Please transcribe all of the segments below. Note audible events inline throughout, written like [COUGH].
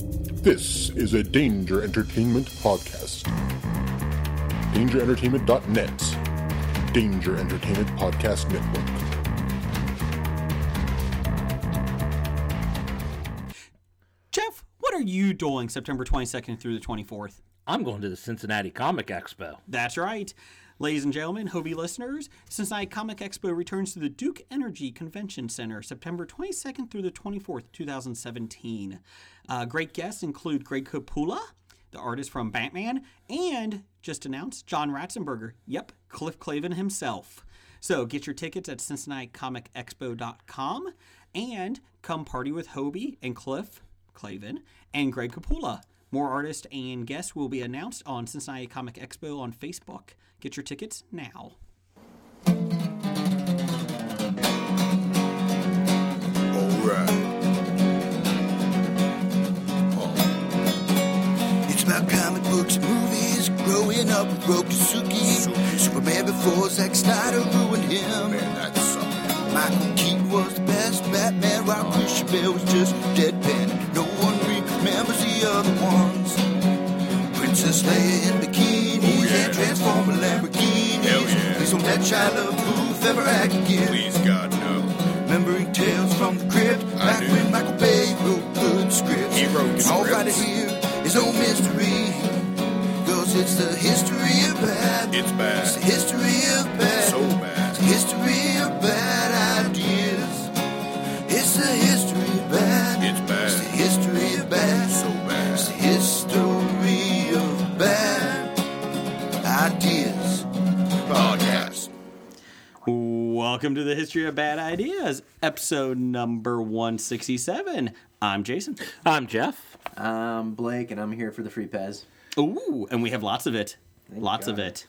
This is a Danger Entertainment podcast. DangerEntertainment.net. Danger Entertainment Podcast Network. Jeff, what are you doing September 22nd through the 24th? I'm going to the Cincinnati Comic Expo. That's right. Ladies and gentlemen, Hobie listeners, Cincinnati Comic Expo returns to the Duke Energy Convention Center September 22nd through the 24th, 2017. Uh, great guests include Greg Capula, the artist from Batman, and just announced John Ratzenberger. Yep, Cliff Clavin himself. So get your tickets at CincinnatiComicExpo.com and come party with Hobie and Cliff Clavin and Greg Capula. More artists and guests will be announced on Cincinnati Comic Expo on Facebook. Get your tickets now. Alright. It's about comic books and movies. Growing up with Rokusuki. Superman before Zack Snyder ruined him. Michael Keaton was the best Batman. Rob Christian was just deadpan. No one remembers the other ones. Princess Leia in bikinis and Transformer Lamborghinis. Please don't let Shia LaBeouf ever act again. Please, God, no. Remembering tales from the crypt back do. when Michael Bay wrote good scripts. He wrote and all right scripts. here is no mystery. Cause it's the history of bad. It's bad. It's the history of bad. So bad. It's the history of bad ideas. It's the history of bad. It's bad. It's the history of bad. So bad. It's the history of bad ideas. Podcast. Welcome to the History of Bad Ideas, episode number 167. I'm Jason. I'm Jeff. Um, Blake, and I'm here for the free Pez. Ooh, and we have lots of it. lots of God. it.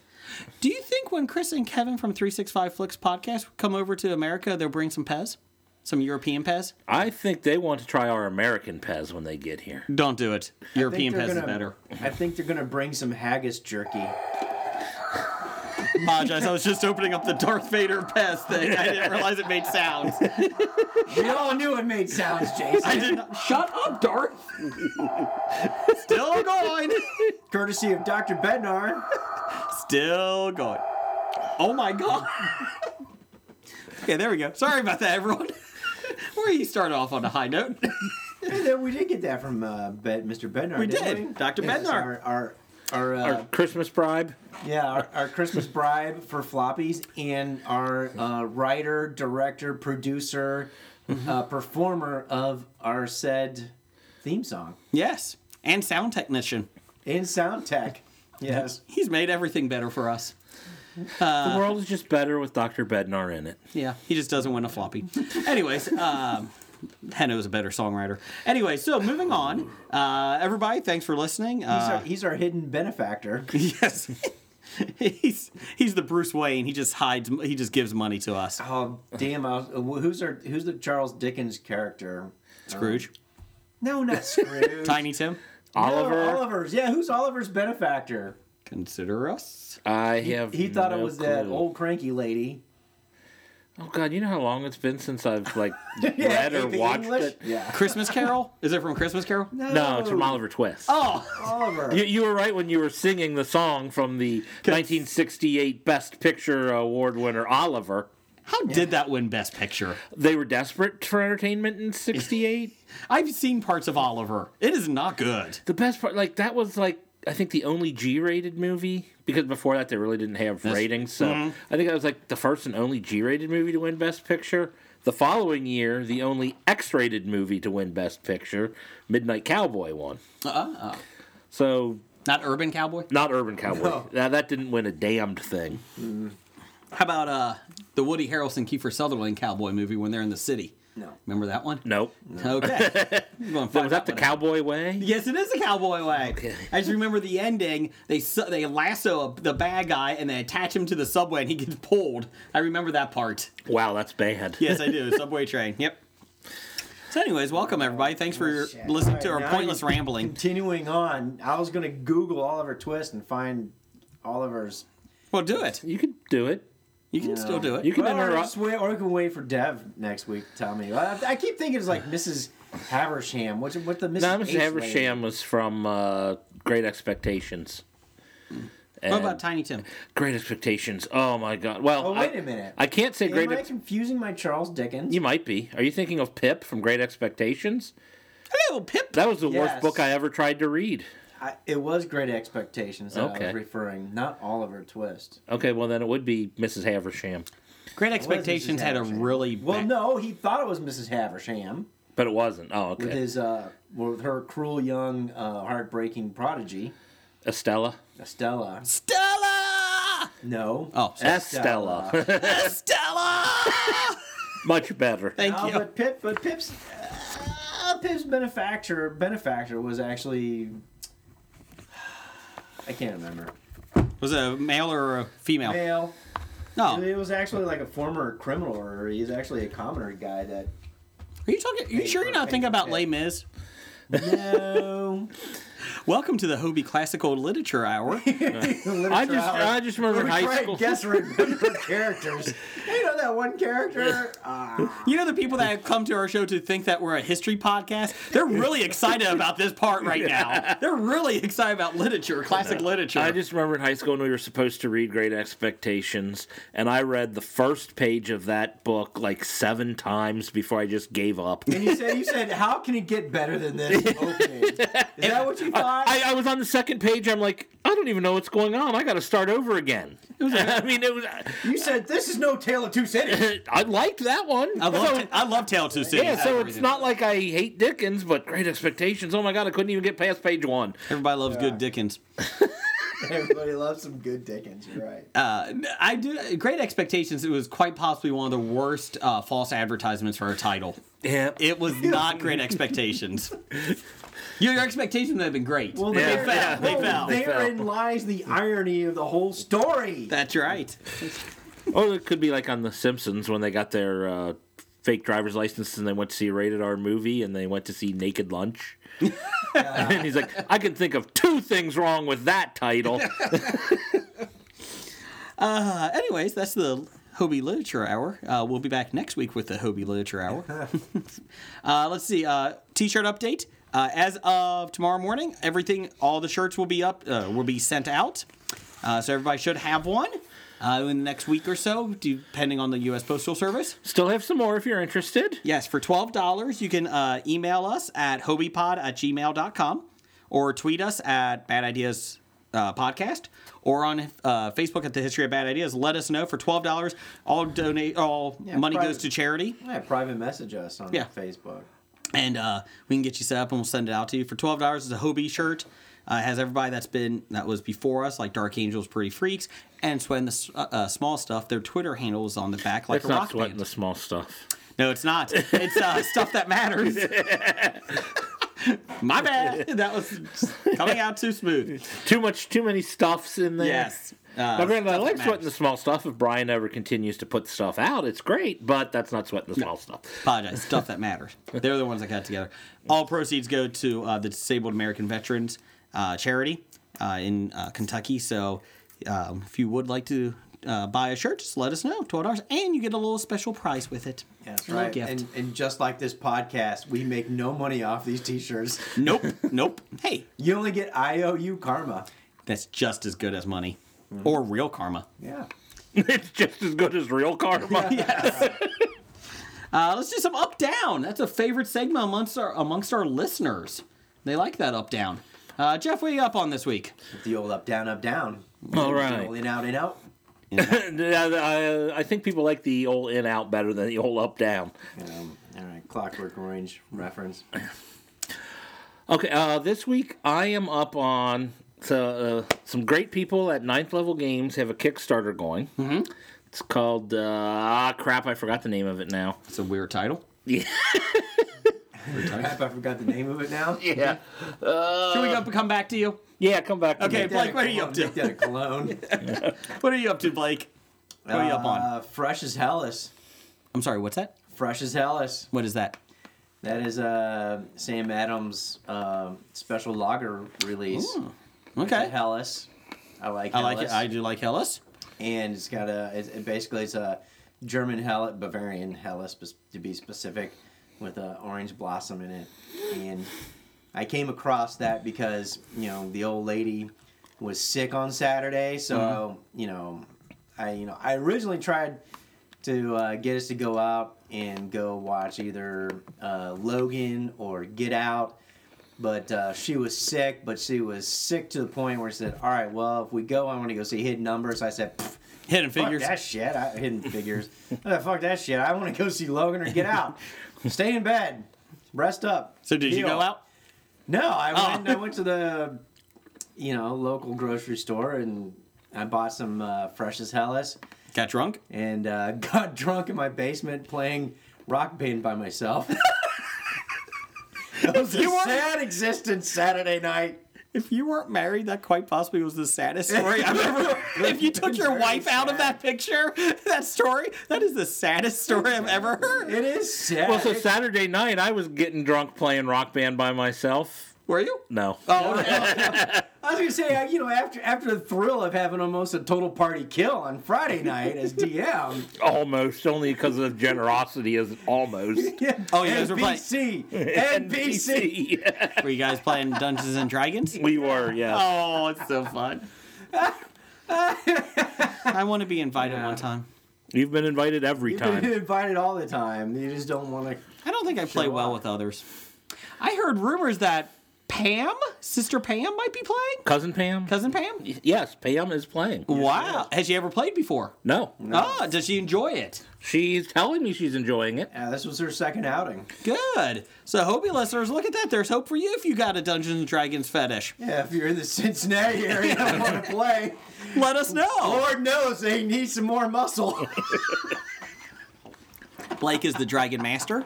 Do you think when Chris and Kevin from 365 Flicks podcast come over to America, they'll bring some Pez? Some European Pez? I think they want to try our American Pez when they get here. Don't do it. European Pez is better. I think they're gonna bring some haggis jerky. Apologize. I was just opening up the Darth Vader Pez thing. I [LAUGHS] didn't realize it made sounds. We all knew it made [LAUGHS] sounds, Jason. I did not. Shut up, Darth. [LAUGHS] Still going. Courtesy of Dr. Bednar. [LAUGHS] Still going. Oh my god. okay, there we go. Sorry about that, everyone. [LAUGHS] Where you start off on a high note. Hey, that- we did get that from uh, Bed, Mr. Bednar. We didn't did. we? Dr. Yes, Bednar. Our our, our, uh, Our Christmas bribe. yeah, our, our Christmas bribe for floppies and our uh, writer, director, producer, uh, performer of our said theme song yes, and sound technician. in sound tech. Yes. He's made everything better for us. Uh, the world is just better with Dr. Bednar in it. Yeah, he just doesn't win a floppy. [LAUGHS] Anyways, um, Heno's a better songwriter. Anyway, so moving on. Uh, everybody, thanks for listening. He's our, Uh, [LAUGHS] he's our hidden benefactor. yes. he's he's the Bruce Wayne. He just hides. He just gives money to us. Oh damn! I was, who's our who's the Charles Dickens character? Scrooge, No, [LAUGHS] not Scrooge. Tiny Tim, No, oh, Oliver, Oliver's. Yeah, who's Oliver's benefactor? consider us. I have. He thought it no was that clue. old cranky lady. Oh God, you know how long it's been since I've like [LAUGHS] Yeah, read or AP watched English? it. Yeah. Christmas Carol? Is it from Christmas Carol? No, it's from Oliver Twist. [LAUGHS] Oh, Oliver. You, you were right when you were singing the song from the 1968 Best Picture Award winner Oliver. how did that win Best Picture? They were desperate for entertainment in '68. I've seen parts of Oliver. It is not good. The best part, like that, was like I think the only G-rated movie because before that they really didn't have ratings. So Mm-hmm. I think that was like the first and only G-rated movie to win Best Picture. The following year, the only X-rated movie to win Best Picture, Midnight Cowboy won. Uh-uh. So Not Urban Cowboy. not Urban Cowboy. No. Now, that didn't win a damned thing. How about uh the Woody Harrelson Kiefer Sutherland cowboy movie when they're in the city? No. Remember that one? Nope. [LAUGHS] Okay. I'm gonna So find was that out the what it- Cowboy Way? Yes, it is the cowboy way. I just remember the ending. They su- they lasso a, the bad guy and they attach him to the subway and he gets pulled. I remember that part. Wow, that's bad. Yes, I [LAUGHS] do. Subway train. Yep. So, anyways, welcome everybody. Thanks for your, Oh, Shit. listening to All right, our now pointless you- rambling. Continuing on, I was gonna Google Oliver Twist and find Oliver's. Well, do it. You could do it. You can No. still do it. You can Well, or, interrupt. just wait, or we can wait for Dev next week. to Tell me. I, I keep thinking it's like Mrs. Haversham. What's what the Mrs. No, Mrs. H lady? Haversham was from uh, Great Expectations. What And- about Tiny [LAUGHS] Tim? Great Expectations. Oh my God! Well, Oh, wait I- a minute. I can't say Great. Am I Ex- confusing my Charles Dickens? you might be. Are you thinking of Pip from Great Expectations? Hello, Pip. That was the worst Yes. book I ever tried to read. I, it was Great Expectations that I Okay. was referring, not Oliver Twist. Okay, well then it would be Mrs. Haversham, Great Expectations Mrs. had a Haversham? really Well, bad- no, he thought it was Mrs. Haversham but it wasn't. Oh, with okay. his uh, with her cruel young, uh, heartbreaking prodigy, Estella. Estella. Stella. No, Oh, [LAUGHS] sorry. Estella. [LAUGHS] Stella. Much better. Thank No, you. but Pip, but Pip's uh, Pip's benefactor benefactor was actually I can't remember was it a male or a female? male. Oh. No. Are It was actually like a former criminal, or he's actually a commoner guy that. [LAUGHS] you talking? Are you sure you're not thinking about Les Mis? No, Welcome to the Hobie Classical Literature Hour. I just, I just remember in high school. guess [LAUGHS] remember characters. You know that one character. Ah. You know the people that have come to our show to think that we're a history podcast? They're really excited about this part right now. They're really excited about literature, classic literature. I just remember in high school when we were supposed to read Great Expectations, and I read the first page of that book like seven times before I just gave up. and you said, you said, how can it get better than [LAUGHS] this? Opening? Is that what you thought? I, I was on the second page. I'm like, I don't even know what's going on. I got to start over again. [LAUGHS] I mean, it was. you said this is no Tale of [LAUGHS] Two Cities. I liked that one. I love, So- Ta- I love Tale of Two Cities. yeah, so it's not like I hate Dickens, but Great Expectations. Oh my God, I couldn't even get past page one. Everybody loves good Dickens. Everybody loves some good Dickens. You're right. Uh, I do. Great Expectations. It was quite possibly one of the worst uh, false advertisements for a title. Yeah, It was [LAUGHS] not Great Expectations. Your, your expectations would have been great. Well, Yeah. They there- fell, they fell. They Therein lies the irony of the whole story. That's right. Or it could be like on The Simpsons when they got their uh, fake driver's license and they went to see a rated R movie and they went to see Naked [LAUGHS] Lunch. and he's like, I can think of two things wrong with that [LAUGHS] title. Uh, anyways, that's the Hobie Literature Hour. Uh, we'll be back next week with the Hobie Literature Hour. [LAUGHS] uh, let's see. Uh, t-shirt update. Uh, as of tomorrow morning, everything, all the shirts will be up, uh, will be sent out. Uh, so everybody should have one uh, in the next week or so, depending on the U.S. Postal Service. Still have some more if you're interested. Yes, for $12, you can uh, email us at hobiepod at gmail.com or tweet us at Bad Ideas uh, Podcast or on uh, Facebook at the History of Bad Ideas. Let us know for $12. All donate, all money private- goes to charity. Yeah, private message us on Yeah. Facebook. And uh, we can get you set up and we'll send it out to you. For $12, it's a Hobie shirt. Uh, it has everybody that's been that was before us, like Dark Angels, Pretty Freaks, and Sweating the S- uh, uh, Small Stuff. Their Twitter handle is on the back, like It's a not rock sweating band. the small stuff. No, it's not. It's uh, stuff that matters. My bad. That was coming out too smooth. Too much, too many stuffs in there. Yes. Uh, Now, granted, I stuff that like sweating the matters. small stuff. If Brian ever continues to put stuff out, it's great, but that's not sweating the small stuff. [LAUGHS] Apologize. Stuff that matters. They're the ones that got together. All proceeds go to uh, the Disabled American Veterans uh, charity uh, in uh, Kentucky. So um, if you would like to uh, buy a shirt, just let us know. Twelve dollars, and you get a little special prize with it. That's A little right. gift. And, and just like this podcast, we make no money off these t-shirts. nope. Nope. Hey, You only get IOU karma. that's just as good as money or real karma. Yeah. it's just as good as real karma. Uh, let's do some up down. That's a favorite segment amongst our amongst our listeners. They like that up down. Uh, Jeff, what are you up on this week? The old up, down, up, down. [LAUGHS] All The right. uh, old in, out, in, out. I, I think people like the old in out better than the old up down. Um, all right. Clockwork Orange [LAUGHS] reference. Okay, uh, this week I am up on so, uh, some great people at Ninth Level Games have a Kickstarter going. Mm-hmm. It's called uh, ah crap. I forgot the name of it now. It's a weird title. Crap, I forgot the name of it now. Yeah, Should we go up and come back to you? yeah. Come back. to Okay, me. Blake, what are you up Make to? that a cologne. What are you up to, Blake? [LAUGHS] What are you up on? Uh, fresh as Hellas. I'm sorry. What's that? Fresh as Hellas. What is that? That is uh, Sam Adams' uh, special lager release. Okay. Hellas. I like. I like it. Hellas. I do like Hellas. and it's got a. It's, it basically it's a German Hell, Bavarian Hellas spe- to be specific. with uh, Orange Blossom in it, and I came across that because you know the old lady was sick on Saturday, so you know I you know I originally tried to uh, get us to go out and go watch either uh, Logan or Get Out. But uh, she was sick, but she was sick to the point where she said, All right, well, if we go, I want to go see Hidden Numbers. I said, "Pff, Hidden Fuck Figures. that shit. I, hidden figures. [LAUGHS] I said, fuck that shit. I want to go see Logan or [LAUGHS] get out. Stay in bed. Rest up. So did you Heal. go out? No, I Oh. went. I went to the, you know, local grocery store and I bought some uh, fresh as hellas Got drunk? and uh, [LAUGHS] got drunk in my basement playing rock band by myself. [LAUGHS] it was a You weren't- sad existence Saturday night. If you weren't married, that quite possibly was the saddest story I've ever. [LAUGHS] if you took your Very wife out of sad. that picture, that story, that is the saddest story I've ever heard. It is sad. Well, so Saturday night I was getting drunk playing rock band by myself. Were you? No. Oh, okay. I was gonna say, uh, you know, after after the thrill of having almost a total party kill on Friday [LAUGHS] night as DM, Almost, only because of generosity is [LAUGHS] almost. Oh, you guys were playing- NBC, NBC. were you guys playing Dungeons and Dragons? [LAUGHS] we were, yeah. Oh, it's so fun. I want to be invited one time. You've been invited every You've been time. invited all the time. You just don't want to. I don't think I play Show well up. with others. I heard rumors that Pam, sister Pam, might be playing. Cousin Pam? Cousin Pam. Yes, Pam is playing. wow. Has she ever played before? No. Ah, does she enjoy it? She's telling me she's enjoying it. Yeah, this was her second outing. Good. So, Hobie listeners, look at that. There's hope for you if you got a Dungeons and Dragons fetish. Yeah, if you're in the Cincinnati area and [LAUGHS] want to play, Let us know. Lord knows they need some [LAUGHS] more muscle. [LAUGHS] Blake is the Dragon Master,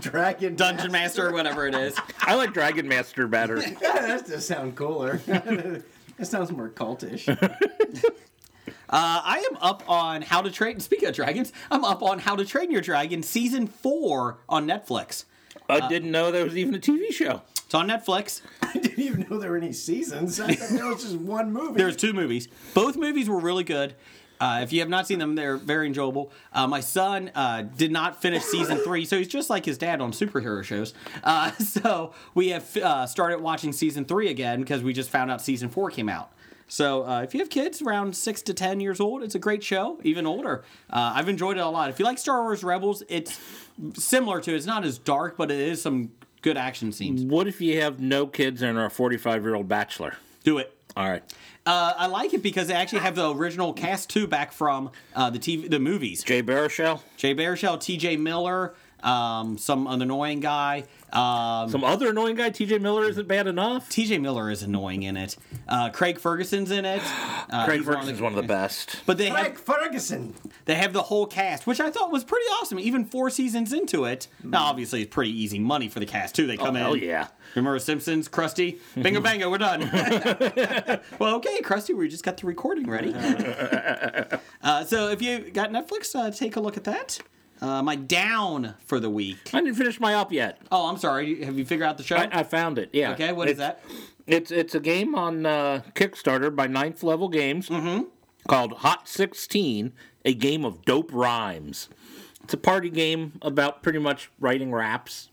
Dragon Dungeon Master, whatever it is. I like Dragon Master [LAUGHS] better. Yeah, that does sound cooler. [LAUGHS] that sounds [LAUGHS] more cultish. [LAUGHS] Uh, I am up on How to Train. Speaking of dragons, I'm up on How to Train Your Dragon season four on Netflix. I didn't know there was even a TV show. It's on Netflix. I didn't even know there were any seasons. I thought there was just one movie. There's two movies. Both movies were really good. Uh, if you have not seen them, they're very enjoyable. Uh, my son uh, did not finish season three, so he's just like his dad on superhero shows. Uh, [LAUGHS] so we have uh, started watching season three again because we just found out season four came out. So uh, if you have kids around six to ten years old, it's a great show. Even older, uh, I've enjoyed it a lot. If you like Star Wars Rebels, it's similar to. It's not as dark, but it is some good action scenes. What if you have no kids and are a 45 year old bachelor? Do it. All right. Uh, I like it because they actually have the original cast too back from uh, the TV, the movies. Jay Baruchel, Jay Baruchel, T.J. Miller, um, some annoying guy. Um, some other annoying guy, TJ Miller isn't bad enough. T.J. Miller is annoying in it. Uh, Craig Ferguson's in it. Uh, Craig he's one of the- Ferguson's one of the best. But they Frank have Ferguson. they have the whole cast, which I thought was pretty awesome. Even four seasons into it, now obviously it's pretty easy money for the cast too. They come in. Oh, hell yeah. Remember Simpsons, Krusty, [LAUGHS] bingo bango, we're done. well, okay, Krusty, we just got the recording [LAUGHS] ready. uh, so if you got Netflix, uh, take a look at that. Uh, my down for the week. I didn't finish my up yet. Oh, I'm sorry. Have you figured out the show? I, I found it. Yeah. Oh. okay, what is It's- that? It's it's a game on uh, Kickstarter by Ninth Level Games Mm-hmm. called Hot Sixteen: A Game of Dope Rhymes. It's a party game about pretty much writing raps.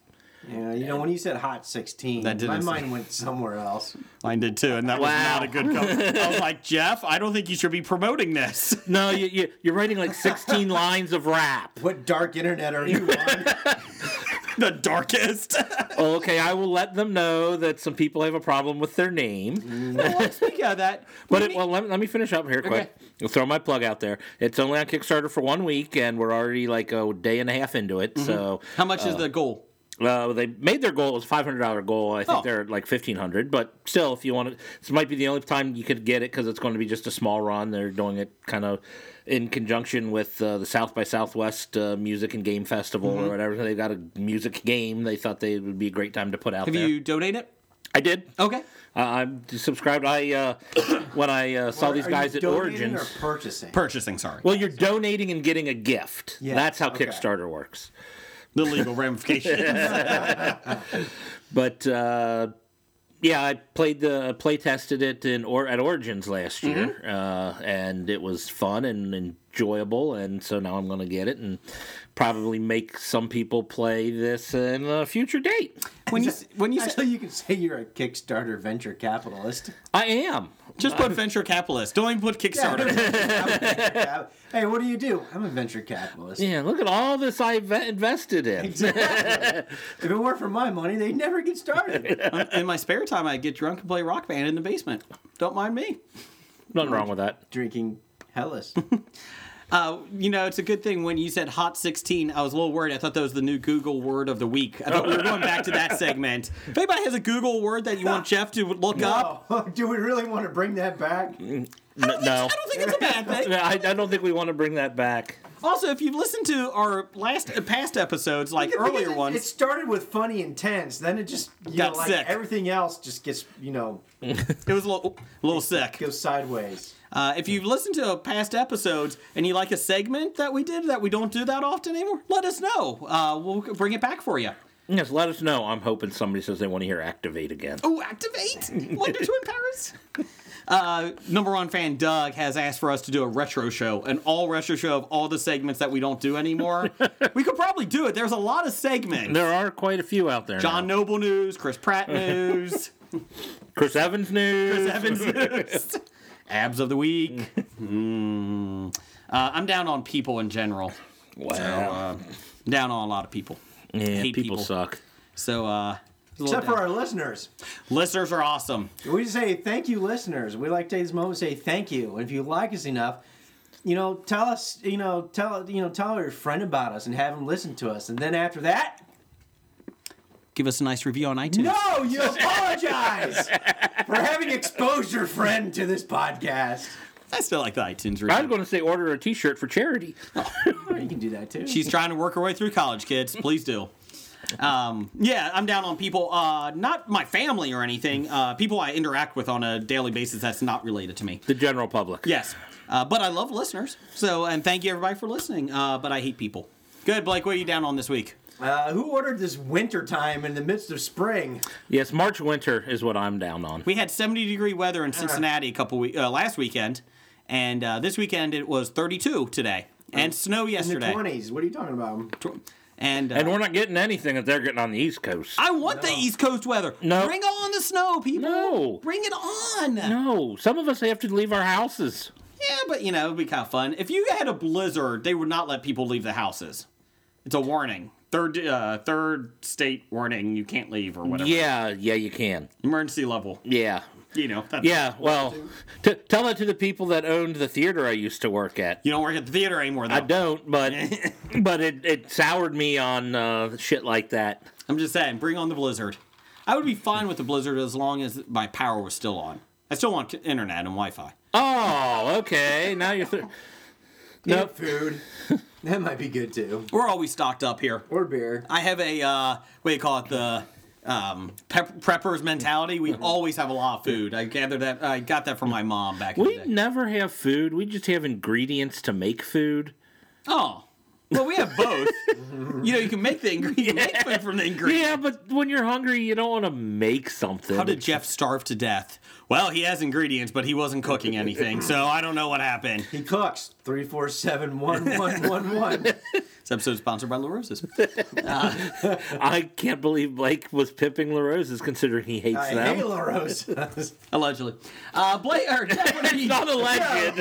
Yeah, you know, when you said Hot 16, That didn't my sound- mind went somewhere else. Mine did too, and that was Wow. not a good [LAUGHS] cover. I was like, Jeff, I don't think you should be promoting this. [LAUGHS] No, you, you you're writing like 16 lines of rap. What dark internet [LAUGHS] are you on? the [LAUGHS] darkest. Okay, I will let them know that some people have a problem with their name. well, speaking of that, But we it, well, let, me- let me finish up here quick. Mm-hmm. Okay. I'll throw my plug out there. It's only on Kickstarter for one week, and we're already like a day and a half into Mm-hmm. it. So How much is the goal? Uh, they made their goal. It was a five hundred dollar goal. I think Oh. they're at, like fifteen hundred, but still, if you want to, this might be the only time you could get it because it's going to be just a small run. They're doing it kind of in conjunction with uh, the South by Southwest uh, Music and Game Festival Mm-hmm. or whatever. They've got a music game. They thought they would be a great time to put out Have there. you donated it? I did. Oh. Okay. Uh, I'm subscribed. I uh, [COUGHS] when I uh, saw these Are guys you at donating Origins. Or purchasing. Purchasing, sorry. well, you're donating and getting a gift. Yeah, That's how okay. Kickstarter works. the legal [LAUGHS] ramifications. But uh, yeah, I played the play tested it in or at Origins last Mm-hmm. year, uh, and it was fun and enjoyable. And so now I'm going to get it and probably make some people play this in a future date. When you when you Actually, say, you can say you're a Kickstarter venture capitalist. I am. just put venture capitalist, don't even put Kickstarter. [LAUGHS] hey, what do you do? I'm a venture capitalist. Yeah, look at all this I ve- invested in. Exactly. if it weren't for my money, they'd never [LAUGHS] get started. in my spare time, I get drunk and play rock band in the basement. Don't mind me. Nothing wrong with that. Drinking [LAUGHS] Hellas. Uh, you know, it's a good thing when you said Hot 16, I was a little worried. I thought that was the new Google word of the week. I thought we were going back to that segment. If anybody has a Google word that you want Jeff to look up, Oh, do we really want to bring that back? Mm. No, no. I don't think it's a bad thing. [LAUGHS] No, I, I don't think we want to bring that back. Also, if you've listened to our last uh, past episodes, like earlier Because it, ones, It started with funny and tense. Then it just you Got know, like sick. everything else just gets you know it was a little, a little sick. goes sideways. Uh, if you've listened to past episodes and you like a segment that we did that we don't do that often anymore, let us know. Uh, we'll bring it back for you. Yes, let us know. I'm hoping somebody says they want to hear Activate again. Oh, activate! Wonder Twin Powers! [LAUGHS] Uh, number one fan Doug has asked for us to do a retro show, an all retro show of all the segments that we don't do anymore. we could probably do it. There's a lot of segments. There are quite a few out there. John now. Noble news, Chris Pratt news, Chris Evans news. Chris Evans news, abs of the week. Mm. Uh, I'm down on people in general. Uh, Wow. Down on a lot of people. yeah, hate people, people. suck. So, uh, it's a little Except for down. our listeners, listeners are awesome. we just say thank you, listeners. We like to take this moment to say thank you. And if you like us enough, you know, tell us, you know, tell you know, tell your friend about us and have him listen to us. And then after that, Give us a nice review on iTunes. [LAUGHS] no, you apologize for having exposed your friend to this podcast. I still like the iTunes I was review. going to say order a T-shirt for charity. Or Oh, you can do that too. She's trying to work her way through college, kids. Please do. Um, yeah, I'm down on people, uh, not my family or anything, uh, people I interact with on a daily basis that's not related to me. The [LAUGHS] general public. Yes. Uh, but I love listeners. So, and thank you everybody for listening. Uh, but I hate people. Good, Blake, what are you down on this week? Uh, who ordered this winter time in the midst of spring? Yes, March winter is what I'm down on. We had 70 degree weather in Cincinnati a couple we- uh, last weekend, and uh, this weekend it was 32 today, and snow In the yesterday. twenties. What are you talking about? And, uh, and we're not getting anything that they're getting on the East Coast. I want the East Coast weather. No. Bring on the snow, people. No. Bring it on. no, some of us have to leave our houses. Yeah, but you know, it'd be kind of fun. If you had a blizzard, they would not let people leave the houses. It's a warning. Third, uh, third state warning. You can't leave or whatever. Yeah, yeah, you can. Emergency level. Yeah, You know. That's, yeah. Well, t- tell that to the people that owned the theater I used to work at. You don't work at the theater anymore. Though. I [LAUGHS] don't, but but it, it soured me on uh, shit like that. I'm just saying, bring on the blizzard. I would be fine with the blizzard as long as my power was still on. I still want internet and Wi-Fi. Oh, okay. Now you're. Th- [LAUGHS] Nope. Food. that might be good too. We're always stocked up here. Or beer. I have a uh, what do you call it the um, pep- preppers mentality. [LAUGHS] We always have a lot of food. I gathered that I got that from my mom back in [LAUGHS] we the day. never have food. We just have ingredients to make food. Oh. Well, we have [LAUGHS] both. you know, you can make the ingredient, you can make food from the ingredient. Yeah, but when you're hungry, you don't want to make something. How did Jeff starve to death? Well, he has ingredients, but he wasn't cooking anything, so I don't know what happened. He cooks. Three four seven one one [LAUGHS] one one. This episode is sponsored by La [LAUGHS] Rosa's. I can't believe Blake was pimping La Rosa's considering he hates Uh, I them. hate La [LAUGHS] Rosa's. Allegedly. Uh, Blake, or Jeff, what are you, Not a legend.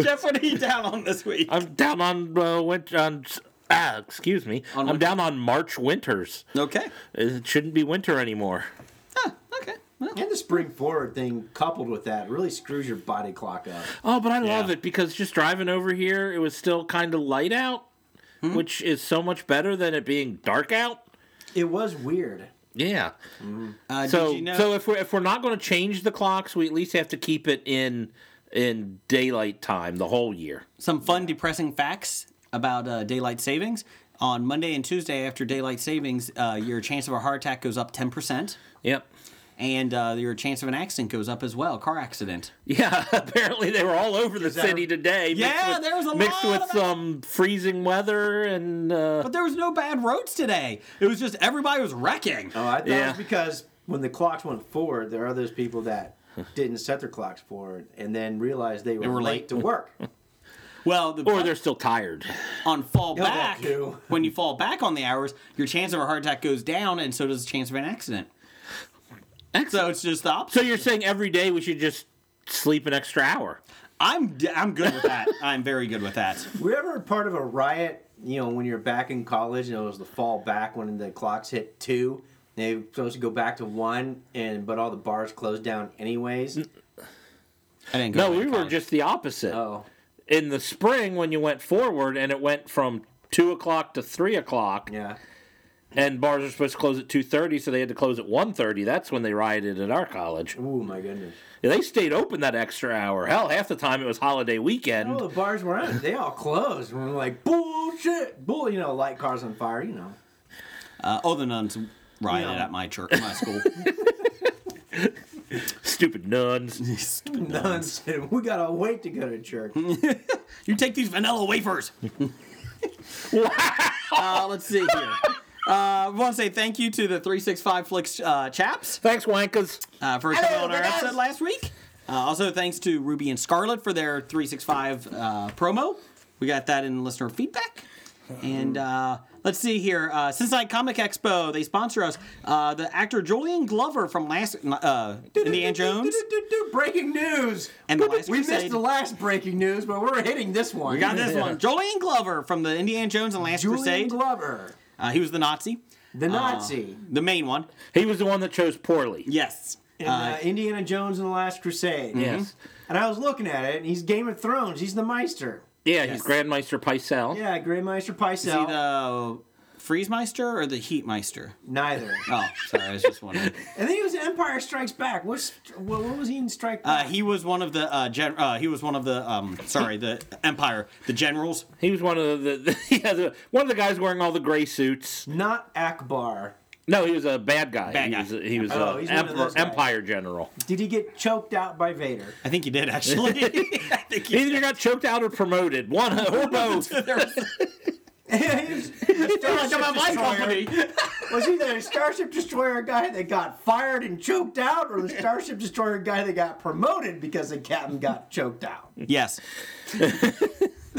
Jeff, what are you down on this week? I'm down on uh, winter. On, ah, excuse me. On I'm winter. down on March winters. Okay. It shouldn't be winter anymore. Huh, okay. Well, and the spring forward thing coupled with that really screws your body clock up. Oh, but I love Yeah. it because just driving over here, it was still kind of light out, Hmm? which is so much better than it being dark out. It was weird. Yeah. uh, So did you know? so if we're if we're not going to change the clocks, we at least have to keep it in in daylight time the whole year. some fun, depressing facts about uh, daylight savings. On Monday and Tuesday after daylight savings, uh, your chance of a heart attack goes up 10%, Yep. [LAUGHS] and uh, your chance of an accident goes up as well, car accident. Yeah, apparently they were all over the that- city today. mixed Yeah, with- there was a mixed lot with of- some freezing weather and uh, But there was no bad roads today. It was just everybody was wrecking. Oh, I thought it Yeah. was because when the clocks went forward, there are those [LAUGHS] people that didn't set their clocks forward and then realized they were, were [LAUGHS] late late. to work. Well, the, or they're still tired. on fall that back, too. [LAUGHS] when you fall back on the hours, your chance of a heart attack goes down, and so does the chance of an accident. So it's just the So opposite. you're saying every day we should just sleep an extra hour? I'm d- I'm good with [LAUGHS] that. I'm very good with that. Were you ever part of a riot? You know, when you're back in college, and it was the fall back when the clocks hit two. They were supposed to go back to one, and but all the bars closed down anyways. I didn't go No, to we were college. just the opposite. Oh, In the spring, when you went forward and it went from two o'clock to three o'clock, yeah. and bars are supposed to close at two thirty, so they had to close at 1.30. That's when they rioted at our college. Ooh, my goodness. They stayed open that extra hour. Hell, half the time it was holiday weekend. All the bars were out. They all closed. We we're like bullshit, bull. You know, light cars on fire. You know. Uh, oh, the nuns rioted No. at my church, my [LAUGHS] school. Stupid nuns. Stupid nuns. Nonsense. [LAUGHS] We gotta wait to go to church. You take these vanilla [LAUGHS] wafers. uh, let's see here. Uh, I want to say thank you to the 365 Flicks uh, chaps Thanks, wankas. uh, for coming on our episode last week. Uh, also, thanks to Ruby and Scarlet for their 365 uh, promo. We got that in listener feedback. And uh, let's see here. Uh, Cincinnati Comic Expo, they sponsor us. Uh, the actor Julian Glover from last uh, [LAUGHS] Indiana Jones Breaking news. and the Last We Crusade. missed the last breaking news, but we're hitting this one. We got this one. Julian Glover from the Indiana Jones and Last Julian Crusade. Ah. Glover, Uh, he was the Nazi, the Nazi. the main one. He was the one that chose poorly. Mm-hmm. Yes. in uh, Indiana Jones and the Last Crusade. Yes. And I was looking at it, and he's Game of Thrones. He's the Meister. Yeah, he's Grandmeister Picel. Yeah, Grey Meister Is he Pycelle. the Freezemeister or the Heatmeister? [LAUGHS] Neither. Oh, sorry, I was just wondering. And then he was in Empire Strikes Back. What's what, what was he in Strike Uh, Back? he was one of the uh, gen- uh, he was one of the um, sorry the Empire the generals. He was one of the, [LAUGHS] the, yeah, the one of the guys wearing all the gray suits. Not Akbar. No, he was a bad guy. Bad he guy. was a, he was Oh, a he's one of emperor, those guys. empire [LAUGHS] general. Did he get choked out by [LAUGHS] Vader? I think he did actually. [LAUGHS] I think he Either got choked out or promoted. One or both. There [LAUGHS] was- [LAUGHS] He's- the Like about my Starship company. Destroyer. Was he the Starship Destroyer guy that got fired and choked out, or the Starship Destroyer guy that got promoted because the captain got choked [LAUGHS] out? Yes. Does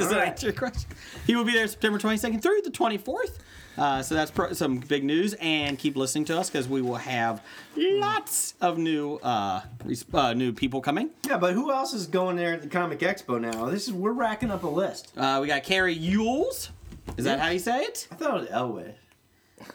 that answer your question? He will be there September 22nd through the 24th. Uh, so that's pro- some big news, and keep listening to us because we will have lots of new uh, res- uh, new people coming. Yeah, but who else is going there at the Comic Expo now? This is we're racking up a list. Uh, we got Carrie Yules. Is that how you say it? I thought it was Elway.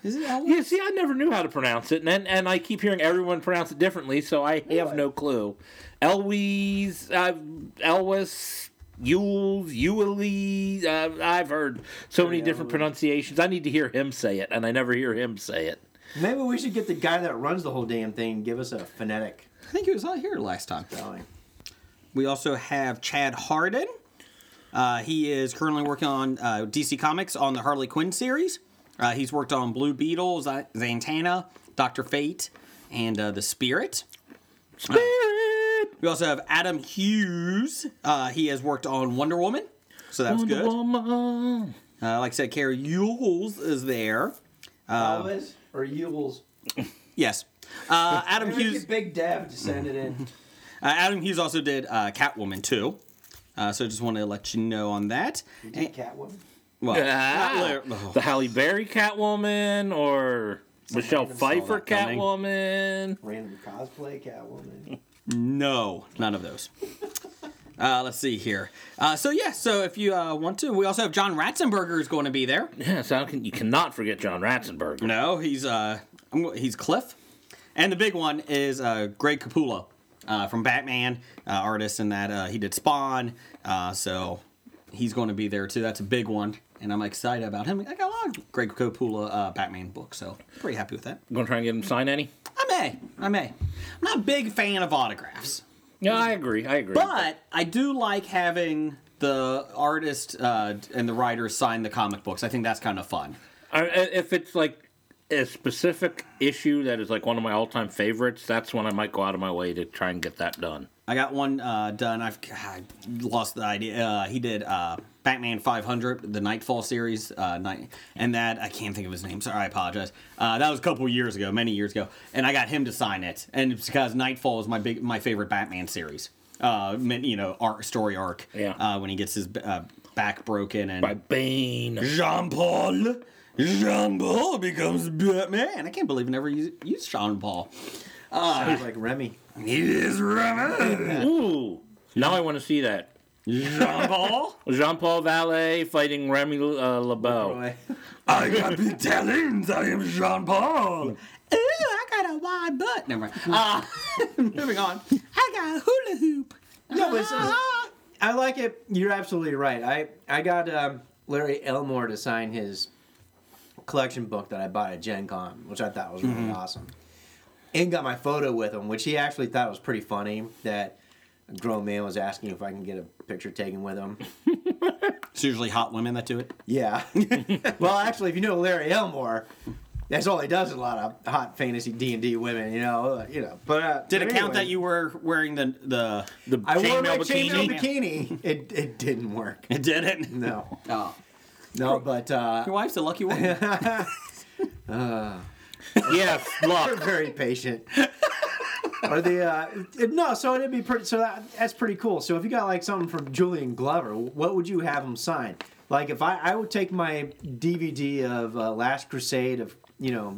Is it [LAUGHS] Yeah, see, I never knew how to pronounce it, and and I keep hearing everyone pronounce it differently, so I have no clue. Elwes, uh, Elwes, Yules, Yulee. Uh, I've heard so many different pronunciations. I need to hear him say it, and I never hear him say it. Maybe we should get the guy that runs the whole damn thing and give us a phonetic I think he was not here last time. spelling. We also have Chad Harden. Uh, he is currently working on uh, DC Comics on the Harley Quinn series. Uh, he's worked on Blue Beetle, Z- Zantana, Doctor Fate, and uh, the Spirit. Spirit, We also have Adam Hughes. Uh, he has worked on Wonder Woman, so that's Wonder good. Woman. Uh, like I said, Carrie Yules is there. Elwes or Yules? Yes. Uh, Adam Maybe we Hughes. get Big Dev to send it [LAUGHS] in. Uh, Adam Hughes also did uh, Catwoman too. Uh, so just want to let you know on that. And- Catwoman. well, not Ah, lar- oh. the Halle Berry Catwoman, or Michelle random saw Pfeiffer that coming. Catwoman. Random cosplay Catwoman. No, none of those. Uh, let's see here. Uh, so yeah, so if you uh, want to, we also have John Ratzenberger is going to be there. Yeah, so how can, you cannot forget John Ratzenberger. No, he's uh, I'm go- he's Cliff, and the big one is uh, Greg Capullo uh, from Batman, uh, artist in that uh, he did Spawn. Uh, so he's going to be there too. That's a big one, and I'm excited about him. I got a lot of Greg Capullo uh, Batman books, so pretty happy with that. Gonna try and get him to sign any? I may, I may. I'm not a big fan of autographs. Yeah, I agree. I agree. But I do like having the artist uh, and the writer sign the comic books. I think that's kind of fun. I, I- if it's like a specific issue that is like one of my all-time favorites, that's when I might go out of my way to try and get that done. I got one uh, done. I've [SIGHS] I lost the idea. Uh, he did uh, Batman 500, the Nightfall series, uh, night, and that I can't think of his name. Sorry, I apologize. Uh, that was a couple years ago, many years ago, and I got him to sign it. And it's because Nightfall is my big, my favorite Batman series. uh, min- you know, arc story arc. Yeah. Uh, when he gets his uh, back broken and by Bane. Jean Paul. Jean Paul becomes Batman. I can't believe I never used, used Jean Paul. Sounds like Remy. He is Roman. Ooh, now I want to see that. Jean Paul. Jean Paul Valet fighting Remy uh, LeBeau. Boy. I got big talons. I am Jean Paul. Ooh, I got a wide butt. Never mind. Uh, moving on. I got a hula hoop. [LAUGHS] No, but it's- I like it. You're absolutely right. I I got um, Larry Elmore to sign his collection book that I bought at Gen Con, which I thought was Mm-hmm. really awesome. And got my photo with him, which he actually thought was pretty funny that a grown man was asking if I can get a picture taken with him. It's usually hot women that do it. Yeah. [LAUGHS] well, actually, if you know Larry Elmore, that's all he does is a lot of hot fantasy D and D women. You know, uh, you know. But uh, Did it but count that anyway, you were wearing the the? The I wore my chainmail chainmail bikini. bikini. It it didn't work. [LAUGHS] It didn't. No. Oh. No, but uh, Your wife's a lucky [LAUGHS] woman. Yes, they're look. very patient. Or the uh, it- no, so it'd be pretty. So that, that's pretty cool. So if you got like something from Julian Glover, what would you have him sign? Like if I, I would take my DVD of uh, Last Crusade of you know,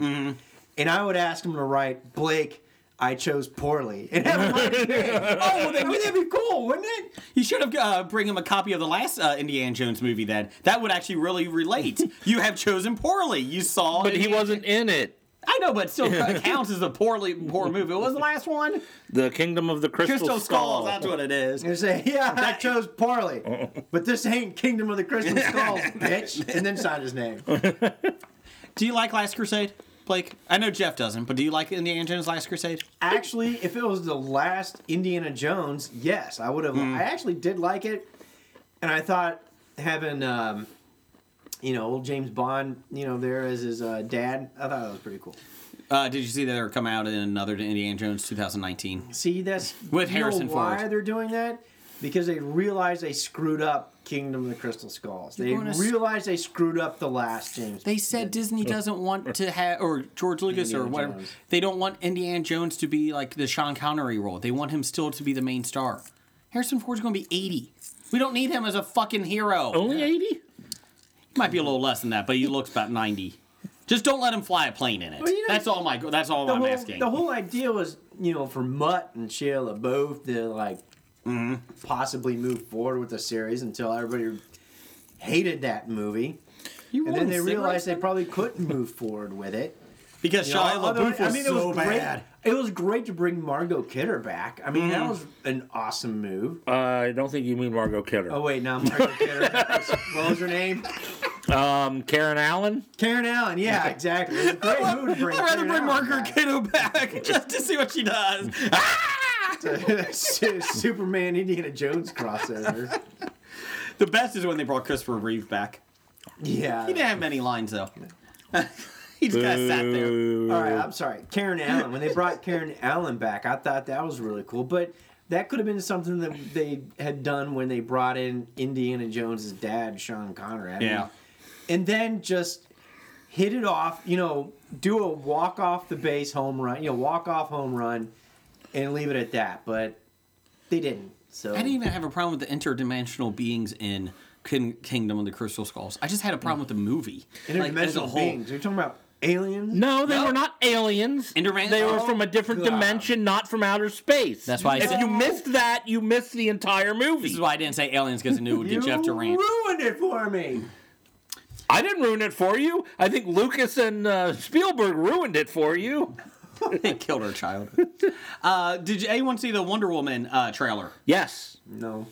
and I would ask him to write Blake. I chose poorly. [LAUGHS] And have my name. oh, I mean, that'd be cool, wouldn't it? You should have uh, bring him a copy of the last uh, Indiana Jones movie. Then that would actually really [LAUGHS] relate. you have chosen poorly. You saw, But he Indiana- wasn't in it. I know, but still it counts as a poorly poor movie. What was the last [LAUGHS] one? The Kingdom of the Crystal, Crystal Skull. Skulls. That's what it is. And say, yeah, I chose poorly, but this ain't Kingdom of the Crystal Skulls, bitch. And then sign his name. Do you like Last Crusade, Blake? I know Jeff doesn't, but do you like Indiana Jones Last Crusade? actually, if it was the last Indiana Jones, yes, I would have. Mm. I actually did like it, and I thought having, um, you know, old James Bond, you know, there as his uh, dad, I thought that was pretty cool. Uh, did you see that they were coming out in another Indiana Jones 2019? See, that's With you know Harrison why Ford. they're doing that because they realized they screwed up Kingdom of the Crystal Skulls. They gonna s- realized they screwed up the last James. They said Disney doesn't [LAUGHS] want to have, or George Lucas or Indiana whatever, Jones. they don't want Indiana Jones to be like the Sean Connery role. They want him still to be the main star. Harrison Ford's going to be 80. We don't need him as a fucking hero. Only 80? He might be a little less than that, but he looks about 90. Just don't let him fly a plane in it. Well, you know, that's all my. That's all the I'm whole, asking. The whole idea was, you know, for Mutt and Sheila both to like Mm-hmm. possibly move forward with the series until everybody hated that movie, You and rolling then they cigarettes realized they now? probably couldn't move forward with [LAUGHS] it. because You Shia know, although- LaBeouf was so great. bad. Mm-hmm. It was great to bring Margot Kidder back. I mean, that was an awesome move. Uh, I don't think you mean Margot Kidder. Oh wait, [LAUGHS] not Margot Kidder. what was her name? Um, Karen Allen? Karen Allen. Yeah, exactly. It was a great move to bring. [LAUGHS] I'd rather Karen bring Allen Margaret back. Kiddo [LAUGHS] back [LAUGHS] just to see what she does. Superman Indiana Jones crossover. the best is when they brought Christopher Reeve back. Yeah. He didn't have many lines though. [LAUGHS] he just kind of sat there. All right, I'm sorry. Karen Allen. When they brought Karen Allen back, I thought that was really cool. But that could have been something that they had done when they brought in Indiana Jones' dad, Sean Connery. I mean, Yeah. And then just hit it off, you know, do a walk off the base home run, you know, walk off home run and leave it at that. But they didn't. So I didn't even have a problem with the interdimensional beings in Kin- Kingdom of the Crystal Skulls. I just had a problem with the movie. interdimensional Like, as a whole. beings. You're talking about aliens? No, they were not aliens. Interman- they were Oh, from a different God. dimension, not from outer space. That's why I If said- you missed that, you missed the entire movie. This is why I didn't say aliens because I knew it would You get Jeff to rant. ruined it for me. I didn't ruin it for you. I think Lucas and uh, Spielberg ruined it for you. [LAUGHS] it killed her child. Uh, did you, anyone see the Wonder Woman uh, trailer? Yes. [LAUGHS] No.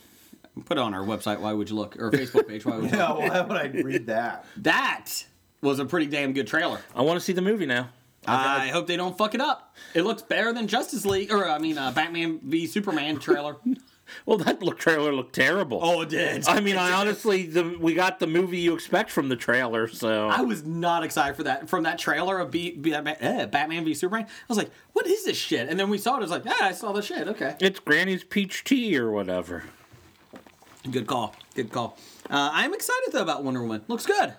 Put it on our website. Why would you look? Or Facebook page. Why would [LAUGHS] you look? No, why would I read that? That was a pretty damn good trailer. I want to see the movie now. I hope they don't fuck it up. It looks better than Justice League, or I mean, uh, Batman v Superman trailer. Well, that look, trailer looked terrible. it did. I mean, I honestly, the, we got the movie you expect from the trailer, so. I was not excited for that. From that trailer of B, B, uh, Batman v Superman, I was like, "What is this shit?" And then we saw it. I was like, "Yeah, I saw the shit. Okay, it's Granny's Peach Tea or whatever. good call. Good call." Uh, I'm excited though about Wonder Woman. Looks good.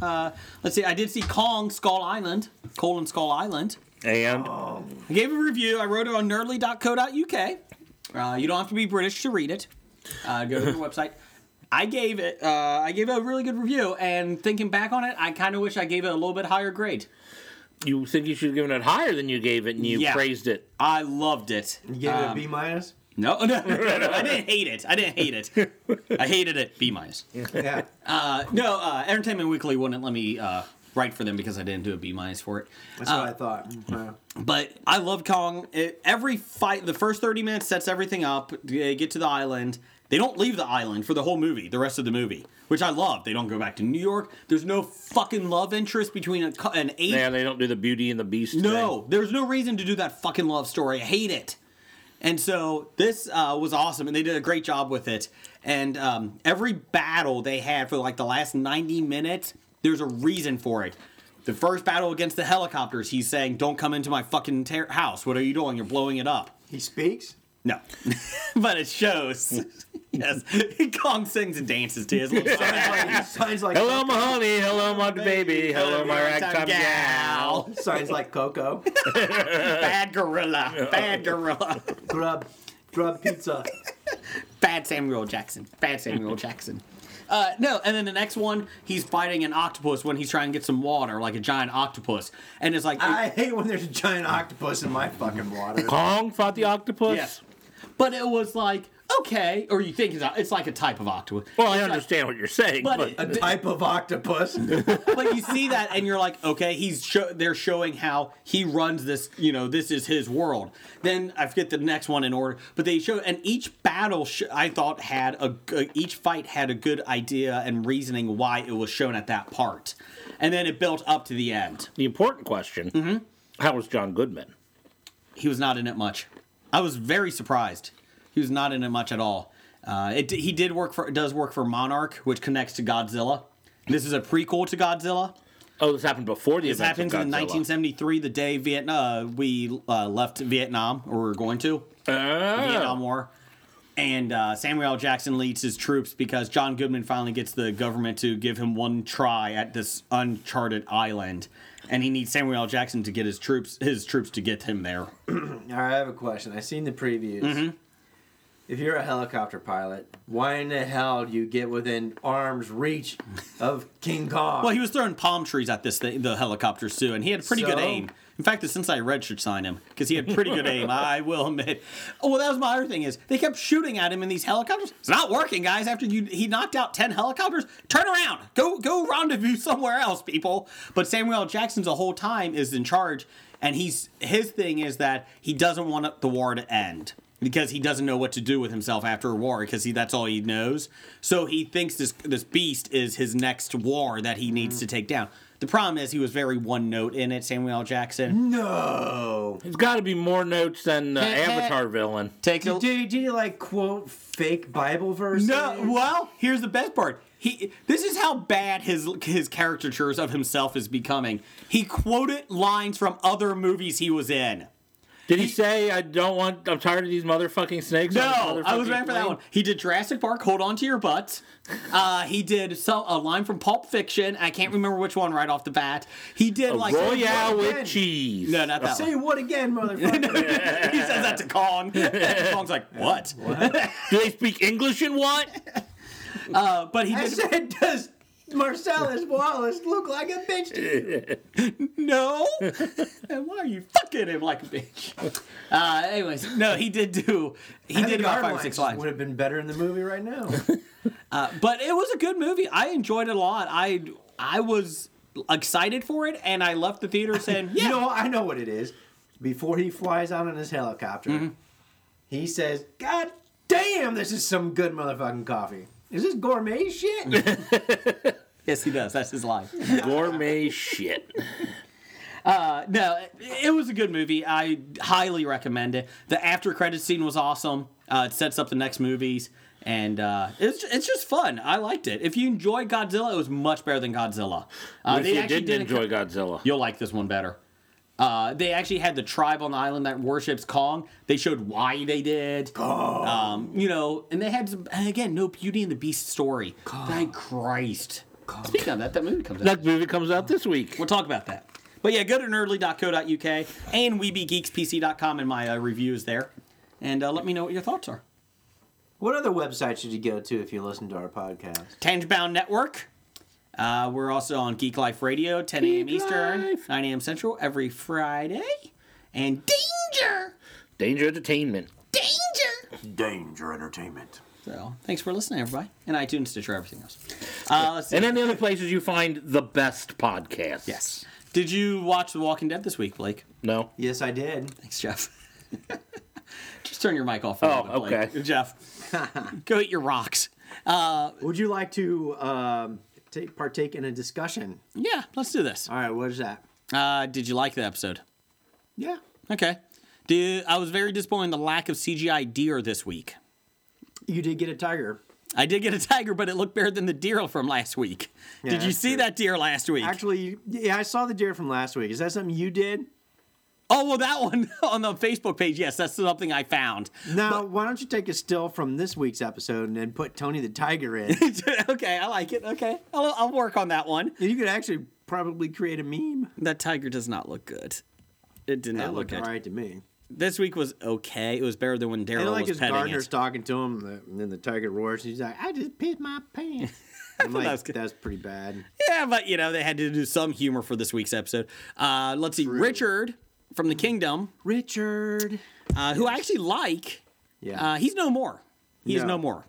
Uh, let's see. I did see Kong Skull Island, Colon Skull Island. And I gave a review. I wrote it on nerdly.co.uk. Uh, you don't have to be British to read it. Uh, go to their website. I gave it. Uh, I gave it a really good review, and thinking back on it, I kind of wish I gave it a little bit higher grade. You think you should have given it higher than you gave it, and you Yeah. praised it. I loved it. You gave it a B minus. No, [LAUGHS] no, no, no, I didn't hate it. I didn't hate it. I hated it. B minus. Yeah. Uh, no, uh, Entertainment Weekly wouldn't let me uh, write for them because I didn't do a B minus for it. That's what I thought. Wow. But I love Kong. It, every fight, the first 30 minutes sets everything up. They get to the island. They don't leave the island for the whole movie, the rest of the movie, which I love. They don't go back to New York. There's no fucking love interest between a, co- an ape. Yeah, they don't do the Beauty and the Beast. no, there's no reason to do that fucking love story. I hate it. And so this uh, was awesome, and they did a great job with it. And um, every battle they had for like the last 90 minutes, there's a reason for it. The first battle against the helicopters, he's saying, "Don't come into my fucking ter- house. What are you doing? You're blowing it up." He speaks. No, [LAUGHS] but it shows. [LAUGHS] yes, Kong sings and dances to his [LAUGHS] little song. He signs like Hello, my honey. Hello, my baby. Hello, my ragtime gal. signs like Coco. Bad [LAUGHS] gorilla. Bad gorilla. Grub, grub pizza. Bad Samuel Jackson. Bad Samuel Jackson. Uh, no, and then the next one, he's fighting an octopus when he's trying to get some water, like a giant octopus, and it's like, I hate when there's a giant octopus in my fucking water. Kong fought the octopus. yes, but it was like okay, or you think it's, a- it's like a type of octopus. Well, I It's like- understand what you're saying, but but, it- A type of octopus. but you see that and you're like okay he's show- they're showing how he runs this you know this is his world then i forget the next one in order but they show and each battle sh- i thought had a g- each fight had a good idea and reasoning why it was shown at that part and then it built up to the end the important question: Mm-hmm. How was John Goodman? he was not in it much i was very surprised he was not in it much at all uh, it, he did work for does work for monarch which connects to godzilla this is a prequel to godzilla Oh, this happened before the This events happens of in Godzilla. 1973, the day Vietnam uh, we uh, left Vietnam, or we were going to Vietnam Oh. War, and uh, Samuel L. Jackson leads his troops because John Goodman finally gets the government to give him one try at this uncharted island, and he needs Samuel L. Jackson to get his troops his troops to get him there. All right, I have a question. I've seen the previews. If you're a helicopter pilot, why in the hell do you get within arm's reach of King Kong? Well, he was throwing palm trees at this thing, the helicopters too, and he had pretty good So? aim. In fact, the Cincinnati Reds should sign him because he had pretty good aim. I will admit. Oh, well, that was my other thing is they kept shooting at him in these helicopters. It's not working, guys. After you, he knocked out ten helicopters. Turn around, go go rendezvous [LAUGHS] somewhere else, people. But Samuel L. Jackson's the whole time is in charge, and he's his thing is that he doesn't want the war to end. Because he doesn't know what to do with himself after a war, because he that's all he knows. So he thinks this this beast is his next war that he needs to take down. The problem is he was very one note in it, Samuel L. Jackson. no. It's got to be more notes than uh, Avatar villain. Take a Did, did you like quote fake Bible verses? no. Well, here's the best part. He this is how bad his his caricatures of himself is becoming. He quoted lines from other movies he was in. Did he, say, "I don't want. I'm tired of these motherfucking snakes"? on No, this I was motherfucking ready for plane? that one. He did Jurassic Park. Hold on to your butts. Uh, he did some, a line from Pulp Fiction. I can't remember which one right off the bat. He did like Royale Again. with cheese. No, not that Say one. what again, [LAUGHS] motherfucker? [LAUGHS] he says that to [LAUGHS] Kong. And Kong's like, what? [LAUGHS] Do they speak English in what? Uh, But he I did. said, does Marcellus Wallace look like a bitch? to you?" no. [LAUGHS] and why are you fucking him like a bitch? [LAUGHS] Uh, anyways, no, he did do. He I did think about our five or six lines lines. Would have been better in the movie right [LAUGHS] now. but it was a good movie. I enjoyed it a lot. I I was excited for it, and I left the [LAUGHS] theater saying, yeah. You know, I know what it is. Before he flies out in his helicopter, he says, God damn, this is some good motherfucking coffee. Is this gourmet shit? [LAUGHS] yes, he does. That's his line. Gourmet shit. no, it, it was a good movie. I highly recommend it. The after credit scene was awesome. Uh, it sets up the next movies, and uh, it's it's just fun. I liked it. If you enjoy Godzilla, it was much better than Godzilla. Uh, if you actually didn't did a- enjoy Godzilla, You'll like this one better. Uh, they actually had the tribe on the island that worships Kong. They showed why they did. Kong. Um, you know, and they had some, and again, no Beauty and the Beast story. Thank Christ. Speaking of that, that movie comes out. that movie comes out this week. We'll talk about that. But yeah, go to nerdly.co.uk and weebegeekspc.com and my uh, review is there. and uh, let me know what your thoughts are. What other website should you go to if you listen to our podcast? Tangebound Network. Uh, we're also on Geek Life Radio, 10 a.m. Geek Eastern, Life. 9 a.m. Central every Friday. And danger, Danger Entertainment. danger. Danger Entertainment. So thanks for listening, everybody, and iTunes, Stitcher, everything else. Uh, let's see. And then the other places you find the best podcasts. yes. Did you watch The Walking Dead this week, Blake? No? Yes, I did. Thanks, Jeff. [LAUGHS] Just turn your mic off. For a Oh, little bit, Blake. okay. Jeff, [LAUGHS] go eat your rocks. Would you like to um, take, partake in a discussion? Yeah, let's do this. All right, what is that? Uh, did you like the episode? Yeah. Okay. Did, I was very disappointed in the lack of CGI deer this week. You did get a tiger. I did get a tiger, but it looked better than the deer from last week. Yeah, did you that's see true. that deer last week? Actually, yeah, I saw the deer from last week. Is that something you did? oh, well, that one [LAUGHS] on the Facebook page. Yes, that's something I found. [LAUGHS] Now, why don't you take a still from this week's episode and then put Tony the [LAUGHS] Tiger in? okay, I like it. Okay, I'll, I'll work on that one. you could actually probably create a meme. That tiger does not look good. It did That not look looked good. all right to me. This week was okay. It was better than when And Daryl like was his petting gardener's it. talking to him, the- and then the tiger roars, and he's like, "I just pissed my [LAUGHS] pants." I'm that was like, good. that's pretty bad. Yeah, but you know they had to do some humor for this week's episode. Uh, let's see, Richard from the Mm-hmm. Kingdom, Richard. uh, who I actually like. Uh, Yeah. he's no more. He is No. no more.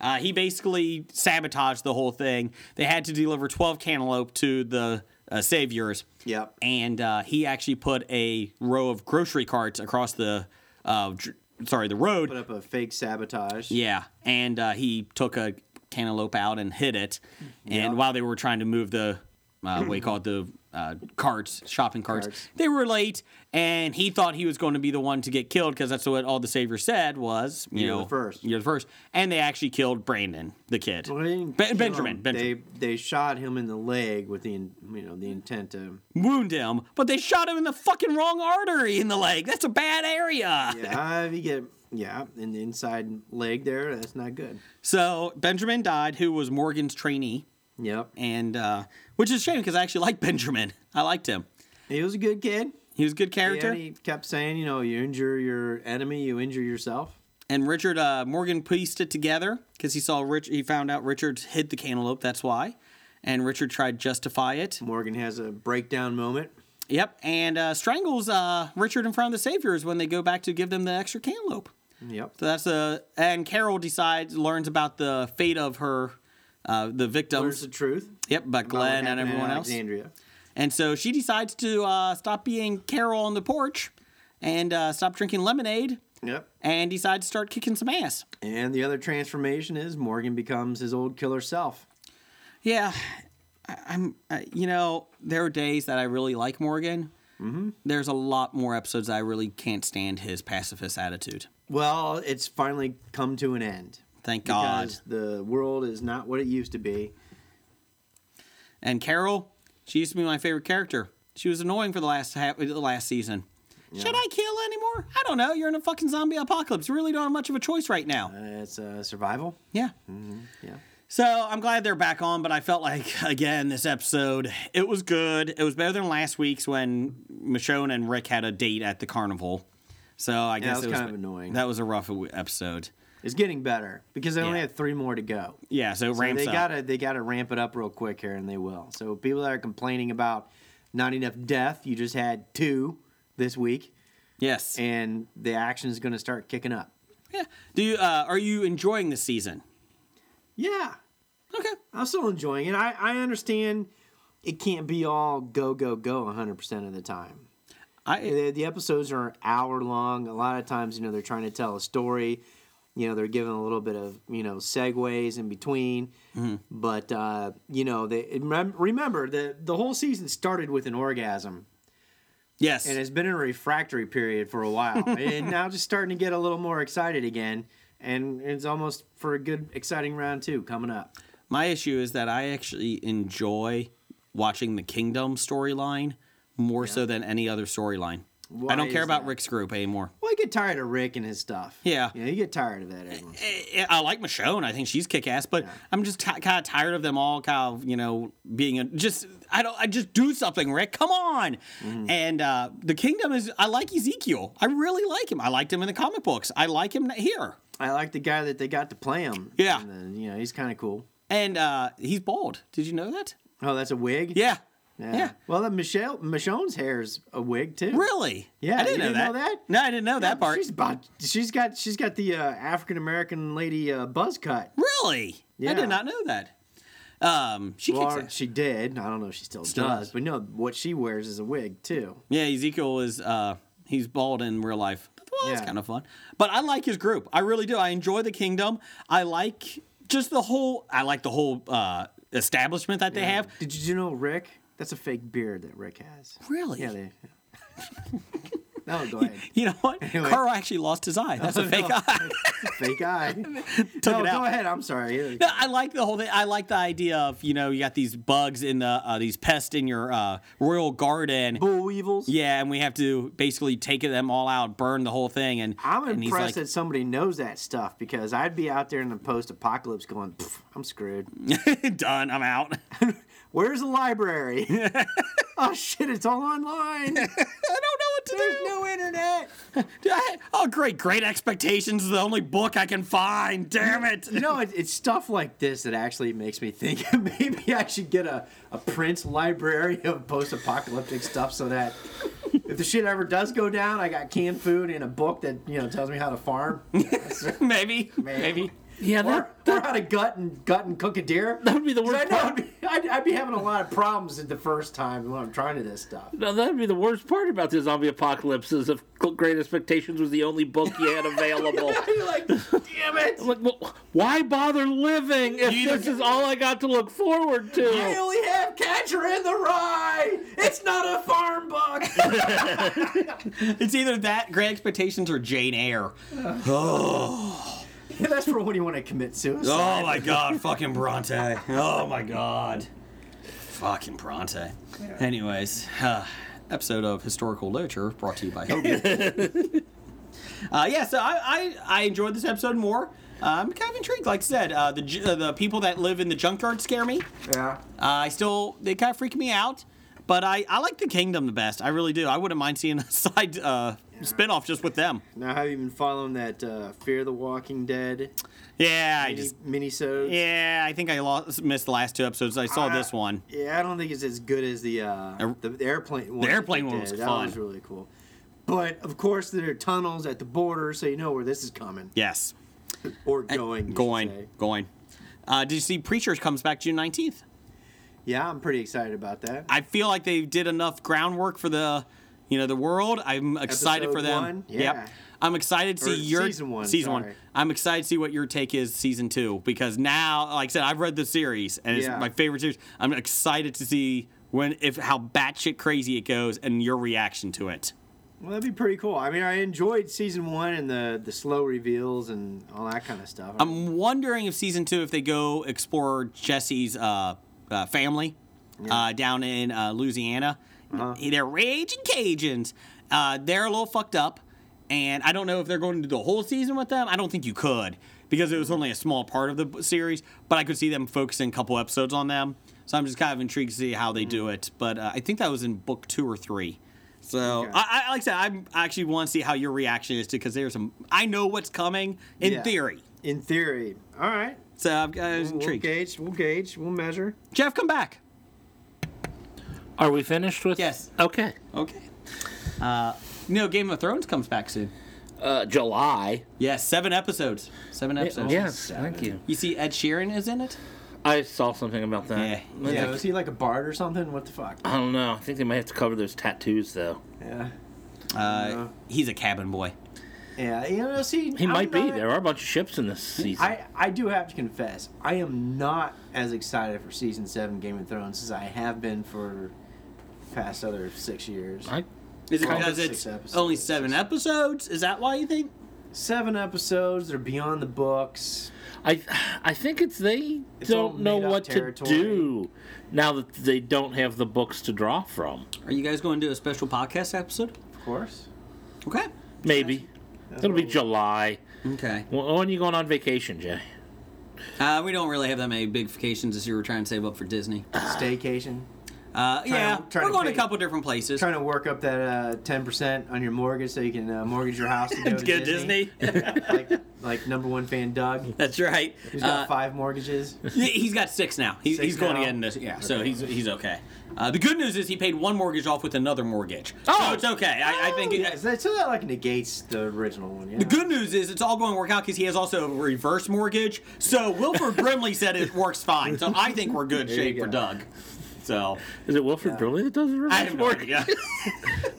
Uh, he basically sabotaged the whole thing. They had to deliver 12 cantaloupe to the uh, saviors. Yep. And uh, he actually put a row of grocery carts across the, uh, dr- sorry, the road. Put up a fake sabotage. Yeah. And uh, he took a cantaloupe out and hit it. Mm-hmm. And while they were trying to move the, uh, what do you call it, the uh, carts, shopping carts, Carts. they were late. And he thought he was going to be the one to get killed because that's what all the saviors said was, you You're know, the first. You're the first. And they actually killed Brandon, the kid. Well, they didn't Be- kill Benjamin, him. Benjamin. They they shot him in the leg with the in- you know the intent to. Wound him, but they shot him in the fucking wrong artery in the leg. That's a bad area. Yeah, if you get yeah in the inside leg there, that's not good. So Benjamin died, who was Morgan's trainee. Yep. and uh, which is a shame because I actually like [LAUGHS] Benjamin. I liked him. He was a good kid. He was a good Yeah, character. and he kept saying, you know, you injure your enemy, you injure yourself. and Richard uh, Morgan pieced it together because he saw Rich. He found out Richard hid the cantaloupe. That's why. And Richard tried to justify it. Morgan has a breakdown moment. Yep. And uh, strangles uh, Richard in front of the saviors when they go back to give them the extra cantaloupe. Yep. So that's a and Carol decides learns about the fate of her uh, the There's victims. the truth. yep, but about what Glenn and happened in everyone else. Alexandria. And so she decides to uh, stop being Carol on the porch and uh, stop drinking lemonade Yep. and decides to start kicking some ass. And the other transformation is Morgan becomes his old killer self. Yeah, I, I'm. I, you know, there are days that I really like Morgan. Mm-hmm. There's a lot more episodes I really can't stand his pacifist attitude. Well, it's finally come to an end. Thank God. Because the world is not what it used to be. And Carol, she used to be my favorite character. She was annoying for the last half, the last season. Should I kill anymore? I don't know. You're in a fucking zombie apocalypse. You really don't have much of a choice right now. Uh, it's uh, survival. Yeah. Mm-hmm. Yeah. So I'm glad they're back on, but I felt like again this episode it was good. It was better than last week's when Michonne and Rick had a date at the carnival. So I guess was it was kind of annoying. That was a rough w- episode. It's getting better because they only Yeah. have three more to go. Yeah, so it So ramps they up. gotta they gotta ramp it up real quick here, and they will. So people that are complaining about not enough death, you just had two this week, yes. and the action is gonna start kicking up. yeah. Do you uh, are you enjoying the season? Yeah, Okay. I'm still enjoying it. I, I understand it can't be all go go go 100 percent of the time. I The, the episodes are an hour long. A lot of times, you know, they're trying to tell a story. You know, they're giving a little bit of you know segues in between. Mm-hmm. But uh, you know, they remem- remember the the whole season started with an orgasm, yes. and it's been in a refractory period for a [LAUGHS] while, and now just starting to get a little more excited again. And it's almost for a good, exciting round two coming up. My issue is that I actually enjoy watching the Kingdom storyline more so than any other storyline. Why I don't care is about that? Rick's group anymore. Well, I get tired of Rick and his stuff. Yeah. Yeah, you get tired of that. Everyone. I- I like Michonne. I think she's kick ass, but I'm just t- kind of tired of them all kind of, you know, being a, just, I don't, I just do something, Rick. Come on. Mm-hmm. And uh, the kingdom is, I like Ezekiel. I really like him. I liked him in the comic books. I like him here. I like the guy that they got to play him. Yeah. And then, you know, he's kind of cool. And uh, he's bald. Did you know that? Oh, that's a wig? Yeah. Yeah. Well, then Michelle Michonne's hair's a wig too. Really? Yeah, I didn't, you know, didn't that. know that? No, I didn't know that part. She's about. She's got. She's got the uh, African American lady uh, buzz cut. Really? I Yeah. did not know that. Um, she kicks Well, ass. she did. I don't know if she still, Still does, does. but no, what she wears is a wig too. Yeah, Ezekiel is uh he's bald in real life. Well, that's Yeah. kind of fun. But I like his group. I really do. I enjoy the kingdom. I like just the whole I like the whole uh establishment that they have. Did you know Rick? That's a fake beard that Rick has. Really? Yeah. They, [LAUGHS] no, go ahead. You know [LAUGHS] what? Anyway. Carl actually lost his eye. [LAUGHS] That's a fake eye. [LAUGHS] Fake eye. Took Oh, no, it out. go ahead. I'm sorry. No, I like the whole thing. I like the idea of, you know, you got these bugs in the uh, these pests in your uh, royal garden. Bull weevils. Yeah, and we have to basically take them all out, burn the whole thing, and I'm and he's impressed like, that somebody knows that stuff because I'd be out there in the post-apocalypse going, "Pff, I'm screwed. [LAUGHS] done. I'm out. Where's the library? oh shit, it's all online. I don't know what to do. [LAUGHS] no internet. I- Oh, great. Great Expectations is the only book I can find. Damn [LAUGHS] it. [LAUGHS] You know, it, it's stuff like this that actually makes me think [LAUGHS] maybe I should get a, a print library of post-apocalyptic stuff so that if the shit ever does go down, I got canned food and a book that you know tells me how to farm maybe. Maybe. Yeah, or, that, or how to gut and gut and cook a deer. that would be the 'Cause I worst know part. I'd be, I'd, I'd be having a lot of problems at the first time when I'm trying to this stuff. No, that'd be the worst part about the zombie apocalypse is if Great Expectations was the only book you had [LAUGHS] available. I'd be like, damn it. I'm like, well, why bother living if You- this is all I got to look forward to? I only have Catcher in the Rye. It's not a farm book. [LAUGHS] It's either that, Great Expectations, or Jane Eyre. That's for when you want to commit suicide. Oh, my [LAUGHS] God. Fucking Bronte. Oh, my God. Fucking Bronte. Anyways, uh, episode of Historical Literature brought to you by Hogan. [LAUGHS] [LAUGHS] Uh, yeah, so I, I, I enjoyed this episode more. Uh, I'm kind of intrigued. Like I said, uh, the, ju- uh, the people that live in the junkyard scare me. Yeah. Uh, I still they kind of freak me out, but I, I like the kingdom the best. I really do. I wouldn't mind seeing a [LAUGHS] side uh, spinoff just with them. Now, have you been following that uh, Fear the Walking Dead Yeah, I mini just minisodes? yeah. I think I lost, missed the last two episodes. I Uh, saw this one. Yeah, I don't think it's as good as the uh, Air- the airplane one. that airplane they one was did. that fun. was really cool. But of course, there are tunnels at the border, so you know where this is coming Yes, or going. you should say. going, going. Uh, did you see Preachers comes back June nineteenth? Yeah, I'm pretty excited about that. I feel like they did enough groundwork for the you know the world. I'm excited Episode for them. one? Yeah. Yep. I'm excited to see Or your season one, sorry. I'm excited to see what your take is season two because now, like I said, I've read the series and Yeah. it's my favorite series. I'm excited to see when if how batshit crazy it goes and your reaction to it. Well, that'd be pretty cool. I mean, I enjoyed season one and the the slow reveals and all that kind of stuff. I'm wondering if season two, if they go explore Jesse's uh, uh, family uh, down in uh, Louisiana. They're raging Cajuns. Uh, they're a little fucked up, and I don't know if they're going to do the whole season with them. I don't think you could because it was only a small part of the b- series, but I could see them focusing a couple episodes on them. So I'm just kind of intrigued to see how they do it. But uh, I think that was in book two or three. So I, I like I said, I'm- I actually want to see how your reaction is to because there's some. I know what's coming in Yeah. theory. In theory. All right. So I'm, I was We'll intrigued. gauge. We'll gauge. We'll measure. Jeff, come back. Are we finished with? Yes. Okay. Okay. Uh, you know, Game of Thrones comes back soon. Uh, July. Yeah, seven episodes. Seven episodes. yes. Thank you. You see, Ed Sheeran is in it. I saw something about Uh, that. Yeah. Like, Yeah, was he like a bard or something? What the fuck? I don't know. I think they might have to cover those tattoos though. Yeah. Uh, he's a cabin boy. Yeah, you know, see, He might be. there. There are a bunch of ships in this season. I, I do have to confess, I am not as excited for season seven Game of Thrones as I have been for the past other six years. I Is it Well, because six it's episodes. only seven episodes? Is that why you think? Seven episodes, they're beyond the books. I I think it's they It's all don't know made-up what to territory. do now that they don't have the books to draw from. Are you guys going to do a special podcast episode? of course. Okay. Maybe. It'll be July. Okay. Wh- When are you going on vacation, Jay? Uh, we don't really have that many big vacations as you were trying to save up for Disney. Staycation. Uh, yeah, trying we're to going to a pay- couple different places. Trying to work up that uh, ten percent on your mortgage so you can uh, mortgage your [LAUGHS] house to go to [LAUGHS] Get Disney. [LAUGHS] Disney. [LAUGHS] like, like number one fan Doug. That's right. He's got Uh, five mortgages. Yeah, He's got six now. He, Six he's going now? again this. Yeah, so he's he's okay. Uh, the good news is he paid one mortgage off with another mortgage. so Oh! it's okay. I, I think. Yeah, so that, so that like negates the original one. Yeah. the good news is it's all going to work out because he has also a reverse mortgage. So Wilford Brimley said it works fine. So I think we're good shape go. for Doug. So Is it Wilfred Brimley that does the I reverse have no mortgage? idea.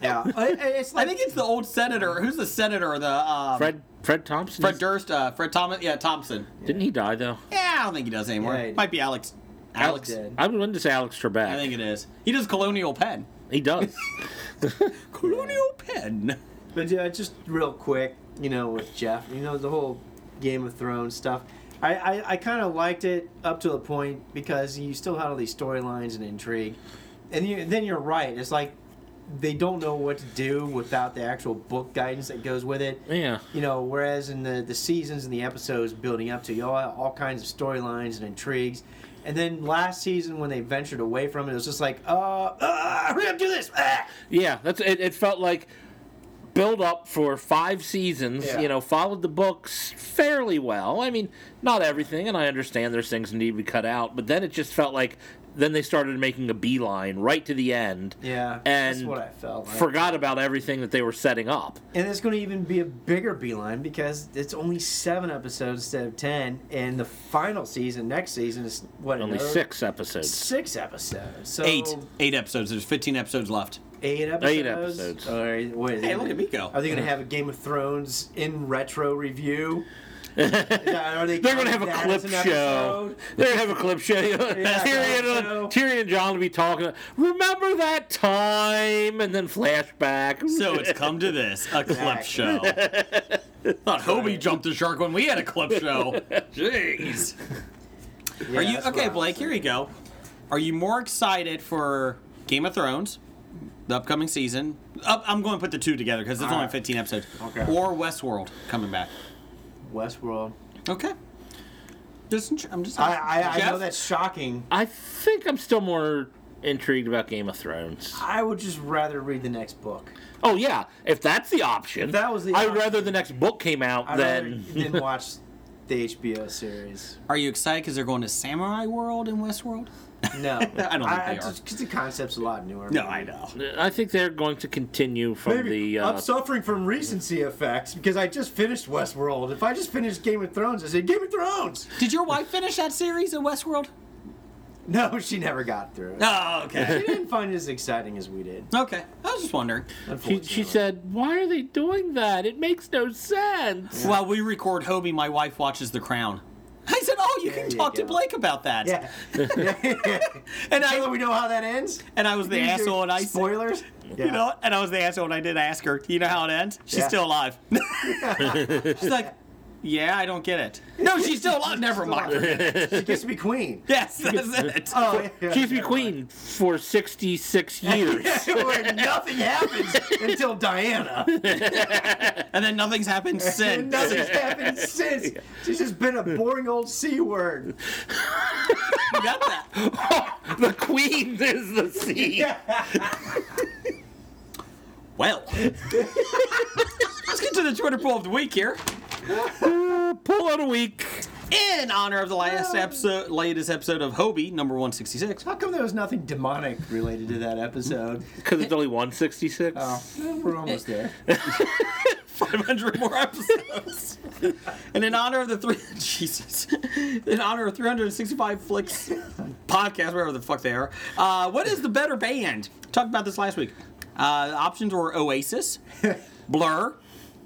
Yeah. Uh, it- it's I like think it's the old senator. Who's the senator? The um, Fred Fred Thompson. Fred Durst. Uh, Fred Thomas. Yeah, Thompson. Didn't he die though? Yeah, I don't think he does anymore. Yeah, he- Might be Alex. Alex. dead. I wanted to say Alex Trebek. I think it is. He does Colonial Pen. he does. Colonial Pen. But yeah, just real quick, you know, with Jeff, you know, the whole Game of Thrones stuff. I, I, I kind of liked it up to a point because you still had all these storylines and intrigue. And you, then you're right. It's like they don't know what to do without the actual book guidance that goes with it. yeah. You know, whereas in the, the seasons and the episodes building up to, you all all kinds of storylines and intrigues. And then last season, when they ventured away from it, it was just like, uh, uh hurry up, do this. Ah! Yeah, that's it. It felt like build up for five seasons. Yeah. You know, followed the books fairly well. I mean, not everything, and I understand there's things that need to be cut out. But then it just felt like then they started making a beeline right to the end. Yeah, and that's what I felt. Like. Forgot about everything that they were setting up. And it's going to even be a bigger beeline because it's only seven episodes instead of ten, and the final season next season is what Only another- six episodes. Six episodes. So Eight. Eight episodes. There's 15 episodes left. Eight episodes. episodes. Or, what, Hey, look at me go. Are they going to have a Game of Thrones in [LAUGHS] retro review? Are they They're gonna have a counting clip that as an show. episode? They're gonna have a clip show. [LAUGHS] Tyrion, clip and, show. Tyrion and John will be talking. Remember that time, and then flashback. So it's come to this a clip Exactly. show. [LAUGHS] Thought Hobie jumped the shark when we had a clip [LAUGHS] show. Jeez. Yeah, Are you that's what okay, I was Blake? Here you go. Are you more excited for Game of Thrones, the upcoming season? Up, I'm going to put the two together because it's only right. 15 episodes. Okay. Or Westworld coming back. thinking. Westworld. Okay. Just, I'm just. I, I, I know Jeff? that's shocking. I think I'm still more intrigued about Game of Thrones. I would just rather read the next book. Oh yeah, if that's the option, that was the I'd option- rather the next book came out I'd rather than than watch the HBO series. Are you excited because they're going to Samurai World in Westworld? [LAUGHS] No, I don't think they are. Because the concept's a lot newer. maybe. know. I think they're going to continue from Maybe the. Uh, I'm suffering from recency effects because I just finished Westworld. If I just finished Game of Thrones, I said Game of [LAUGHS] Thrones. Did your wife finish that series in Westworld? No, she never got through it. Oh, She okay. didn't find it as exciting as we did. okay. I was just wondering. she, Unfortunately. she said, "Why are they doing that? It makes no sense." While we record Hobie, my wife watches The Crown. I said, "Oh, you There can you talk to go. Blake about that." [LAUGHS] "Yeah." and And so I we know how that ends. and I was the These are asshole, and I said, spoilers. [LAUGHS] Yeah. you know, and I was the asshole, and I did ask her. You know how it ends? She's Yeah. still [LAUGHS] alive. she's like, "Yeah, I don't get it." No, she's still alive. Never mind. she gets to be queen. [LAUGHS] Yes, [LAUGHS] that's it. Oh, yeah. She's been queen for [LAUGHS] 66 years. [LAUGHS] Where [LAUGHS] nothing happens until Diana. And then nothing's [LAUGHS] happened And since. nothing's happened since. She's just been a boring old C word. [LAUGHS] You got that? the queen is the [LAUGHS] sea. [LAUGHS] Well, let's get to the Twitter poll of the week here. Pull out a week. in honor of the last episode, latest episode of Hobie, number 166. How come there was nothing demonic related to that episode? Because it's only 166. Oh, we're almost there. 500 more episodes. [LAUGHS] and in honor of the three, [LAUGHS] Jesus, in honor of 365 flicks podcast, wherever the fuck they are, uh, what is the better band? Talked about this last week. Uh, the options were [LAUGHS] Oasis, Blur,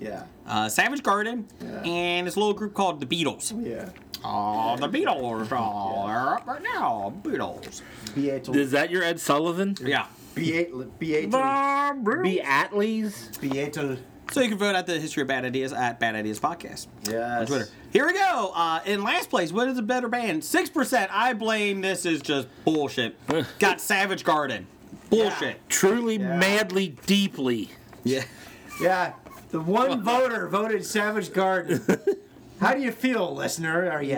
Yeah. uh, Savage Garden, and this little group called the Beatles. Yeah. Oh, the Beatles. Oh, they're up right now. Beatles. Is B8 that your Ed Sullivan? Yeah. B8 B8 B. Atleys? B8 So you can vote out the history of bad ideas at Bad Ideas Podcast Yes. on Twitter. Here we go. Uh, in last place, what is a better band? Six percent. I blame this is just [LAUGHS] bullshit. Got Savage Garden. Bullshit. Truly, Yeah. madly, deeply. Yeah. Yeah, the one voter voted Savage [LAUGHS] Garden. How do you feel, listener? Are you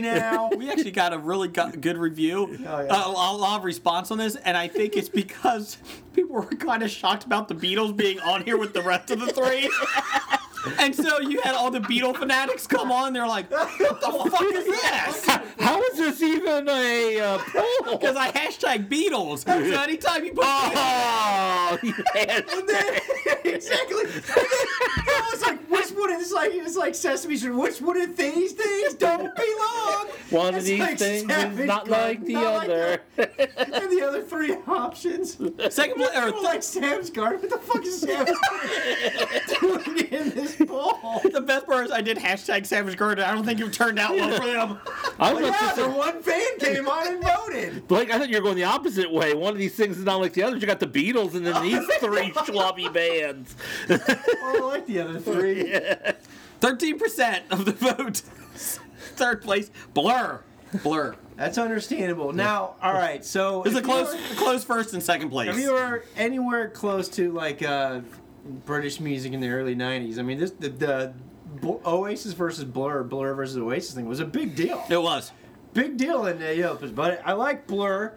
[LAUGHS] now? [LAUGHS] We actually got a really go- good review, Oh, yeah. uh, a lot of response on this, and I think it's because [LAUGHS] people were kind of shocked about the Beatles being on here with the rest of the three. [LAUGHS] And so you had all the Beatle fanatics come on. They're like, "What the fuck is [LAUGHS] this?" How is this even a uh, poll? Because I hashtag Beatles. So anytime you put, [LAUGHS] Oh, yes. exactly. I was like, which one of these like it's like Sesame Street? Which one of these things don't belong? One of It's these like things Savage is not Garden, like the not like other. the- and the other three [LAUGHS] options. second place or People like Sam's Garden. What the fuck is Sam's Garden [LAUGHS] doing in this ball? The best part is I did hashtag Savage Garden. I don't think you've turned out well for them. I was Yeah, about to the say, one fan came on and voted. Blake, I thought you were going the opposite way. One of these things is not like the others. You got the Beatles and Oh, [LAUGHS] then these three schlubby bands. I don't like the [LAUGHS] other three. Thirteen percent of the vote. [LAUGHS] Third place, Blur. Blur. That's understandable. Now, all right, so It's a if you close, were- close first and second place. If you were anywhere close to like uh, British music in the early '90s, I mean, this the, the Bl- Oasis versus Blur, Blur versus Oasis thing was a big deal. It was. Big deal in the you know, but I like Blur.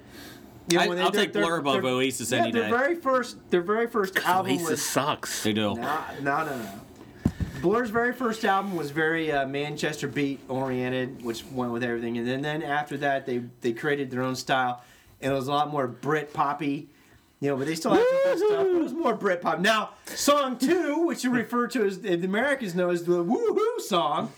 You I- when I'll take did Blur above Oasis yeah, any their day. Very first, their very first album Oasis was sucks. They do. no, no, no, no. Blur's very first album was very uh, Manchester beat oriented, which went with everything. And then, then after that, they they created their own style, and it was a lot more Brit poppy, you know. But they still had some good stuff. But it was more Brit pop. Now, song two, which you refer to as the Americans know as the woohoo song,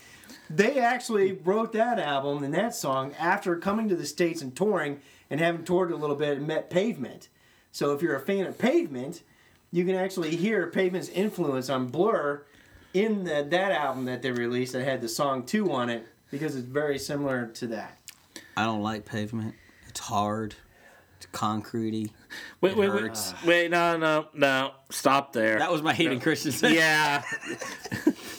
they actually wrote that album and that song after coming to the states and touring and having toured a little bit and met Pavement. So if you're a fan of Pavement, you can actually hear Pavement's influence on Blur in the, that album that they released that had the song 2 on it because it's very similar to that. I don't like pavement. It's hard. It's concretey. Wait, wait, wait, hurts. wait! No, no, no! Stop there. That was my Hayden Christensen. yeah.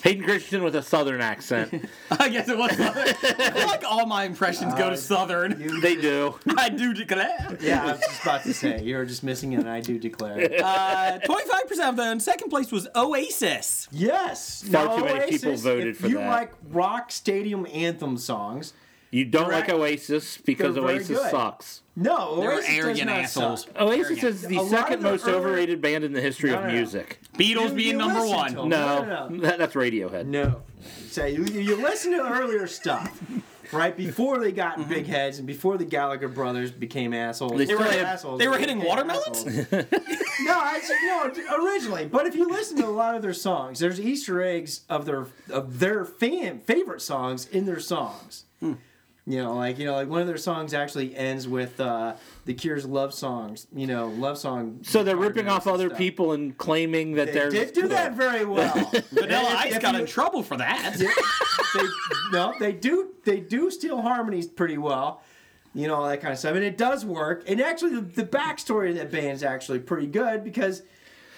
Hayden Christensen with a southern accent. [LAUGHS] I guess [LAUGHS] it was. Southern. I feel like all my impressions go to Southern. Uh, You, They do. [LAUGHS] I do declare. yeah, I was just about to say you're just missing it. and I do declare. [LAUGHS] Uh, 25% of the in second place was Oasis. yes, Far now too many people Oasis, voted if for you that. like rock stadium anthem songs. You don't Correct. like Oasis because They're very Oasis good. sucks. No, They're Oasis does arrogant not assholes. suck. Oasis is A the lot of second their most early- overrated band in the history No, of no. music. Beatles You- being you number listen one. to 'em. No, No, [LAUGHS] no. that- that's Radiohead. No. So you, you listen to earlier stuff, right? Before they got big heads and before the Gallagher brothers became assholes. They still were had- assholes. they were but hitting became watermelons? assholes. no, I, no, originally. But if you listen to a lot of their songs, there's Easter eggs of their of their fan favorite songs in their songs. Hmm. You know, like you know, like one of their songs actually ends with uh, the Cure's love songs. You know, love song. So they're ripping off and other stuff. people and claiming that They they're. did do that [LAUGHS] very well. Vanilla If- Ice if got you- in trouble for that. they, no, they do they do steal harmonies pretty well, you know all that kind of stuff, and it does work. And actually, the, the backstory of that band is actually pretty good because,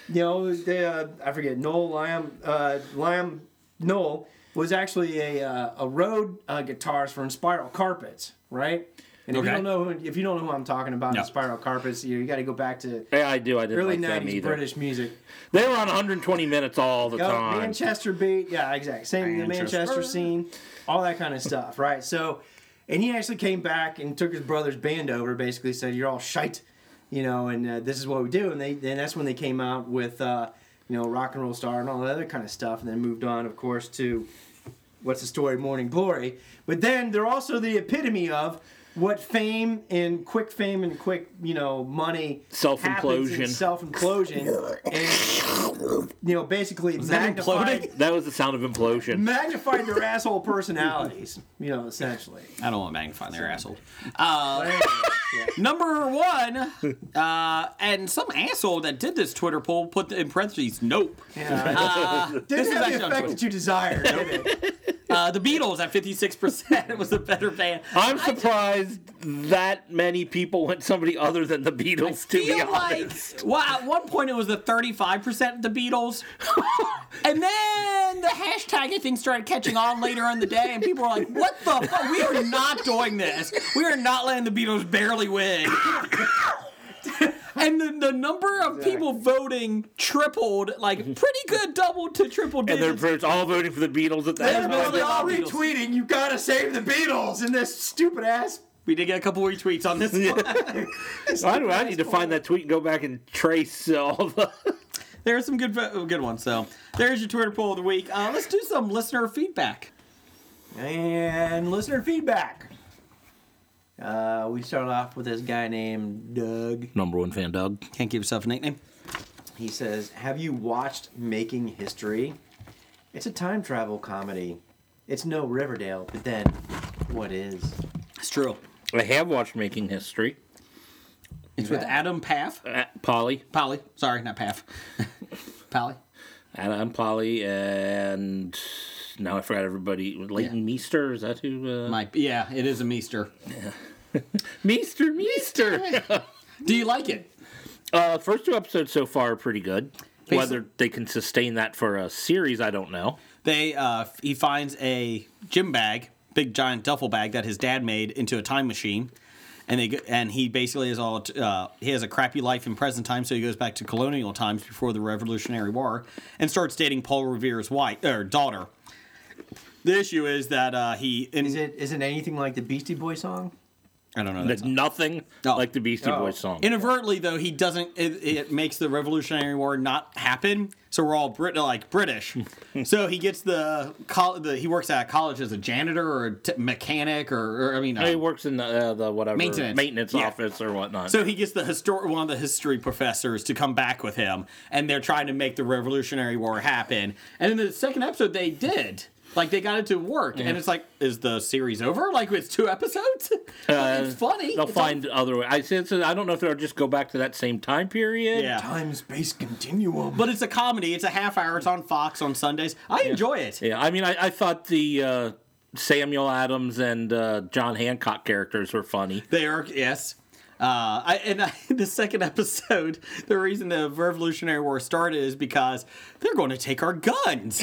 you know, they, uh, I forget Noel Lyon uh, Lyon Noel was actually a uh, a road uh, guitarist from Spiral Carpets, right? And if Okay. you don't know who, if you don't know who I'm talking about, No. Spiral Carpets, you, you got to go back to Yeah, I do. I didn't early like them '90s either. British music. They were on 120 minutes all the Go time. Manchester beat, yeah, exactly. Same the Manchester. Manchester scene, all that kind of stuff, right? So, and he actually came back and took his brother's band over, basically said, "You're all shite," you know, and uh, this is what we do. And they then that's when they came out with, uh, you know, rock and roll star and all that other kind of stuff, and then moved on, of course, to what's the story, Morning Glory. But then they're also the epitome of. What fame and quick fame and quick, you know, money Self-implosion. self implosion, and you know, basically that magnified, imploding? That was the sound of implosion. magnified their asshole personalities. You know, essentially. I don't want to magnify their asshole. Oh, But anyway, yeah. Number one, uh, and some asshole that did this Twitter poll put the, in parentheses, nope. [LAUGHS] Yeah. Uh, this is Didn't have actually the on effect Twitter. that you desired, did it? Uh, the Beatles at [LAUGHS] 56% was the better band. I'm surprised that many people went somebody other than the Beatles, to be feel like honest. well at one point it was the 35% of the beatles and then the hashtag i think started catching on later in the day and people were like what the fuck we are not doing this we are not letting the beatles barely win and the, the number of people voting tripled, like pretty good double to triple And they're digits. pretty- all voting for the Beatles at that They're time. voting- They're all Beatles. retweeting, you gotta save the Beatles in this stupid ass. we did get a couple retweets on [LAUGHS] this. one. I, don't, know, I need to find that tweet and go back and trace all the. There are some good vo- good ones. So there's your Twitter poll of the week. Uh, let's do some listener feedback. And listener feedback. Uh, we start off with this guy named Doug. Number one fan, Doug. Can't give yourself a nickname. He says, Have you watched Making History? It's a time travel comedy. It's no Riverdale, but then what is? It's true. I have watched Making History. It's with Adam Paff. Uh, Polly, Polly. Sorry, not Paff. [LAUGHS] Polly. Adam Polly, and now I forgot everybody. Leighton Meester is that who? Uh, My, yeah, it is a meester. Meester, Meester. Do you like it? uh, first two episodes so far are pretty good. Basically- Whether they can sustain that for a series, I don't know. They uh, f- he finds a gym bag, big giant duffel bag that his dad made into a time machine, and they go- and he basically is all t- uh, he has a crappy life in present time, so he goes back to colonial times before the Revolutionary War and starts dating Paul Revere's wife or daughter. The issue is that uh, he in, Is it isn't anything like the Beastie Boy song? I don't know That's that's nothing No. like the Beastie No. Boys song. Inadvertently, though, he doesn't. It, it makes the Revolutionary War not happen. So we're all Brit, like [LAUGHS] British. so he gets the, col- the he works at a college as a janitor or a t- mechanic or, or I mean, uh, he works in the, uh, the whatever Maintenance. Yeah. office or whatnot. so he gets the histor- one of the history professors to come back with him, and they're trying to make the Revolutionary War happen. And in the second episode, they did. Like they got it to work, and it's like, is the series over? Like it's two episodes. [LAUGHS] Like, it's funny. Uh, They'll It's all- find other way. I said so I don't know if they'll just go back to that same time period. yeah. Time space continuum. But it's a comedy. It's a half hour. It's on Fox on Sundays. I enjoy it. Yeah, I mean, I, I thought the uh, Samuel Adams and uh, John Hancock characters were funny. They are yes. Uh, I, and I, [LAUGHS] the second episode, [LAUGHS] the reason the Revolutionary War started is because they're going to take our [LAUGHS] guns,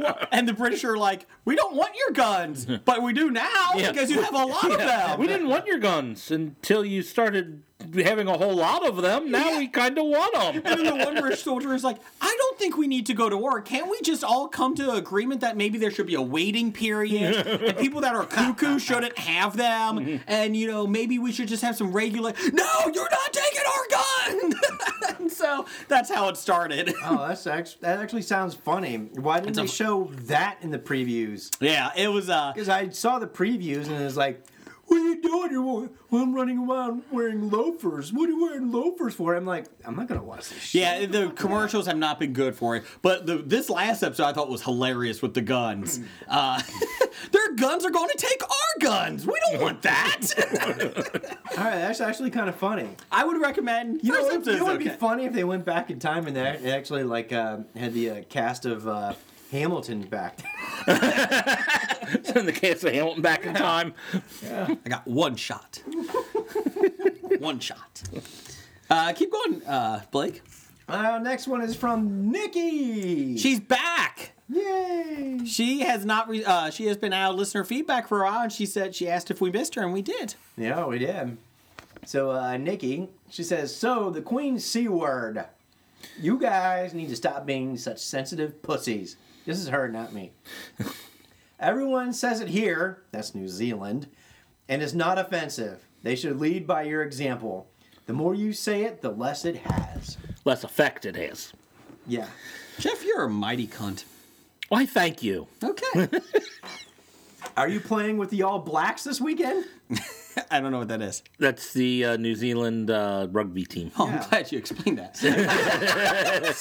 Well, and the British are like, "We don't want your guns, but we do now [LAUGHS] Yeah. because you have a lot of them." We didn't want your guns until you started having a whole lot of them. Now we kind of want them. And then the one British soldier is like, I don't think we need to go to war. Can't we just all come to agreement that maybe there should be a waiting period [LAUGHS] and people that are cuckoo shouldn't have them? And, you know, maybe we should just have some regular. No, you're not taking our gun! [LAUGHS] and so that's how it started. [LAUGHS] [LAUGHS] oh, that's actually, that actually sounds funny. Why didn't a- they show that in the previews? Yeah, it was, uh, Because I saw the previews and it was like, what are you doing? You're, wa- well, I'm running around wearing loafers. What are you wearing loafers for? I'm like, I'm not gonna watch this shit. yeah, the commercials have not been good for it. But the, this last episode I thought was hilarious with the guns. Uh, [LAUGHS] their guns are going to take our guns. We don't want that. [LAUGHS] All right, that's actually kind of funny. I would recommend. You know, first it, episode's it would be okay. funny if they went back in time and they act- actually like uh, had the uh, cast of uh, Hamilton back. [LAUGHS] in the case of Hamilton back in time. I got one shot. [LAUGHS] one shot. Uh, keep going, uh, Blake. [LAUGHS] uh, next one is from Nikki. She's back. Yay! She has not. Re- uh, she has been out of listener feedback for a while, and she said she asked if we missed her, and we did. Yeah, we did. So uh, Nikki, she says, "So the Queen C word. You guys need to stop being such sensitive pussies. This is her, not [LAUGHS] me. Everyone says it here. That's New Zealand, and it's not offensive. They should lead by your example. The more you say it, the less it has. Less effect it has. Yeah. Jeff, you're a mighty cunt. Why, thank you. Okay. [LAUGHS] Are you playing with the All Blacks this weekend? I don't know what that is. That's the uh, New Zealand uh, rugby team. Oh, I'm Yeah. glad you explained [LAUGHS] that. See,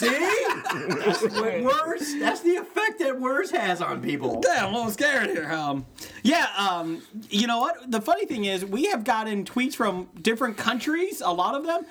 that's [LAUGHS] what words. That's the effect that words has on people. Damn, I'm a little scared here. Um, yeah, um, you know what? The funny thing is, we have gotten tweets from different countries, a lot of them,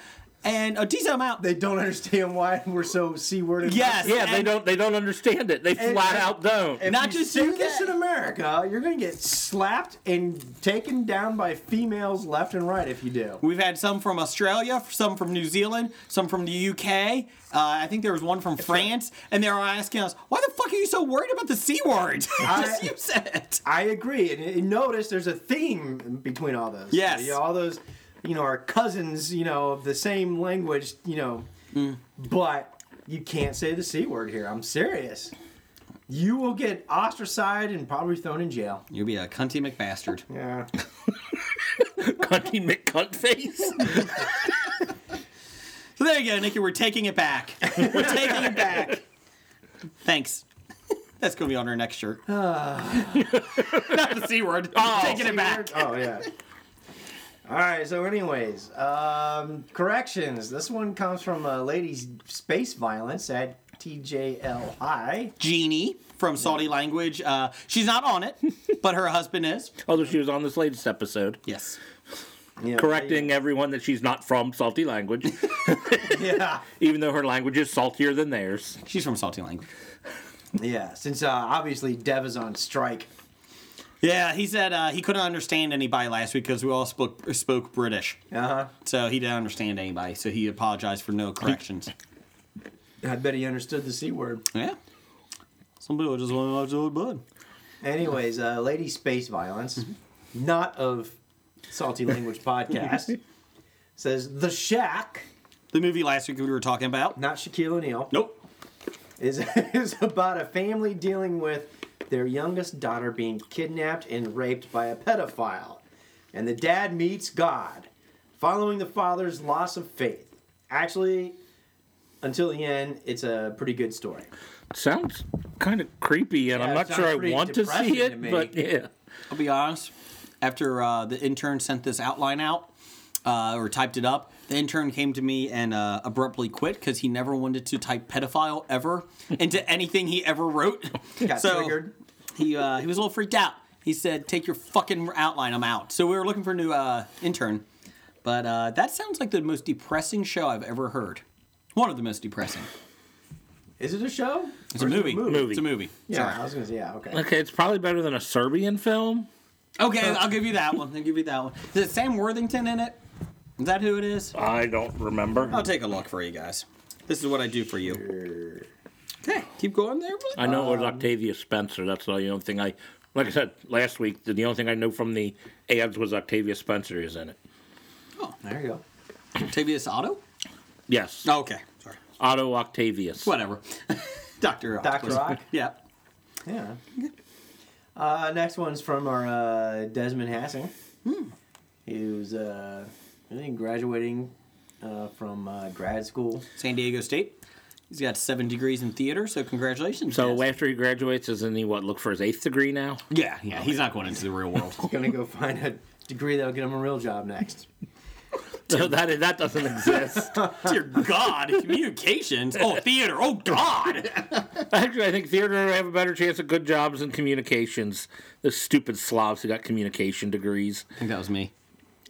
and a decent amount. They don't understand why we're so c-worded. Yes. Yeah, they and- don't. They don't understand it. They And- flat out don't. If Not you just do UK. this in America, you're gonna get slapped and taken down by females left and right if you do. We've had some from Australia, some from New Zealand, some from the UK. Uh, I think there was one from France, and they were asking us, "Why the fuck are you so worried about the c word?" [LAUGHS] Just I- use it. I agree, and you notice there's a theme between all those. Yes. Yeah, all those you know, are cousins, you know, of the same language, you know, Mm. but you can't say the c word here. I'm serious. You will get ostracized and probably thrown in jail. You'll be a cunty McBastard. Yeah. Cunty [LAUGHS] McCuntface. So there you go, Nikki. We're taking it back. [LAUGHS] We're taking it back. Thanks. That's going to be on our next shirt. Not the C word. taking it back. [LAUGHS] Oh yeah. All right. So, anyways, um, corrections. This one comes from uh, Ladies Space Violence at TJLI. Jeannie from Saudi Language. Uh, she's not on [LAUGHS] it, but her husband is. Although Oh, she was on this latest episode, Yes. Yeah, correcting everyone that she's not from salty language, [LAUGHS] Yeah. even though her language is saltier than theirs. She's from Saudi Language. Yeah. Since uh, obviously Dev is on strike. Yeah, he said uh, he couldn't understand anybody last week because we all spoke, spoke British. Uh huh. So he didn't understand anybody. So he apologized for no [LAUGHS] corrections. I bet he understood the c word. yeah. Some people just want to watch the old bud. Anyways, uh, Lady Space Violence, not of Salty Language Podcast, says The Shack, The movie last week we were talking about. not Shaquille O'Neal, Nope. is, [LAUGHS] is about a family dealing with their youngest daughter being kidnapped and raped by a pedophile. And the dad meets God, following the father's loss of faith. Actually, until the end, it's a pretty good story. Sounds kind of creepy, and Yeah, I'm it not sounds sure I pretty want to depressing see to it, me. but yeah. I'll be honest. After uh, the intern sent this outline out uh, or typed it up, the intern came to me and uh, abruptly quit because he never wanted to type pedophile ever [LAUGHS] into anything he ever wrote. Got so triggered. he uh, he was a little freaked out. He said, "Take your fucking outline. I'm out." So we were looking for a new uh, intern, but uh, that sounds like the most depressing show I've ever heard. One of the most depressing. Is it a show? It's a movie. movie? It's a movie. Yeah, I was going to say, yeah, okay. Okay, it's probably better than a Serbian film. Okay, I'll give you that one. I'll give you that one. Is it Sam Worthington in it? Is that who it is? I don't remember. I'll take a look for you guys. This is what I do for you. Okay, keep going there. I know it was Octavia Spencer. That's the only thing I, like I said last week, the only thing I know from the ads was Octavia Spencer is in it. There you go. Octavius Otto? Yes. Okay, sorry. Otto Octavius. Whatever. [LAUGHS] Dr. Ock. Dr. Ock? Yeah. Yeah. Uh, next one's from our uh, Desmond Hassing. Hmm. He was, uh, I think, graduating uh, from uh, grad school. San Diego State. He's got seven degrees in theater, so congratulations. So Des. after he graduates, isn't he what look for his eighth degree [LAUGHS] now? Yeah, yeah, he's not going into the real [LAUGHS] world. Gonna go find a degree that'll get him a real job next. So that that doesn't exist. [LAUGHS] Dear God, communications. Oh, theater. Oh, [LAUGHS] God. Actually, I think theater have a better chance of good jobs than communications. The stupid slobs who got communication degrees. I think that was me.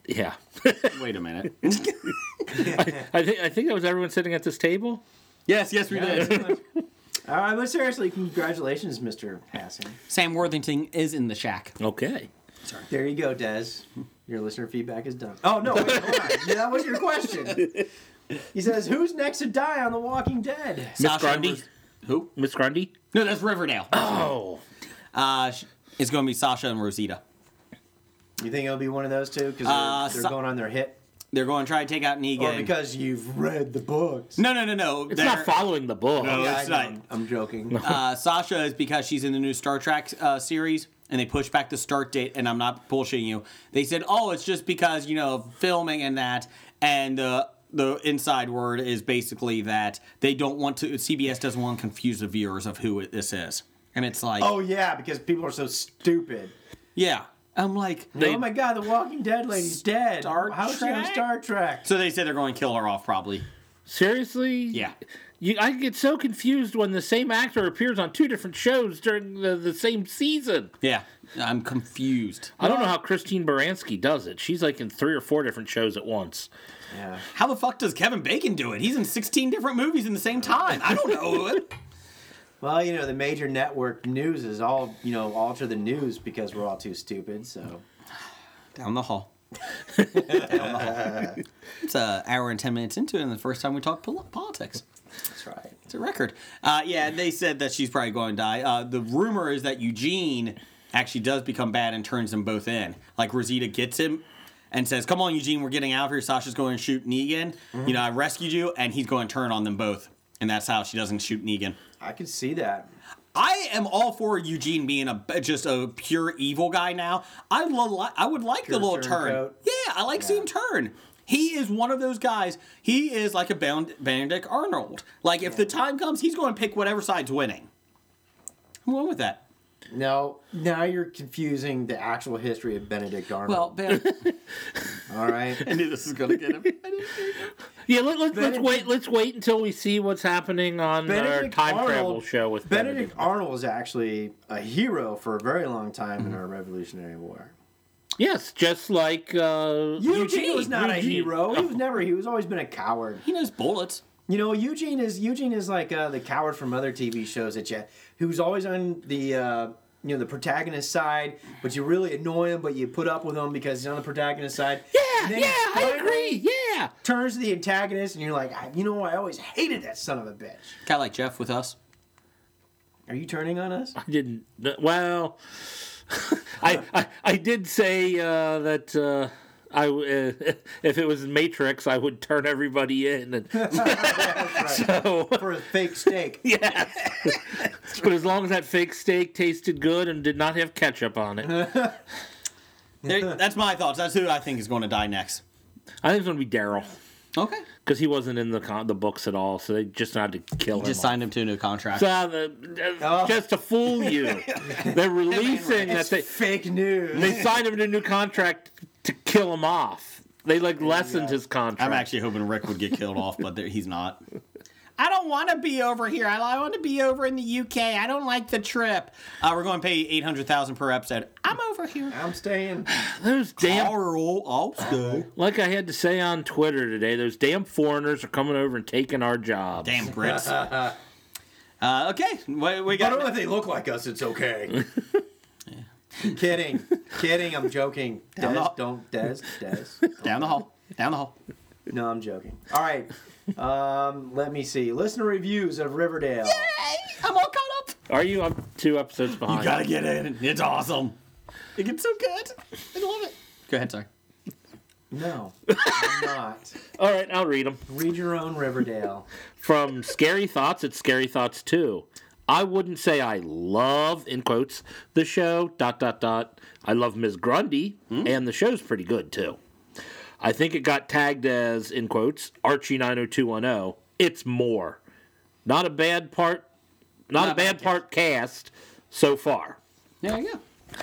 Yeah, [LAUGHS] Wait a minute. I think I think that was everyone sitting at this table. [LAUGHS] yes, yes, we did. [LAUGHS] All right, but seriously, congratulations, Mr. Hassing. Sam Worthington is in the shack. Okay. There you go, Des. Your listener feedback is done. Oh, no, wait, hold on. Yeah, that was your question. He says, Who's next to die on The Walking Dead? Miss Grundy? Ambers- Who? Miss Grundy. No, that's Riverdale. Oh, Uh, sh- it's going to be Sasha and Rosita. You think it'll be one of those two? Because they're, Uh, they're so- going on their hit? They're going to try to take out Negan. Or because you've read the books. no, no, no, no. Oh, it's not following the book. No. it's I know. not. I'm joking. uh, Sasha is because she's in the new Star Trek uh, series, and they pushed back the start date. And I'm not bullshitting you. They said, "Oh, it's just because you know of filming and that." And uh, the inside word is basically that they don't want to. CBS doesn't want to confuse the viewers of who it, this is. And it's like, oh yeah, because people are so stupid. yeah. I'm like, oh my god, The Walking Dead lady's dead. Star How is she on Trek? Star Trek? so they said they're going to kill her off, probably. Seriously? Yeah. You, I get so confused when the same actor appears on two different shows during the, the same season. Yeah, I'm confused. I don't know how Christine Baranski does it. She's like in three or four different shows at once. Yeah. How the fuck does Kevin Bacon do it? He's in 16 different movies in the same time. I don't know. Well, you know, the major network news is all you know, alter the news because we're all too stupid. So Down the hall. [LAUGHS] Down the hall. It's an hour and 10 minutes into it, and the first time we talk pol- politics. that's right. It's a record. Uh, yeah, they said that she's probably going to die. Uh, the rumor is that Eugene actually does become bad and turns them both in. Like, Rosita gets him, and says, "Come on, Eugene, we're getting out of here." Sasha's going to shoot Negan. You know, I rescued you, and he's going to turn on them both, and that's how she doesn't shoot Negan. I could see that. I am all for Eugene being a just a pure evil guy now. I lo- I would like Pure the little turn. turncoat. Yeah, I like seeing turn. He is one of those guys. He is like a Bend- Benedict Arnold. Like if the time comes, he's going to pick whatever side's winning. I'm going with that. No, now you're confusing the actual history of Benedict Well, [LAUGHS] Arnold. Ben, all right. [LAUGHS] I knew this is going to get him. Yeah, let, let, let's Benedict- wait. Let's wait until we see what's happening on our Benedict time Arnold- travel show with Benedict, Benedict. Arnold was actually a hero for a very long time Mm-hmm. in our Revolutionary War. Yes, just like uh, Eugene, was not a Eugene. hero. [LAUGHS] He was never. He was always been a coward. He knows bullets. You know, Eugene is Eugene is like uh, the coward from other TV shows that you, who's always on the uh, you know the protagonist side, but you really annoy him, but you put up with him because he's on the protagonist side. Yeah, And then yeah, he I finally agree. Yeah, Turns to the antagonist, and you're like, I, you know, I always hated that son of a bitch. Kind of like Jeff with us. Are you turning [LAUGHS] on us? I didn't. Well, [LAUGHS] I, I I did say uh, that. Uh, I, w- uh, [LAUGHS] if it was Matrix, I would turn everybody in. And, so, For a [LAUGHS] fake steak. yeah. but as long as that fake steak tasted good and did not have ketchup on it, There, that's my thoughts. That's who I think is going to die next. I think it's gonna be Daryl Okay. because he wasn't in the con- the books at all, so they just had to kill him. Just signed him to a new contract. So, uh, the- uh, Just to fool you, they're releasing that That's they fake news. they signed him to a new contract to kill him off. They like lessened his contract. I'm actually hoping Rick would get killed off, but there, he's not. I don't want to be over here. I, I want to be over in the UK. I don't like the trip. Uh, we're going to pay eight hundred thousand per episode. I'm over here. [LAUGHS] I'm staying. those damn Carl, I'll stay. like I had to say on Twitter today. Those damn foreigners are coming over and taking our jobs. Damn [LAUGHS] Brits. Uh, okay, what we I don't know got? if they look like us. [LAUGHS] It's okay. Kidding, kidding. I'm joking. Down Des, the- don't Des, Des. [LAUGHS] Down the hall. Down the hall. No, I'm joking. All right. Um, let me see. Listener reviews of Riverdale. Hey, I'm all caught up. Are you up two episodes behind? You gotta get in. It's awesome. It gets so good. I love it. Go ahead, sorry. No, I'm not. All right, I'll read them. Read your own Riverdale. From Scary Thoughts, it's Scary Thoughts 2. I wouldn't say I love, in quotes, the show, dot, dot, dot. I love Ms. Grundy, and the show's pretty good, too. I think it got tagged as, in quotes, Archie 90210. It's more. Not a bad part, not, a bad part cast so far. There you go.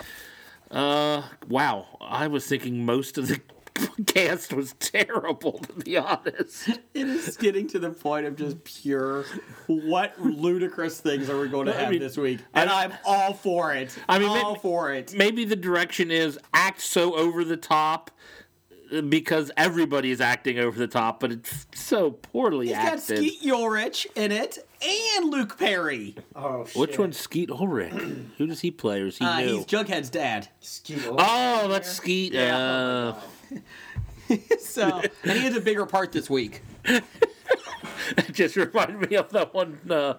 Wow, I was thinking most of the [LAUGHS] cast was terrible, to be honest. It is getting to the point of just pure. What ludicrous things are we going to have mean, this week? And I, am all for it. I I mean, mean, all ma- for it. maybe the direction is act so over the top uh, because everybody is acting over the top, but it's so poorly It's got acted. Skeet Ulrich in it and Luke Perry. Oh, shit. Which one's Skeet Ulrich? Who does he play? Or is he Uh, new? he's Jughead's dad. Skeet. oh, that's Skeet. Uh, [LAUGHS] So and he has a bigger part this week. it [LAUGHS] just reminded me of that one uh,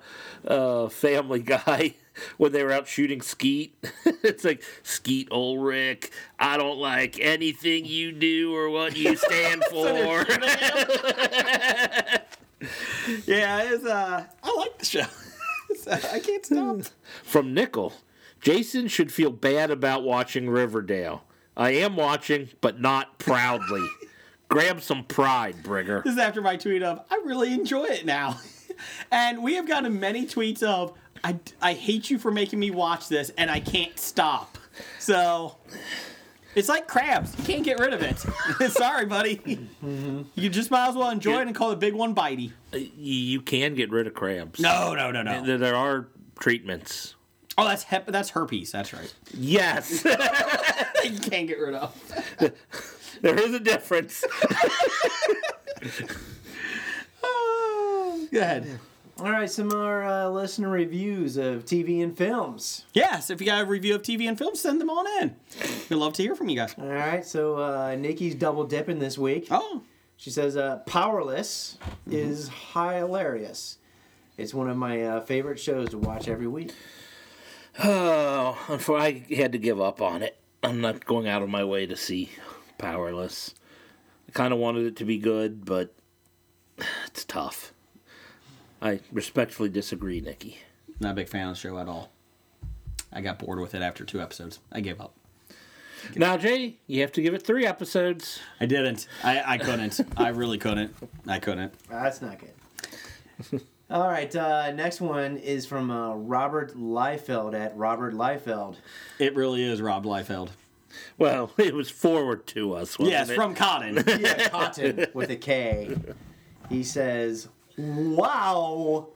uh, Family Guy [LAUGHS] when they were out shooting Skeet. [LAUGHS] it's like Skeet Ulrich. I don't like anything you do or [LAUGHS] what you stand for. Yeah, it's uh, I like the show. [LAUGHS] So, I [LAUGHS] can't stop. [LAUGHS] from Nickel. Jason should feel bad about watching Riverdale. I am watching, but [LAUGHS] not proudly. Grab some pride, Brigger. This is after my tweet of I really enjoy it now, [LAUGHS] and we have gotten many tweets of I I hate you for making me watch this and I can't stop. So. It's like crabs. You can't get rid of it. [LAUGHS] Sorry, [LAUGHS] buddy. You just might as well enjoy it and call the big one bitey. Y- You can get rid of crabs. No, no, no, no. There there are treatments. Oh, that's hep- that's herpes. That's right. Yes, [LAUGHS] You [LAUGHS] can't get rid of. there is a difference. Oh, Go ahead. All right, some more uh, listener reviews of TV and films. Yes, if you got a review of TV and film, send them on in. We'd love to hear from you guys. All right, so uh, Nikki's double dipping this week. Oh, She says, uh, "Powerless is hilarious. It's one of my uh, favorite shows to watch every week." Oh, unfor- I had to give up on it. I'm not going out of my way to see powerless. I kind of wanted it to be good, but it's tough. I respectfully disagree, Nikki. Not a big fan of the show at all. I got bored with it after two episodes. I gave up. Now, Jay, you have to give it three episodes. I didn't. I, I couldn't. I really couldn't. I couldn't. That's not good. [LAUGHS] All right, uh, next one is from uh, Robert Liefeld at Robert Liefeld. It really is Rob Liefeld. Well, [LAUGHS] it was forward to us, wasn't Yes, it? from [LAUGHS] Cotton. Yeah, Cotton [LAUGHS] with a K. He says, "Wow,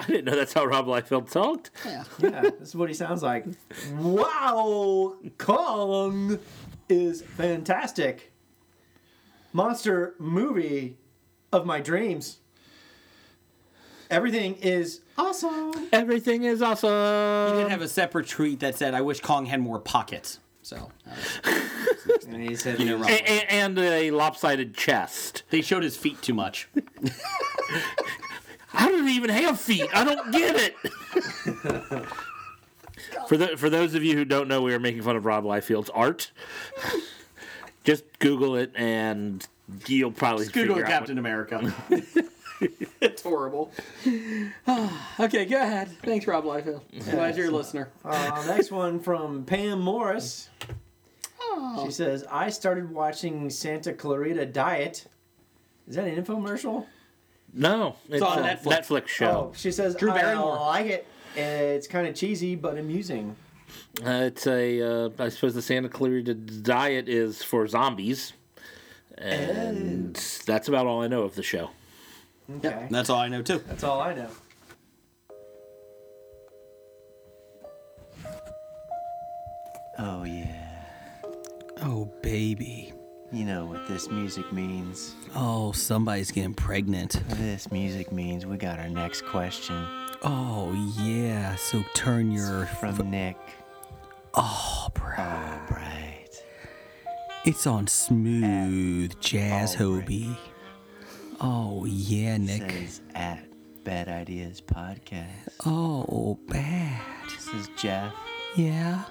[LAUGHS] I didn't know that's how Rob Liefeld talked. Yeah, this is what he sounds like. Wow, Kong is fantastic. Monster movie of my dreams. Everything is awesome. Everything is awesome. did have a separate tweet that said, "I wish Kong had more pockets." So uh, And he said, know, Rob. A- a- and a lopsided chest. they showed his feet too much. I don't even have feet. I don't get it. for the, for those of you who don't know, we are making fun of Rob Liefeld's art. Just Google it, and you'll [LAUGHS] probably Google figure out Captain America. it's horrible. okay, go ahead. Thanks, Rob Liefeld. Glad you're a listener. Uh, next one from Pam Morris. She says, I started watching Santa Clarita Diet. Is that an infomercial? What, no, it's, on a Netflix. Netflix, show. Oh, she says, Drew I Barrymore. like it. It's kind of cheesy, but amusing. Uh, it's a, uh, I suppose the Santa Clarita diet is for zombies, and that's about all I know of the show. Okay. [LAUGHS] That's all I know too. That's all I know. Oh, yeah. Oh baby. You know what this music means. Oh, somebody's getting pregnant. This music means we got our next question Oh yeah. So turn your. from Nick. Oh, bro. All right. It's on smooth jazz, Hobie. Oh yeah, Nick. Says at Bad Ideas Podcast. Oh bad. This is Jeff. Yeah.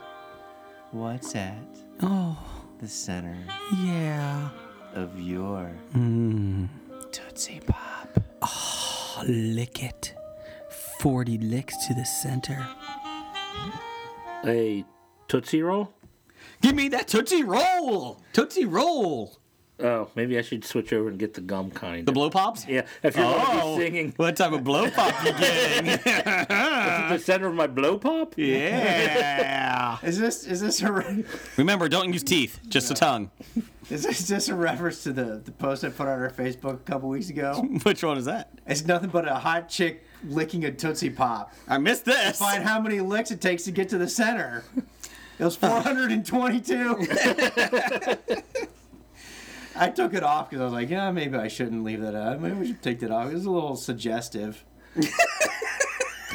What's at Oh the center yeah. of your Tootsie Pop? Oh, Lick it. 40 licks to the center. A Tootsie Roll? Give me that Tootsie Roll! Tootsie Roll! Oh, maybe I should switch over and get the gum kind. The Blow Pops? yeah, if you're gonna be Oh, singing [LAUGHS] What type of blow pop you getting? the center of my blow pop? yeah. Is this is this a re- Remember, don't use teeth, just a tongue. [LAUGHS] is this just a reference to the, the post I put on our Facebook a couple weeks ago? [LAUGHS] Which one is that? It's nothing but a hot chick licking a Tootsie Pop. I missed this. Find how many licks it takes to get to the center. It [LAUGHS] was 422. I took it off because I was like, yeah, maybe I shouldn't leave that out. Maybe we should take that off. It was a little [LAUGHS] suggestive.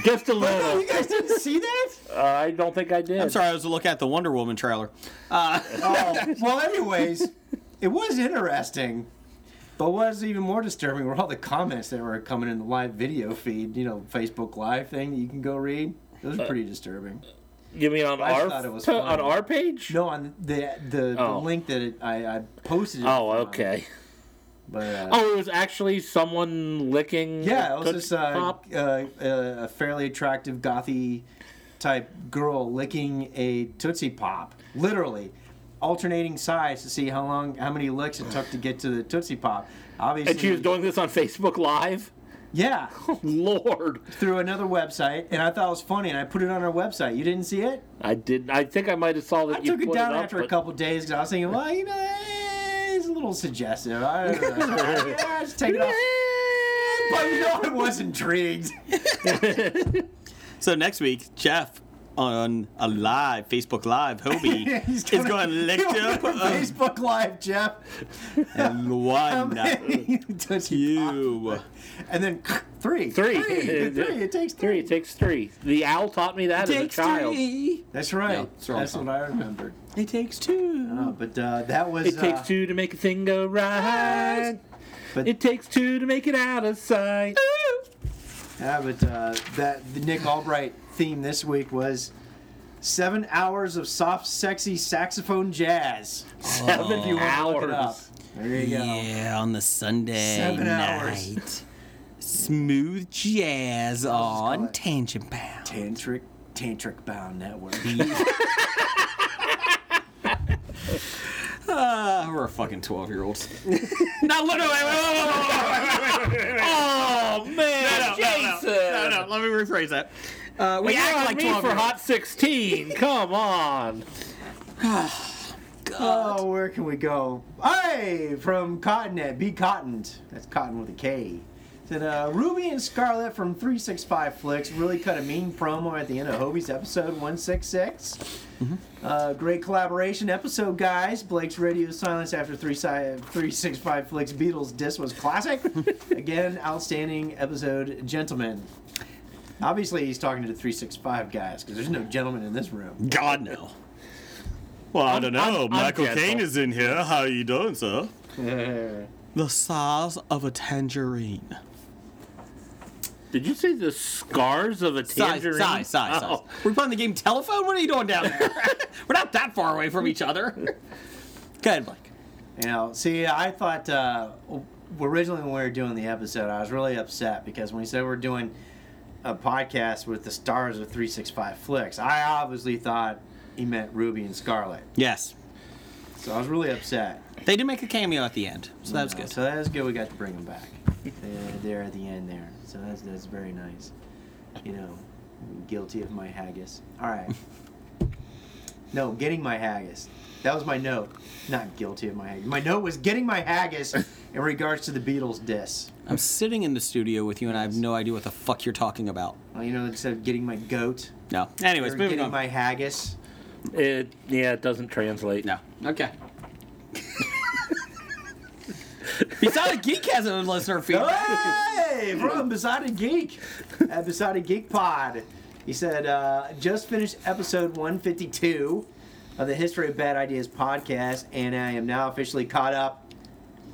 Just a little. You guys didn't see that? Uh, I don't think I did. I'm sorry, I was looking at the Wonder Woman trailer. Oh, well, anyways, [LAUGHS] it was interesting. But what was even more disturbing were all the comments that were coming in the live video feed, you know, Facebook Live thing that you can go read. Those Uh, are pretty disturbing. You mean on I our thought it was po- fun. on our page? No, on the the, the Oh. link that it, I, I posted. It Oh, on, okay. But, uh, Oh, it was actually someone licking. yeah, a it was Tootsie this uh, Pop? uh, uh, a fairly attractive gothy type girl licking a tootsie pop, literally alternating sides to see how long, how many licks it took to get to the tootsie pop. Obviously, and she was doing this on Facebook [LAUGHS] Live. [LAUGHS] yeah, Lord, through another website, and I thought it was funny, and I put it on our website. You didn't see it? I did. I think I might have saw that. I you took it put down up, after a but- couple days because I was thinking, well, you know, eh, it's a little suggestive. I [LAUGHS] don't know. Yeah, just take it off. But you know, I was intrigued. [LAUGHS] So next week, Jeff on a live Facebook Live, [LAUGHS] Hobie He's is going to lick he'll up go uh, to a Facebook Live, Jeff. Um, [LAUGHS] one. Touch You. And then three. Three. [LAUGHS] Three. Three. It takes Three. three. It takes three. The owl taught me that as a Takes child. three. That's right. No, it's the wrong That's song. what I remembered. It takes two. Uh, but uh, that was. It uh, takes two to make a thing go right. But- it takes two to make it out of sight. Yeah, but uh, that the Nick Albright theme this week was Seven hours of soft, sexy saxophone jazz. Seven If you want to look it up. hours. There you go. Yeah, on the Sunday Seven hours. night. Smooth jazz call on it- Tangent Bound. Tantric, Tantric Bound Network. Uh, [LAUGHS] we're a fucking 12 year olds. Not literally. Oh, man. Jason! No, no, let me rephrase that. Uh, we You act got like me 12 for year olds. hot sixteen. [LAUGHS] Come on. oh, where can we go? Hey, from Cottonette, be cottoned. That's cotton with a K. Then uh, Ruby and Scarlet from 365 Flicks really cut a mean promo at the end of Hobie's episode 166. Uh, great collaboration episode, guys. Blake's radio silence after three si- 365 Flicks Beatles disc was classic. Again, outstanding episode, gentlemen. Obviously, he's talking to the 365 guys because there's no gentlemen in this room. God, no. Well, I don't know. I'm Michael gentle. Caine is in here. How you doing, [LAUGHS] sir? the size of a tangerine. Did you say the scars of a Size, tangerine? size, size, size. Oh. We're playing the game telephone? What are you doing down there? [LAUGHS] We're not that far away from each [LAUGHS] other. Go ahead, Blake. You know, see, I thought uh, originally when we were doing the episode, I was really upset because when we said we're doing a podcast with the stars of 365 Flicks, I obviously thought he meant Ruby and Scarlet. Yes. So I was really upset. They did make a cameo at the end, so that was good. So that is good we got to bring them back. They're there at the end there. So that's, that's very nice. You know, guilty of my haggis. All right. [LAUGHS] No, getting my haggis. That was my note. Not guilty of my haggis. My note was getting my haggis in regards to the Beatles diss. I'm sitting in the studio with you, and I have no idea what the fuck you're talking about. Well, you know, instead of getting my goat, No. or Anyways, moving getting on. my haggis. It yeah, it doesn't translate. No. Okay. He's not a geek has a listener feedback. Hey, from Besotted Geek at Besotted Geek Pod. He said, uh, just finished episode 152 of the History of Bad Ideas podcast, and I am now officially caught up.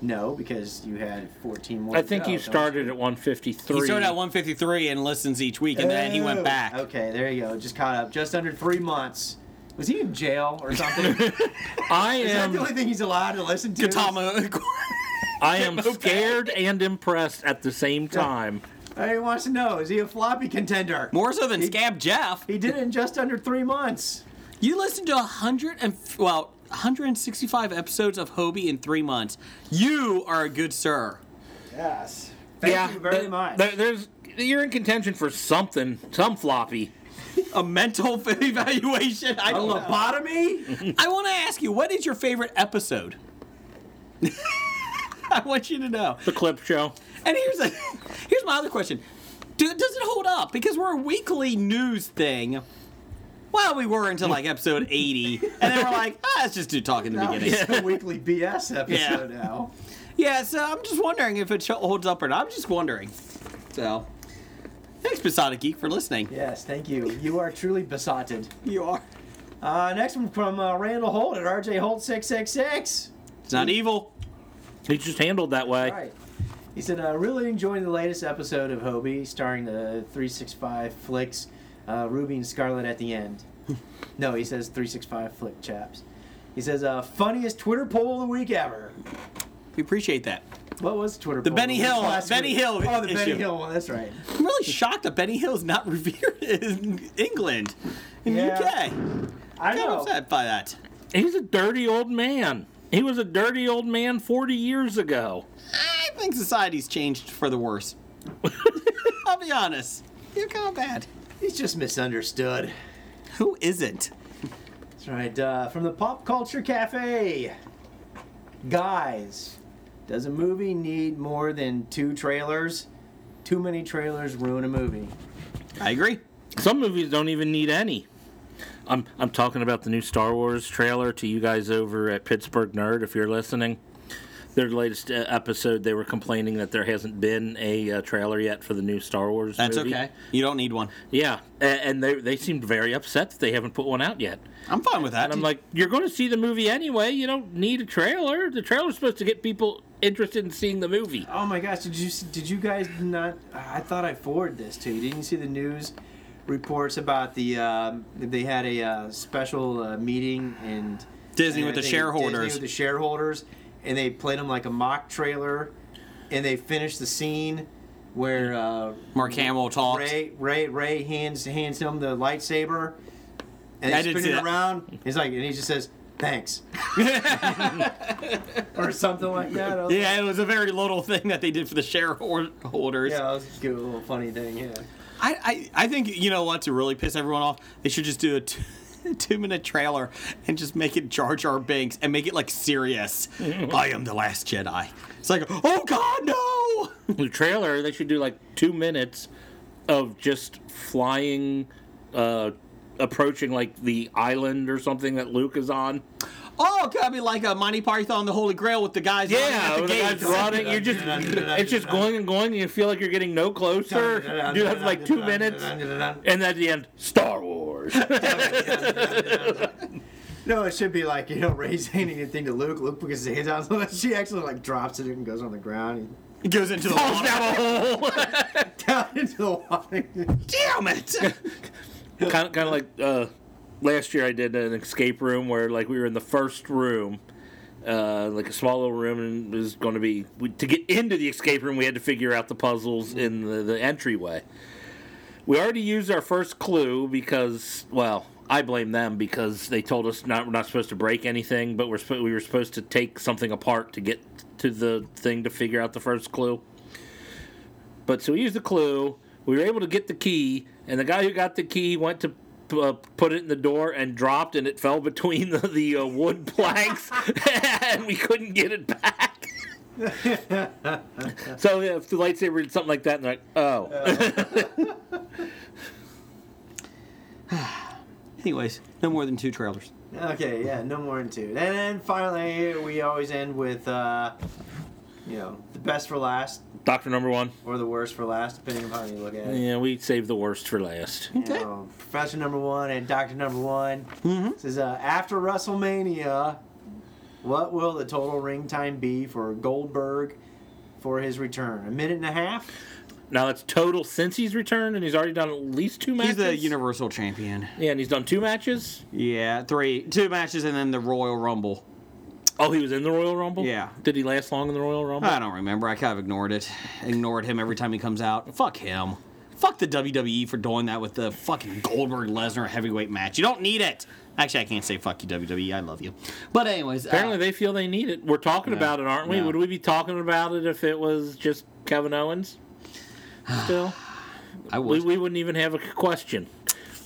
No, because you had 14 more. I to think go, you don't started at one fifty three. He started at 153 and listens each week, and then he Oh. went back. Okay, there you go. Just caught up. Just under three months. Was he in jail or something? [LAUGHS] Is I [LAUGHS] that the only am thing he's allowed to listen to? Katama. I am scared and impressed at the same time. He wants to know, is he a floppy contender? More so than Scab Jeff. He did it in just under three months. You listened to 100 and f- well 165 episodes of Hobie in three months. You are a good sir. Yes. Thank you very there- much. there- there's you're in contention for something, some floppy. A mental evaluation. I a don't know. lobotomy? I want to ask you, what is your favorite episode? I want you to know. The clip show. And here's a, [LAUGHS] here's my other question. Do, does it hold up? Because we're a weekly news thing. Well, we were until like episode 80, and then we're like, ah, let's just do talk in the [LAUGHS] Now beginning. it's a weekly BS episode Yeah. now. Yeah, so I'm just wondering if it sh- holds up or not. I'm just wondering. So, thanks, Besotted Geek, for listening. Yes, thank you. You are truly besotted. You are. Uh, next one from uh, Randall Holt at RJ Holt six six six. It's not evil. It's just handled that way. Right. He said, uh, really enjoying the latest episode of Hobie, starring the 365 flicks, uh, Ruby and Scarlet at the [LAUGHS] end. no, he says 365 flick chaps. He says, uh, funniest Twitter poll of the week ever. We appreciate that. What was Twitter The poll? Benny of week Hill- last Benny week? Hill Oh, the Benny issue. Hill one, that's right. I'm really shocked that Benny Hill is not revered [LAUGHS] in England, in Yeah. Oh. UK. I I'm know. upset by that. He's a dirty old man. He was a dirty old man 40 years ago. I think society's changed for the worse. I'll be honest. You're kind of bad. He's just misunderstood. Who isn't? That's right. Uh, from the Pop Culture Cafe. Guys, does a movie need more than two trailers? Too many trailers ruin a movie. I agree. Some movies don't even need any. I'm I'm talking about the new Star Wars trailer to you guys over at Pittsburgh Nerd if you're listening. Their latest uh, episode, they were complaining that there hasn't been a uh, trailer yet for the new Star Wars. That's movie. okay. You don't need one. Yeah, a- and they they seemed very upset that they haven't put one out yet. I'm fine with that. And I'm like, you're going to see the movie anyway. You don't need a trailer. The trailer's supposed to get people interested in seeing the movie. Oh my gosh, did you did you guys not I thought I forwarded this to you. Didn't you see the news reports about the um, they had a uh, special uh, meeting and Disney and with the I think shareholders. Disney with the shareholders, and they played them like a mock trailer, and they finished the scene where uh, Mark Hamill talks. Ray Ray Ray hands hands him the lightsaber, and I he's did see spinning that. around. He's like, and he just says. [LAUGHS] Thanks, or something like that. I was Yeah, it was a very little thing that they did for the shareholders. Yeah, that was just a little funny thing. Yeah. I, I, I think you know what to really piss everyone off. They should just do a t- [LAUGHS] two minute trailer and just make it Jar Jar Binks and make it like [LAUGHS] serious. I am the last Jedi. It's like, oh God, no! The trailer, they should do like two minutes of just flying, uh, approaching like the island or something that Luke is on. Oh, it could be like a Monty Python, the Holy Grail with the guys. running at Yeah, the with the gates. guys running, you're [LAUGHS] just it's just going and going, and you feel like you're getting no closer. Do that for like two minutes, and at the end, Star [LAUGHS] Wars. No, it should be like, you know, Ray's [LAUGHS] handing anything to Luke. Luke puts his hands out, [LAUGHS] so she actually like drops it and goes on the ground It goes into the water. Oh, and [LAUGHS] down into the water. [LAUGHS] Damn it! kind of, kind of like uh, last year I did an escape room where like we were in the first room, uh, like a small little room, and it was going to be we, to get into the escape room. We had to figure out the puzzles in the, the entryway. We already used our first clue because well. I blame them because they told us not we're not supposed to break anything, but we're supposed we were supposed to take something apart to get to the thing to figure out the first clue. But so we used the clue. We were able to get the key, and the guy who got the key went to uh, put it in the door and dropped, and it fell between [LAUGHS] the, the uh, wood planks, [LAUGHS] and we couldn't get it [LAUGHS] back. so yeah, if the lightsaber did something like that, and they're like, oh, [LAUGHS] Anyways, no more than two trailers. Okay, yeah, no more than two. And then finally, we always end with, uh, you know, the best for last Doctor Number One. or the worst for last, depending upon how you look at it. Yeah, we saved the worst for last. You know, Professor number one and Doctor number one says, uh, after WrestleMania, what will the total ring time be for Goldberg for his return? A minute and a half? Now that's total since he's returned, and he's already done at least two matches. He's the Universal Champion. yeah, and he's done two matches. Yeah, three, two matches, and then the Royal Rumble. Oh, he was in the Royal Rumble. Yeah. Did he last long in the Royal Rumble? I don't remember. I kind of ignored it. Ignored him every time he comes out. Fuck him. Fuck the WWE for doing that with the fucking Goldberg Lesnar heavyweight match. You don't need it. Actually, I can't say fuck you, WWE. I love you. But anyways, uh, Apparently, they feel they need it. We're talking about it, aren't we? no. Would we be talking about it if it was just Kevin Owens? Still, [SIGHS] I we, would. we wouldn't even have a question.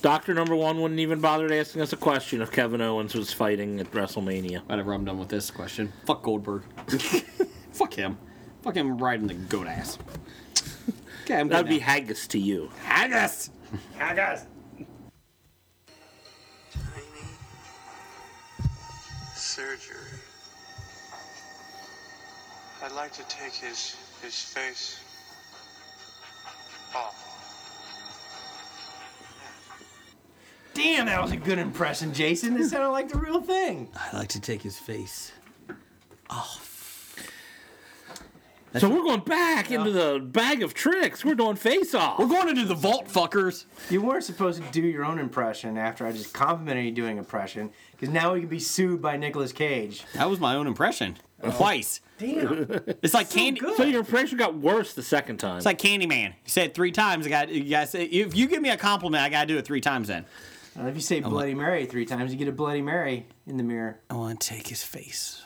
Doctor Number One wouldn't even bother to asking us a question if Kevin Owens was fighting at WrestleMania. Whatever. I'm done with this question. Fuck Goldberg. [LAUGHS] fuck him. Fuck him right in the goat ass. Okay, I'm That'd gonna be haggis to you. haggis. Haggis. tiny surgery. I'd like to take his his face off. Damn, that was a good impression, Jason. It sounded like the real thing. I like to take his face. So we're going back into the bag of tricks. We're doing face We're off. going into the vault, fuckers. You weren't supposed to do your own impression after I just complimented you doing impression, because now we can be sued by Nicolas Cage. That was my own impression. Twice. Damn. It's like candy. Oh. So your impression got worse the second time. It's like Candyman. You said it three times. I got you guys. Say, if you give me a compliment, I gotta do it three times. Then Uh, if you say Bloody Mary three times, you get a Bloody Mary in the mirror. I want to take his face.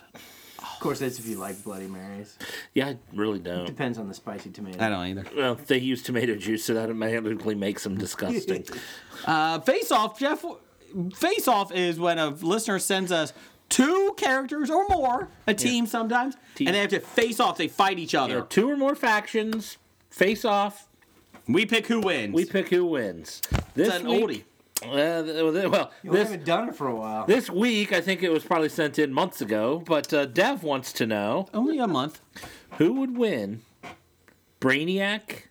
Of course, that's if you like Bloody Marys. yeah, I really don't. Depends on the spicy tomato. I don't either. Well, they use tomato juice, so that automatically makes them disgusting. [LAUGHS] Uh, face off, Jeff. Face off is when a listener sends us two characters or more, a team sometimes, Team. and they have to face off. They fight each other. There are two or more factions. Face off. We pick who wins. We pick who wins. This it's an week, Uh, th- th- well, You this haven't done it for a while. this week, I think it was probably sent in months ago. But uh, Dev wants to know oldie. Only a month. who would win, Brainiac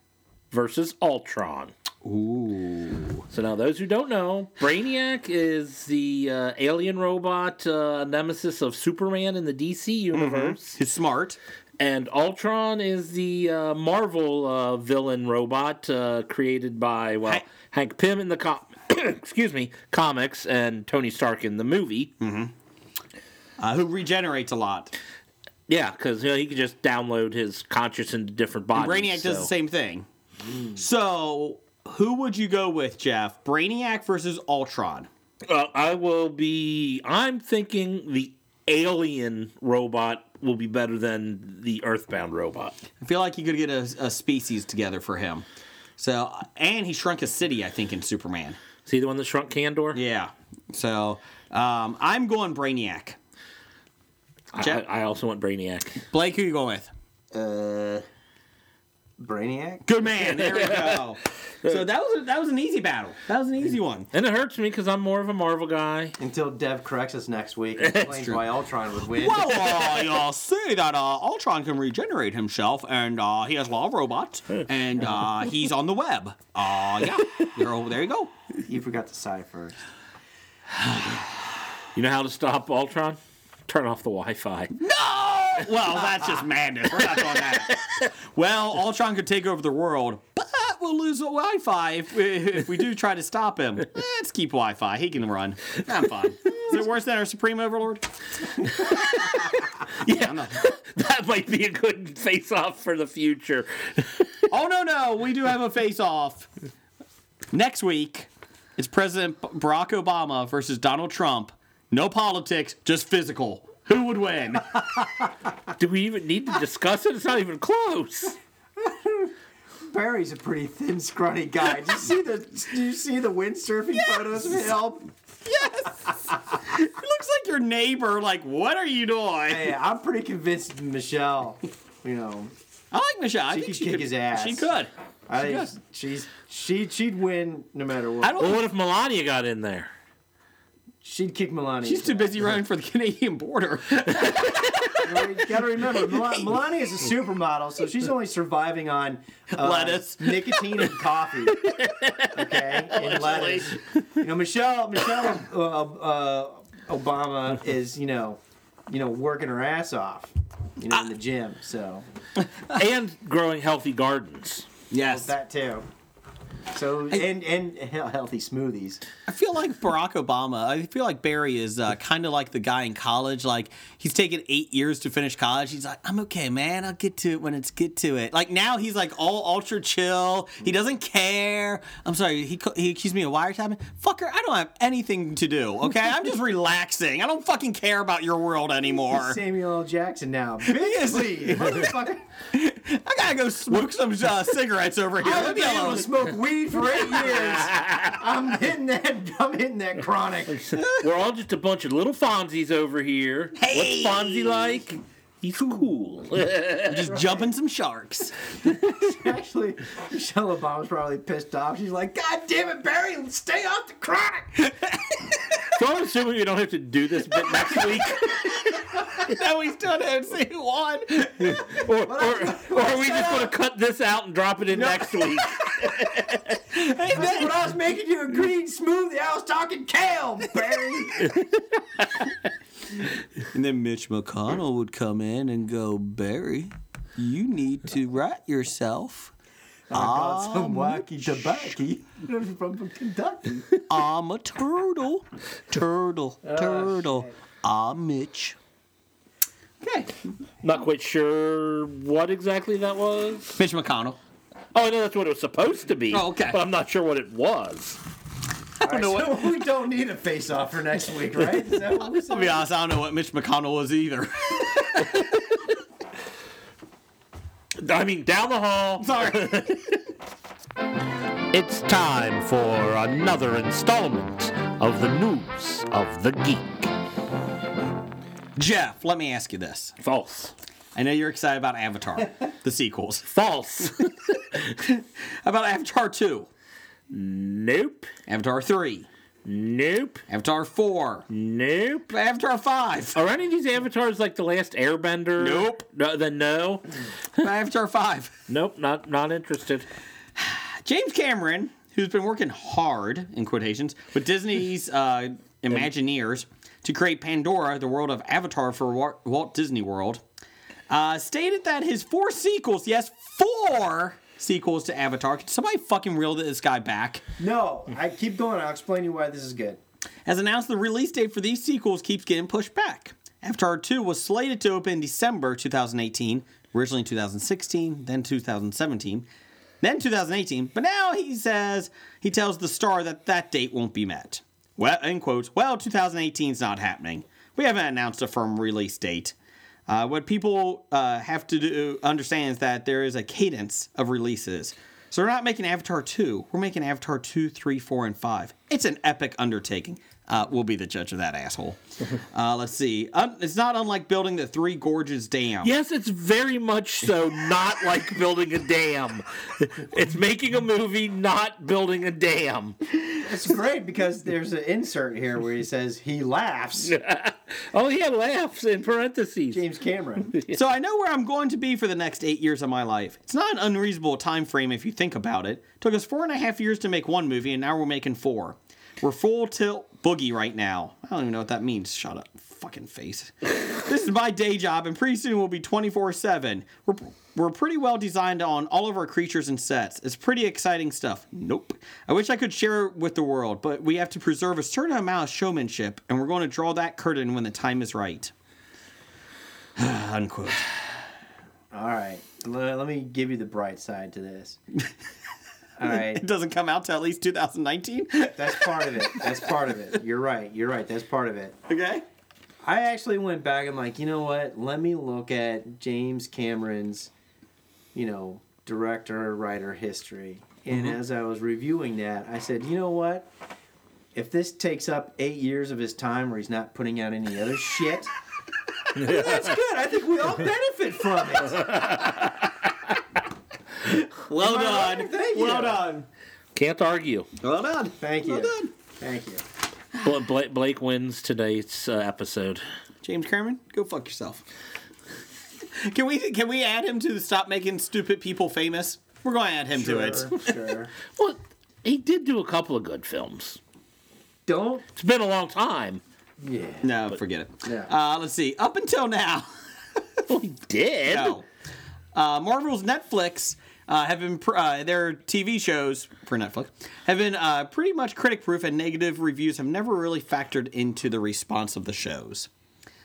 versus Ultron. Ooh. So now, those who don't know, Brainiac is the uh, alien robot uh, nemesis of Superman in the DC universe. He's smart. And Ultron is the uh, Marvel uh, villain robot uh, created by well Hank- Hank Pym in the com- [COUGHS] excuse me comics and Tony Stark in the movie. Hmm. uh, who regenerates a lot. Yeah, because you know, he could just download his conscious into different bodies. Brainiac does so- the same thing. So, who would you go with, Jeff? Brainiac versus Ultron. Uh, I will be. I'm thinking the alien robot will be better than the Earthbound robot. I feel like you could get a, a species together for him. So, and he shrunk a city, I think, in Superman. See the one that shrunk Candor? Yeah. So, um, I'm going Brainiac. I, Jack- I also want Brainiac. Blake, who you going with? Uh, Brainiac. Good man. There we go. so that was a, that was an easy battle. That was an easy [LAUGHS] one. And it hurts me because I'm more of a Marvel guy. Until Dev corrects us next week and explains why Ultron would win. Well, uh, y'all see that uh, Ultron can regenerate himself, and uh, he has a lot of robots, and uh, he's on the web. Uh, yeah, You're- there you go. You forgot to sigh first. You know how to stop Ultron? Turn off the Wi-Fi. [LAUGHS] No! Well, that's just madness. We're not doing that. [LAUGHS] Well, Ultron could take over the world, but we'll lose the Wi-Fi if we, if we do try to stop him. Let's keep Wi-Fi. He can run. I'm fine. Is it worse than our Supreme Overlord? yeah. I'm not- That might be a good face-off for the future. Oh no, no, we do have a face-off next week. It's President B- Barack Obama versus Donald Trump. No politics, just physical. Who would win? Do we even need to discuss it? It's not even close. Barry's a pretty thin, scrawny guy. Do you see the do you see the windsurfing photos of him? I'll- It looks like your neighbor. Like, what are you doing? Hey, I'm pretty convinced Michelle. You know, I like Michelle. I She think could she kick could. his ass. She could. I think does. she's she she'd win no matter what. I don't. Well, what if Melania got in there? she'd kick Melania. she's too busy running for the Canadian border. You gotta remember, Mel- Melania is a supermodel, so she's only surviving on uh, Lettuce. nicotine, and coffee. Okay, and lettuce. You know, Michelle, Michelle uh, uh, Obama is you know, you know, working her ass off, you know, in the gym. So And growing healthy gardens. yes. that too. So and and he- healthy smoothies. I feel like Barack Obama. I feel like Barry is uh, kind of like the guy in college. Like he's taken eight years to finish college. He's like, I'm okay, man. I'll get to it when it's get to it. Like now he's like all ultra chill. He doesn't care. I'm sorry. He co- he accused me of wiretapping. Fucker, I don't have anything to do. Okay, I'm [LAUGHS] just relaxing. I don't fucking care about your world anymore. Samuel L. Jackson now. Big league, motherfucker. I gotta go smoke some uh, cigarettes over here. I've Let me been able alone. to smoke weed for eight years. I'm hitting that. I'm hitting that chronic. We're all just a bunch of little Fonzies over here. Hey! What's Fonzie like? He's cool. Just jumping some sharks. Actually, Michelle Obama's probably pissed off. She's like, God damn it, Barry, stay off the chronic. so I'm assuming we don't have to do this bit next [LAUGHS] week. now he's done MC one. Or, or, or are we just going to cut this out and drop it in next week? when I was making you a green smoothie, I was talking kale, Barry. And then Mitch McConnell would come in and go, Barry, you need to right yourself. [LAUGHS] Got some wacky tobacco Um, from Kentucky. I'm a turtle. Turtle. Turtle. I'm Mitch. Okay. Not quite sure what exactly that was. Mitch McConnell. Oh, I know that's what it was supposed to be. Oh, okay. But I'm not sure what it was. All right, so we don't need a face-off for next week, right? Is that what we're I'll saying? be honest, I don't know what Mitch McConnell was either. I mean, down the hall. Sorry. [LAUGHS] It's time for another installment of the News of the Geek. Jeff, let me ask you this. False. I know you're excited about [LAUGHS] Avatar, the sequels. False. How [LAUGHS] about Avatar 2? nope. Avatar 3? Nope. Avatar 4? Nope. Avatar 5? Are any of these avatars like the last Airbender? Nope. No, then no. Avatar 5? Nope. Not not interested. James Cameron, who's been working hard in quotations with Disney's uh, Imagineers to create Pandora, the world of Avatar for Wa- Walt Disney World, uh, stated that his four sequels, yes, four sequels to Avatar. Can somebody fucking reel this guy back? No, I keep going. I'll explain to you why this is good. Has announced the release date for these sequels keeps getting pushed back. Avatar 2 was slated to open December 2018, originally 2016, then 2017, then 2018, but now he says he tells the star that that date won't be met. Well, in quotes, well, 2018's not happening. We haven't announced a firm release date. Uh, what people uh, have to do, understand is that there is a cadence of releases. So we're not making Avatar 2. We're making Avatar 2, 3, 4, and 5. It's an epic undertaking. Uh, we'll be the judge of that asshole. [LAUGHS] Uh, let's see. Un- it's not unlike building the Three Gorges Dam. Yes, it's very much so [LAUGHS] not like building a dam. It's making a movie, not building a dam. It's great because there's an insert here where he says he laughs. Oh yeah, laughs in parentheses. James Cameron. So I know where I'm going to be for the next eight years of my life. It's not an unreasonable time frame if you think about it. Took us four and a half years to make one movie, and now we're making four. We're full tilt boogie right now. I don't even know what that means. Shut up, fucking face. [LAUGHS] this is my day job, and pretty soon we'll be 24 7. We're we're pretty well designed on all of our creatures and sets. It's pretty exciting stuff. Nope. I wish I could share it with the world, but we have to preserve a certain amount of showmanship, and we're going to draw that curtain when the time is right. Unquote. All right. L- let me give you the bright side to this. All right. It doesn't come out till at least 2019. That's part of it. That's part of it. You're right. You're right. That's part of it. okay. I actually went back. I'm like, you know what? Let me look at James Cameron's, you know, director writer history. And Mm-hmm. as I was reviewing that, I said, you know what? If this takes up eight years of his time, where he's not putting out any other [LAUGHS] shit, that's good. I think we all benefit from it. Well right, done. thank you. Well done. Can't argue. Well done. Thank Well you. done. Thank you. Bla- Bla- Blake wins tonight's uh, episode. James Cameron, go fuck yourself. can we can we add him to the stop making stupid people famous? We're going to add him to it. Sure, sure. Well, he did do a couple of good films. [LAUGHS] Don't. It's been a long time. Yeah. No, forget it. Yeah. Uh, let's see. Up until now. Well, he did. No. Uh, Marvel's Netflix uh, have been pr- uh, their TV shows for Netflix have been uh, pretty much critic proof, and negative reviews have never really factored into the response of the shows.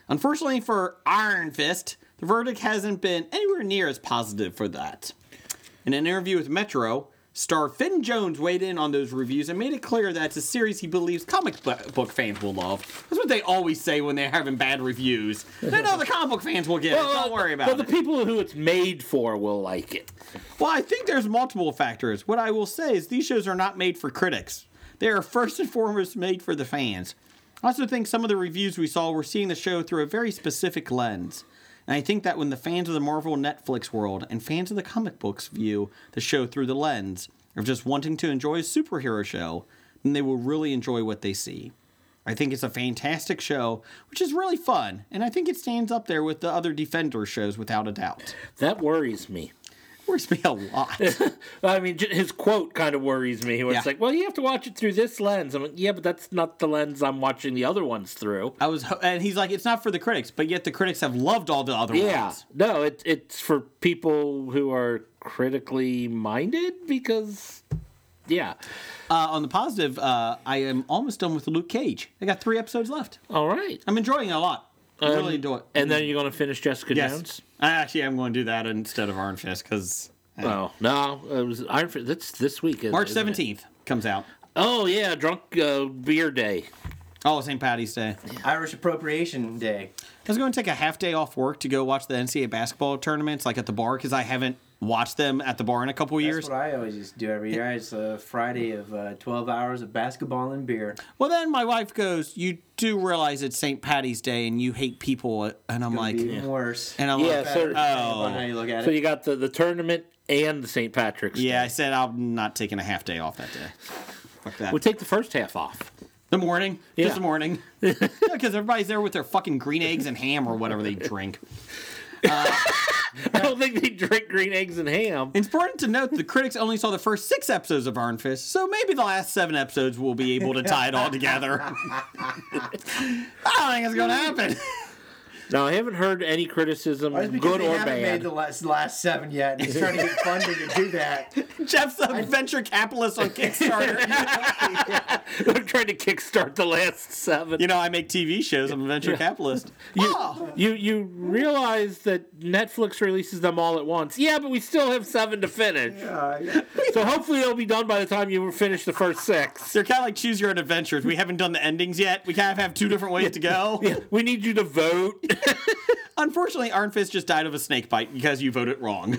Unfortunately for Iron Fist, the verdict hasn't been anywhere near as positive for that. In an interview with Metro, star Finn Jones weighed in on those reviews and made it clear that it's a series he believes comic bu- book fans will love. That's what they always say when they're having bad reviews. They know the comic book fans will get it. Don't worry about But it. the people who it's made for will like it. Well, I think there's multiple factors. What I will say is these shows are not made for critics. They are first and foremost made for the fans. I also think some of the reviews we saw were seeing the show through a very specific lens. And I think that when the fans of the Marvel Netflix world and fans of the comic books view the show through the lens of just wanting to enjoy a superhero show, then they will really enjoy what they see. I think it's a fantastic show, which is really fun, and I think it stands up there with the other Defender shows without a doubt. That worries me. Worries me a lot. I mean, j- his quote kind of worries me. Where It's Yeah. like, well, you have to watch it through this lens. I'm like, yeah, but that's not the lens I'm watching the other ones through. I was, ho- and he's like, it's not for the critics, but yet the critics have loved all the other Yeah, ones. no, it, it's for people who are critically minded because, yeah. Uh, on the positive, uh, I am almost done with Luke Cage. I got three episodes left. All right. I'm enjoying it a lot. I really enjoy it. And then you're going to finish Jessica yes, Jones? I actually am going to do that instead of Iron Fist because Oh, no. It was Iron Fist. That's this week. isn't- March isn't it? 17th comes out. Oh, yeah. Drunk uh, Beer Day. Oh, St. Patty's Day. Irish Appropriation Day. I was going to take a half day off work to go watch the NCAA basketball tournaments, like at the bar, because I haven't watched them at the bar in a couple years. That's what I always used to do every year. It's a Friday of uh, 12 hours of basketball and beer. Well, then my wife goes, "You do realize it's St. Patty's Day and you hate people," and I'm like, It'd be even worse. and I'm Yeah, like, so- oh. Depending on how you look at So it. you got the, the tournament and the St. Patrick's. Yeah, I Day. said I'm not taking a half day off that day. Fuck that. We'll take the first half off. the morning, Yeah. just the morning, [LAUGHS] because everybody's there with their fucking green eggs and ham or whatever they drink. [LAUGHS] I don't think they drink green eggs and ham. It's important to note the critics only saw the first six episodes of Iron Fist, so maybe the last seven episodes will be [LAUGHS] able to tie it all together. I don't think it's going to happen. [LAUGHS] Now I haven't heard any criticism, That's because good they or haven't made bad. the last, last seven yet. and He's trying to get funding to [LAUGHS] do that. Jeff's a venture capitalist on [LAUGHS] Kickstarter. [LAUGHS] They're trying to kickstart the last seven. you know, I make TV shows. I'm a venture capitalist. You, Oh. you you realize that Netflix releases them all at once. Yeah, but we still have seven to finish. Uh, So hopefully it'll be done by the time you finish the first six. They're kind of like choose your own adventures. We haven't done the endings yet. We kind of have two different ways to [LAUGHS] go. We need you to vote. Unfortunately, Iron Fist just died of a snake bite because you voted [LAUGHS] wrong.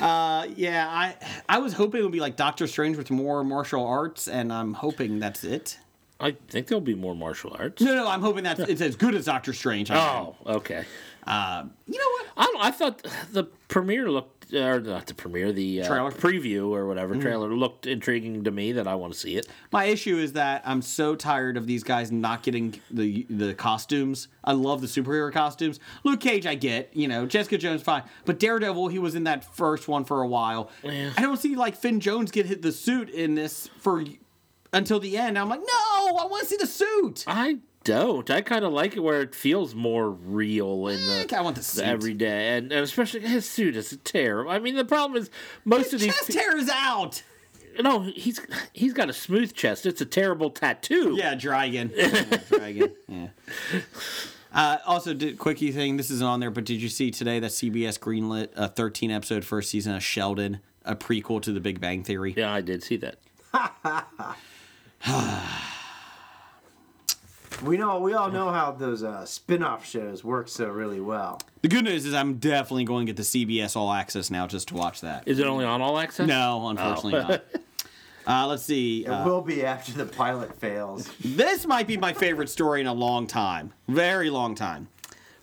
uh, yeah, I I was hoping it would be like Doctor Strange with more martial arts, and I'm hoping that's it. I think there'll be more martial arts. No, no, I'm hoping that's it's as good as Doctor Strange. Oh, okay. Um, you know what? I don't. I thought the premiere looked, or not the premiere, the uh, Trailer. Mm-hmm. preview or whatever trailer looked intriguing to me. That I want to see it. My issue is that I'm so tired of these guys not getting the the costumes. I love the superhero costumes. Luke Cage, I get, you know, Jessica Jones, fine, but Daredevil, he was in that first one for a while. I don't see like Finn Jones get hit the suit in this for until the end. I'm like, no, I want to see the suit. I don't. I kind of like it where it feels more real in the. I want the suit. the everyday, and, and especially his suit is terrible. I mean, the problem is most of these. Chest pe- tears out. no, he's he's got a smooth chest. It's a terrible tattoo. Yeah, dragon. dragon. Yeah. Uh, also, did, quickie thing. This isn't on there, but did you see today that CBS greenlit a 13 episode first season of Sheldon, a prequel to The Big Bang Theory? Yeah, I did see that. we know we all know how those uh, spin-off shows work so really well. The good news is I'm definitely going to get the CBS All Access now just to watch that. Is it only on All Access? No, unfortunately not. Uh, let's see. It Uh, will be after the pilot fails. [LAUGHS] This might be my favorite story in a long time. Very long time.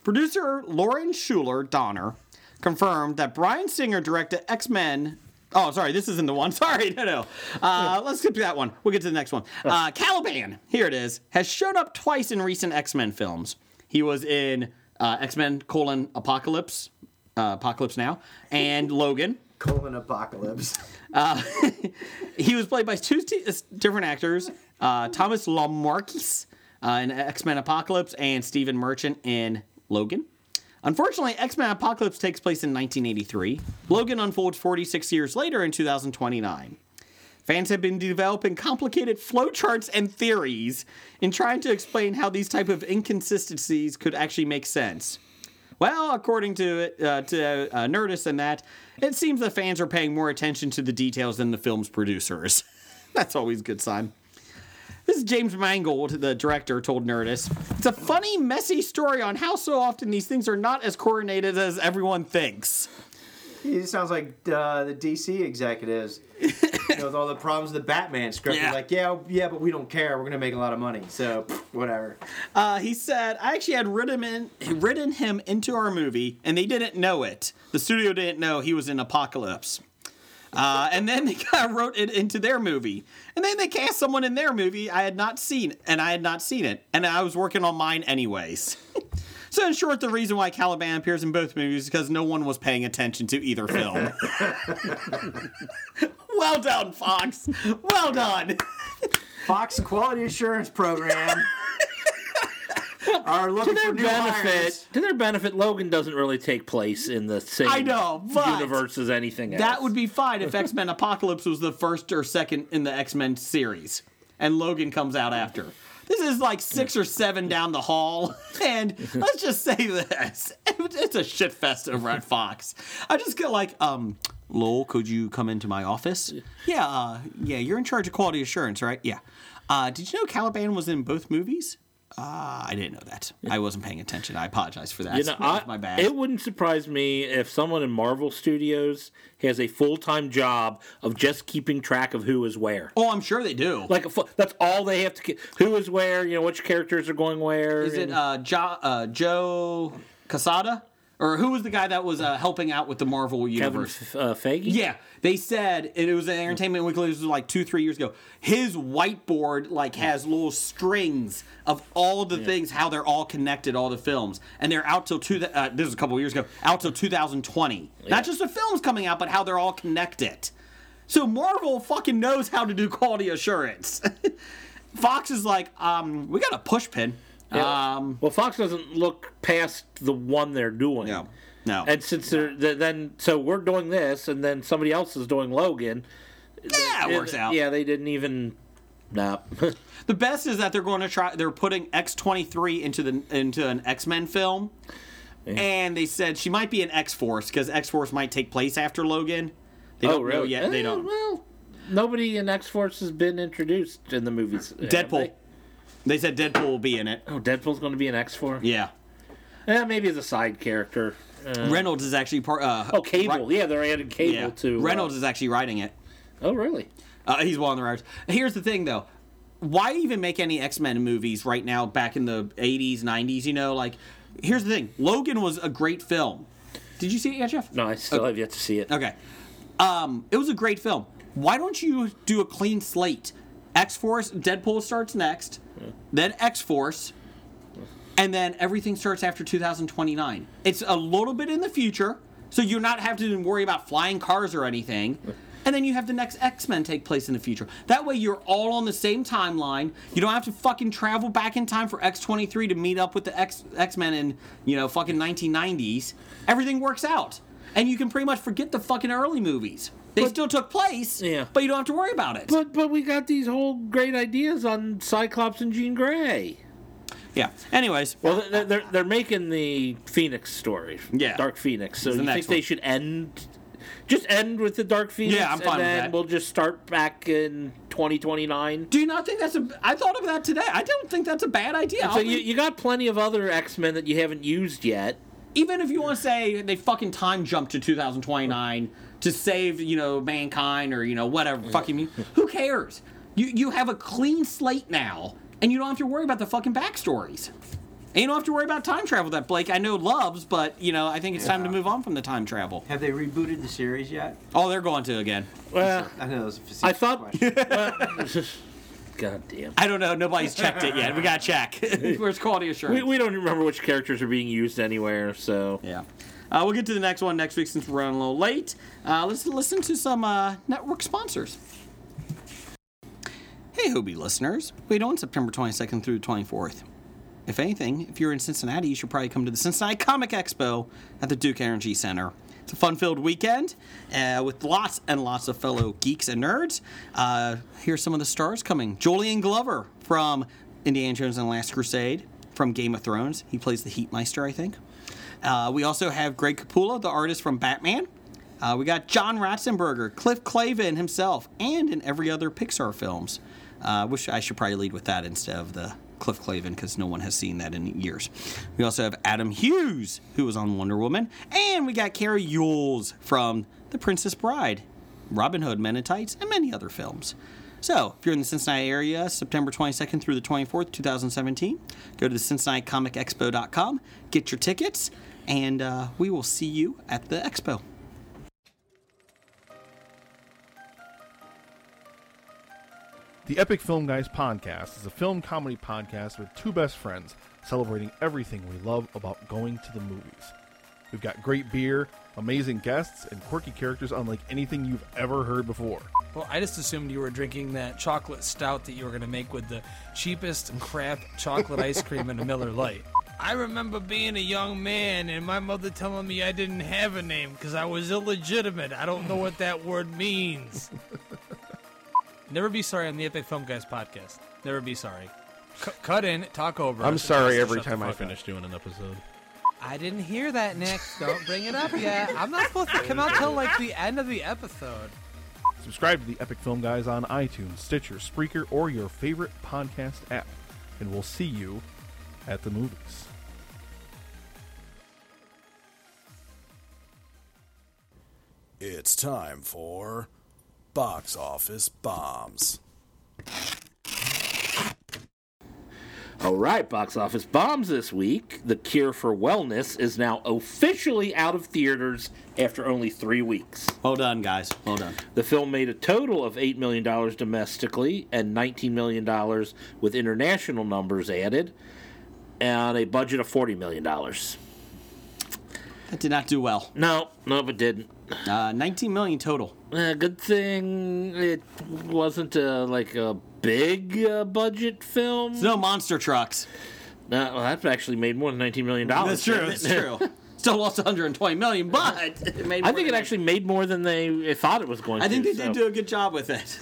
Producer Lauren Schuler Donner confirmed that Brian Singer directed X Men. Oh, sorry, this isn't the one. [LAUGHS] Sorry, no, no. Uh, let's skip that one. We'll get to the next one. Uh, Caliban, here it is, has shown up twice in recent X Men films. He was in uh, X Men colon Apocalypse, uh, Apocalypse Now, and Logan. Colon apocalypse. He was played by two t- different actors: uh, Thomas Lamarckis uh, in X Men Apocalypse and Stephen Merchant in Logan. Unfortunately, X Men Apocalypse takes place in 1983. Logan unfolds 46 years later in 2029. Fans have been developing complicated flowcharts and theories in trying to explain how these type of inconsistencies could actually make sense. Well, according to it, uh, to uh, Nerdist and that, it seems the fans are paying more attention to the details than the film's producers. That's always a good sign. This is James Mangold, the director, told Nerdist. It's a funny, messy story on how so often these things are not as coordinated as everyone thinks. He sounds like uh, the [LAUGHS] DC executives you know, with all the problems with the Batman script. Yeah. Yeah. Like, yeah, yeah, but we don't care. We're gonna make a lot of money, so pff, whatever. Uh, he said, I actually had written him, in, [CLEARS THROAT] written him into our movie, and they didn't know it. The studio didn't know he was in Apocalypse. Uh, and then [LAUGHS] they kind of wrote it into their movie. And then they cast someone in their movie I had not seen, and I had not seen it. And I was working on mine anyways. [LAUGHS] so, in short, the reason why Caliban appears in both movies is because no one was paying attention to either film. well done, Fox. Well done. Fox Quality Assurance Program are looking To their for new benefit, hires. to their benefit, Logan doesn't really take place in the same I know, but- universe as anything else. That would be fine if X Men Apocalypse was the first or second in the X Men series, and Logan comes out after. This is like six or seven down the hall, [LAUGHS] and let's just say this: [LAUGHS] it's a shit fest over at Fox. I just get like, um, Lowell, could you come into my office? Yeah, uh, yeah, you're in charge of quality assurance, right? Yeah. Uh, did you know Caliban was in both movies? Uh, I didn't know that. I wasn't paying attention. I apologize for that. You know, That was I- my bad. It wouldn't surprise me if someone in Marvel Studios has a full time job of just keeping track of who is where. oh, I'm sure they do. Like a fu- that's all they have to. Ke- who is where? You know which characters are going where. Is it and- uh, jo- uh, Joe Casada? Or who was the guy that was uh, helping out with the Marvel Kevin universe? F- uh, Feige? Yeah, they said and it was an Entertainment Weekly. This was like two, three years ago. His whiteboard like has little strings of all the things, how they're all connected, all the films, and they're out till two. Uh, this was a couple years ago, out till 2020. Not just the films coming out, but how they're all connected. So Marvel fucking [LAUGHS] knows how to do quality assurance. Fox is like, um, we got a push pin. Um, Well, Fox doesn't look past the one they're doing. no, no. And since they're th- then, so we're doing this, and then somebody else is doing Logan. yeah, it works out. Yeah, they didn't even. [LAUGHS] Nah. The best is that they're going to try. They're putting X twenty three into the into an X Men film, and they said she might be an X Force because X Force might take place after Logan. They oh, don't really? know yet. They Eh, don't. Well, nobody in X Force has been introduced in the movies. [LAUGHS] have Deadpool. they? They said Deadpool will be in it. Oh, Deadpool's going to be an X Force. Yeah. Yeah, maybe as a side character. Uh, Reynolds is actually part. Uh, oh, Cable. Yeah, they're adding Cable yeah. to uh, Reynolds is actually writing it. Oh, really? Uh, he's one of the writers. Here's the thing, though. Why even make any X Men movies right now? Back in the '80s, '90s, you know, like here's the thing. Logan was a great film. Did you see it yet, Jeff? No, I still have yet to see it. Okay. Um, it was a great film. Why don't you do a clean slate? X Force, Deadpool starts next, then X Force, and then everything starts after 2029. It's a little bit in the future, so you're not having to worry about flying cars or anything. And then you have the next X Men take place in the future. That way, you're all on the same timeline. You don't have to fucking travel back in time for X twenty three to meet up with the X X Men in you know fucking nineteen nineties. Everything works out, and you can pretty much forget the fucking early movies. They still took place, Yeah. but you don't have to worry about it. But but we got these whole great ideas on Cyclops and Jean Grey. yeah. Anyways, Well, they're, they're, they're making the Phoenix story. Yeah. Dark Phoenix. So It's the you think next they one. should end, just end with the Dark Phoenix? Yeah, I'm fine and with then that. We'll just start back in 2029. do you not think that's a? I thought of that today. I don't think that's a bad idea. I'll So be- you, you got plenty of other X Men that you haven't used yet. even if you want to say they fucking time jumped to 2029 to save you know mankind or you know whatever fucking who cares you you have a clean slate now and you don't have to worry about the fucking backstories and you don't have to worry about time travel that blake i know loves but you know i think it's time to move on from the time travel Have they rebooted the series yet? oh they're going to again Well, I know that was a facetious I thought. [LAUGHS] question. God damn. i don't know nobody's checked it yet we gotta check [LAUGHS] where's quality assurance We, we don't remember which characters are being used anywhere, so. Yeah. Uh, we'll get to the next one next week since we're running a little late. Uh, let's listen to some uh, network sponsors. Hey, Hobie listeners. Wait on September 22nd through the 24th. If anything, if you're in Cincinnati, you should probably come to the Cincinnati Comic Expo at the Duke Energy Center. It's a fun filled weekend uh, with lots and lots of fellow geeks and nerds. Uh, here's some of the stars coming Julian Glover from Indiana Jones and the Last Crusade, from Game of Thrones. He plays the Heatmeister, I think. Uh, we also have Greg Capullo, the artist from Batman. Uh, we got John Ratzenberger, Cliff Clavin himself, and in every other Pixar films. Uh, which I should probably lead with that instead of the Cliff Clavin because no one has seen that in years. We also have Adam Hughes, who was on Wonder Woman, and we got Carrie Yules from The Princess Bride, Robin Hood, Men in Tights, and many other films. So, if you're in the Cincinnati area, September 22nd through the 24th, 2017, go to the CincinnatiComicExpo.com, get your tickets, and uh, we will see you at the expo. The Epic Film Guys podcast is a film comedy podcast with two best friends celebrating everything we love about going to the movies. We've got great beer, amazing guests, and quirky characters unlike anything you've ever heard before. Well, I just assumed you were drinking that chocolate stout that you were going to make with the cheapest crap chocolate ice cream and a Miller Lite. I remember being a young man and my mother telling me I didn't have a name because I was illegitimate. I don't know what that word means. [LAUGHS] Never be sorry on the Epic Film Guys podcast. Never be sorry. C- cut in, talk over. I'm us, and sorry just every shut the time I fuck up. finish doing an episode. I didn't hear that, Nick. Don't bring it up yet. I'm not supposed to come out till like the end of the episode. Subscribe to the Epic Film Guys on iTunes, Stitcher, Spreaker, or your favorite podcast app, and we'll see you at the movies. It's time for Box Office Bombs. All right, box office bombs this week. The Cure for Wellness is now officially out of theaters after only three weeks. Well done, guys. Well done. The film made a total of $8 million domestically and $19 million with international numbers added, and a budget of $40 million. That did not do well. No, no, it didn't. Uh, 19 million total. Uh, good thing it wasn't uh, like a big uh, budget film. No monster trucks. No, well, that's actually made more than $19 million. That's That's true. [LAUGHS] Still lost 120 million, but [LAUGHS] it made I more think it than- actually made more than they thought it was going I to. think they did so- do a good job with it.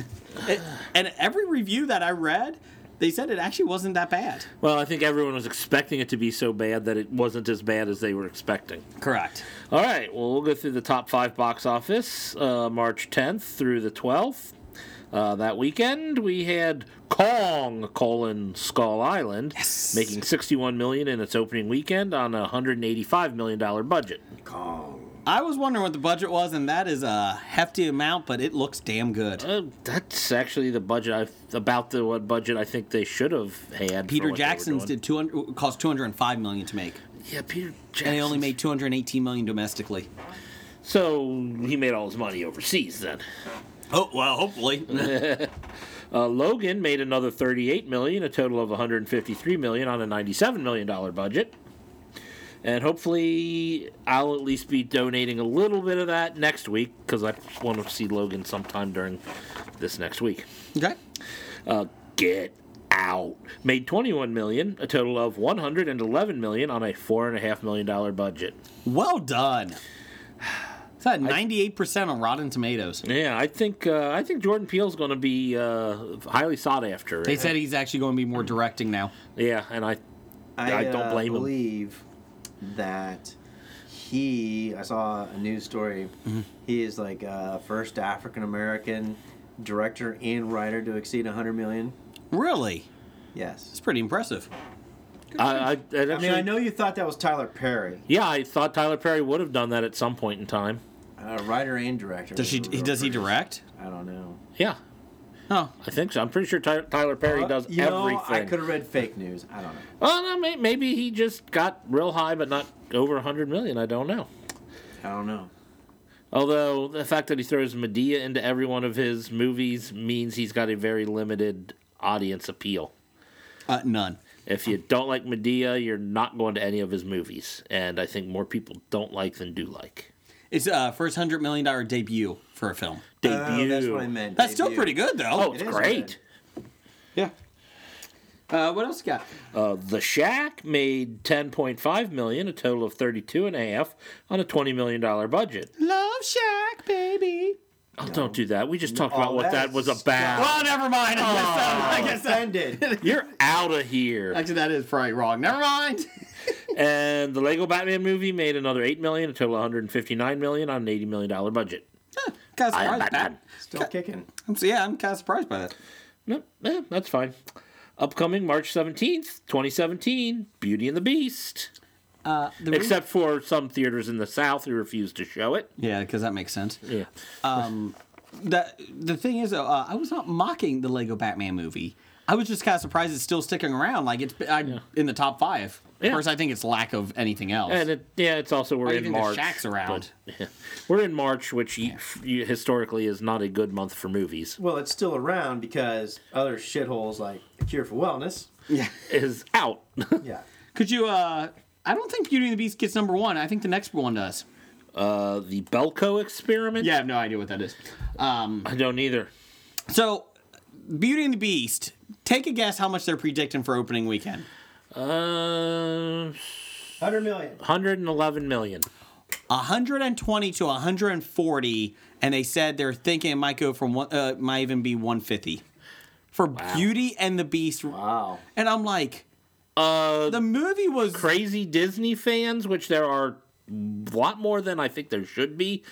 It- and every review that I read, they said it actually wasn't that bad. Well, I think everyone was expecting it to be so bad that it wasn't as bad as they were expecting. Correct. All right, well, we'll go through the top five box office uh, March 10th through the 12th. Uh, that weekend, we had Kong colon Skull Island making 61 million in its opening weekend on a 185 million dollar budget. I was wondering what the budget was, and that is a hefty amount, but it looks damn good. Uh, that's actually the budget I about the what budget I think they should have had. Peter for what they were Jackson's doing. did 200, cost 205 million to make, yeah Peter Jackson and they only made 218 million domestically. so he made all his money overseas then. Oh well, hopefully. Uh, Logan made another 38 million, a total of 153 million on a 97 million dollar budget. And hopefully, I'll at least be donating a little bit of that next week because I want to see Logan sometime during this next week. okay. Uh, get out made 21 million, a total of 111 million on a four and a half million dollar budget. Well done. It's at 98% on Rotten Tomatoes. Yeah, I think uh, I think Jordan Peele's going to be uh, highly sought after. They said he's actually going to be more directing now. yeah, and I I don't uh, blame him. believe that he. I saw a news story. Mm-hmm. He is like uh, first African American director and writer to exceed 100 million. Really? Yes. It's pretty impressive. I, I, that I mean, I actually- know you thought that was Tyler Perry, Yeah, I thought Tyler Perry would have done that at some point in time. uh, writer and director. Does she? Real Does he person. direct? I don't know. Yeah, Oh, I think so. I'm pretty sure Ty- Tyler Perry does Uh, you everything. Know, I could have read fake news. I don't know. well, no, may- maybe he just got real high, but not over 100 million. I don't know. I don't know. Although the fact that he throws Medea into every one of his movies means he's got a very limited audience appeal. uh, none. If you don't like Medea, you're not going to any of his movies, and I think more people don't like than do like. It's uh, first hundred million dollar debut for a film. Debut. Oh, that's what I meant. That's still debut. pretty good Oh, though. it's is great. yeah. Uh, what else you got? Uh, the Shack made 10.5 million, a total of 32 and a half on a 20 million dollar budget. Love Shack, baby. Oh, don't do that. We just talked Oh, about what that that is was disgusting. about. Oh, never mind. I guess that, I guess that, [LAUGHS] Offended. You're out of here. actually that is probably wrong. Never mind. And the Lego Batman movie made another 8 million, a total of 159 million on an 80 million dollar budget. kind of I am surprised by that. Batman. Still kicking. I'm, so- yeah, I'm kind of surprised by that. Nope, eh, that's fine. Upcoming March 17th, 2017, Beauty and the Beast. Uh, the re- Except for some theaters in the South who refused to show it. yeah, because that makes sense. Yeah. The the thing is, though, uh, I was not mocking the Lego Batman movie. I was just kind of surprised it's still sticking around. Like it's I, in the top five. Yeah. Of course, I think it's lack of anything else. And it, yeah, it's also we're Or in even Oh, the March. Shaq's around. but- yeah. We're in March, which y- f- y- historically is not a good month for movies. Well, it's still around because other shitholes like the Cure for Wellness. Is out. [LAUGHS] Yeah. Could you? uh I don't think Beauty and the Beast gets number one. I think the next one does. uh, the Belko experiment. Yeah, I have no idea what that is. Um, I don't either. so, Beauty and the Beast. Take a guess how much they're predicting for opening weekend. Uh, 100 million. 111 million. 120 to 140, and they said they're thinking it might go from one, uh, might even be 150 for Beauty and the Beast. Wow. And I'm like, Uh, the movie was crazy Disney fans, which there are a lot more than I think there should be.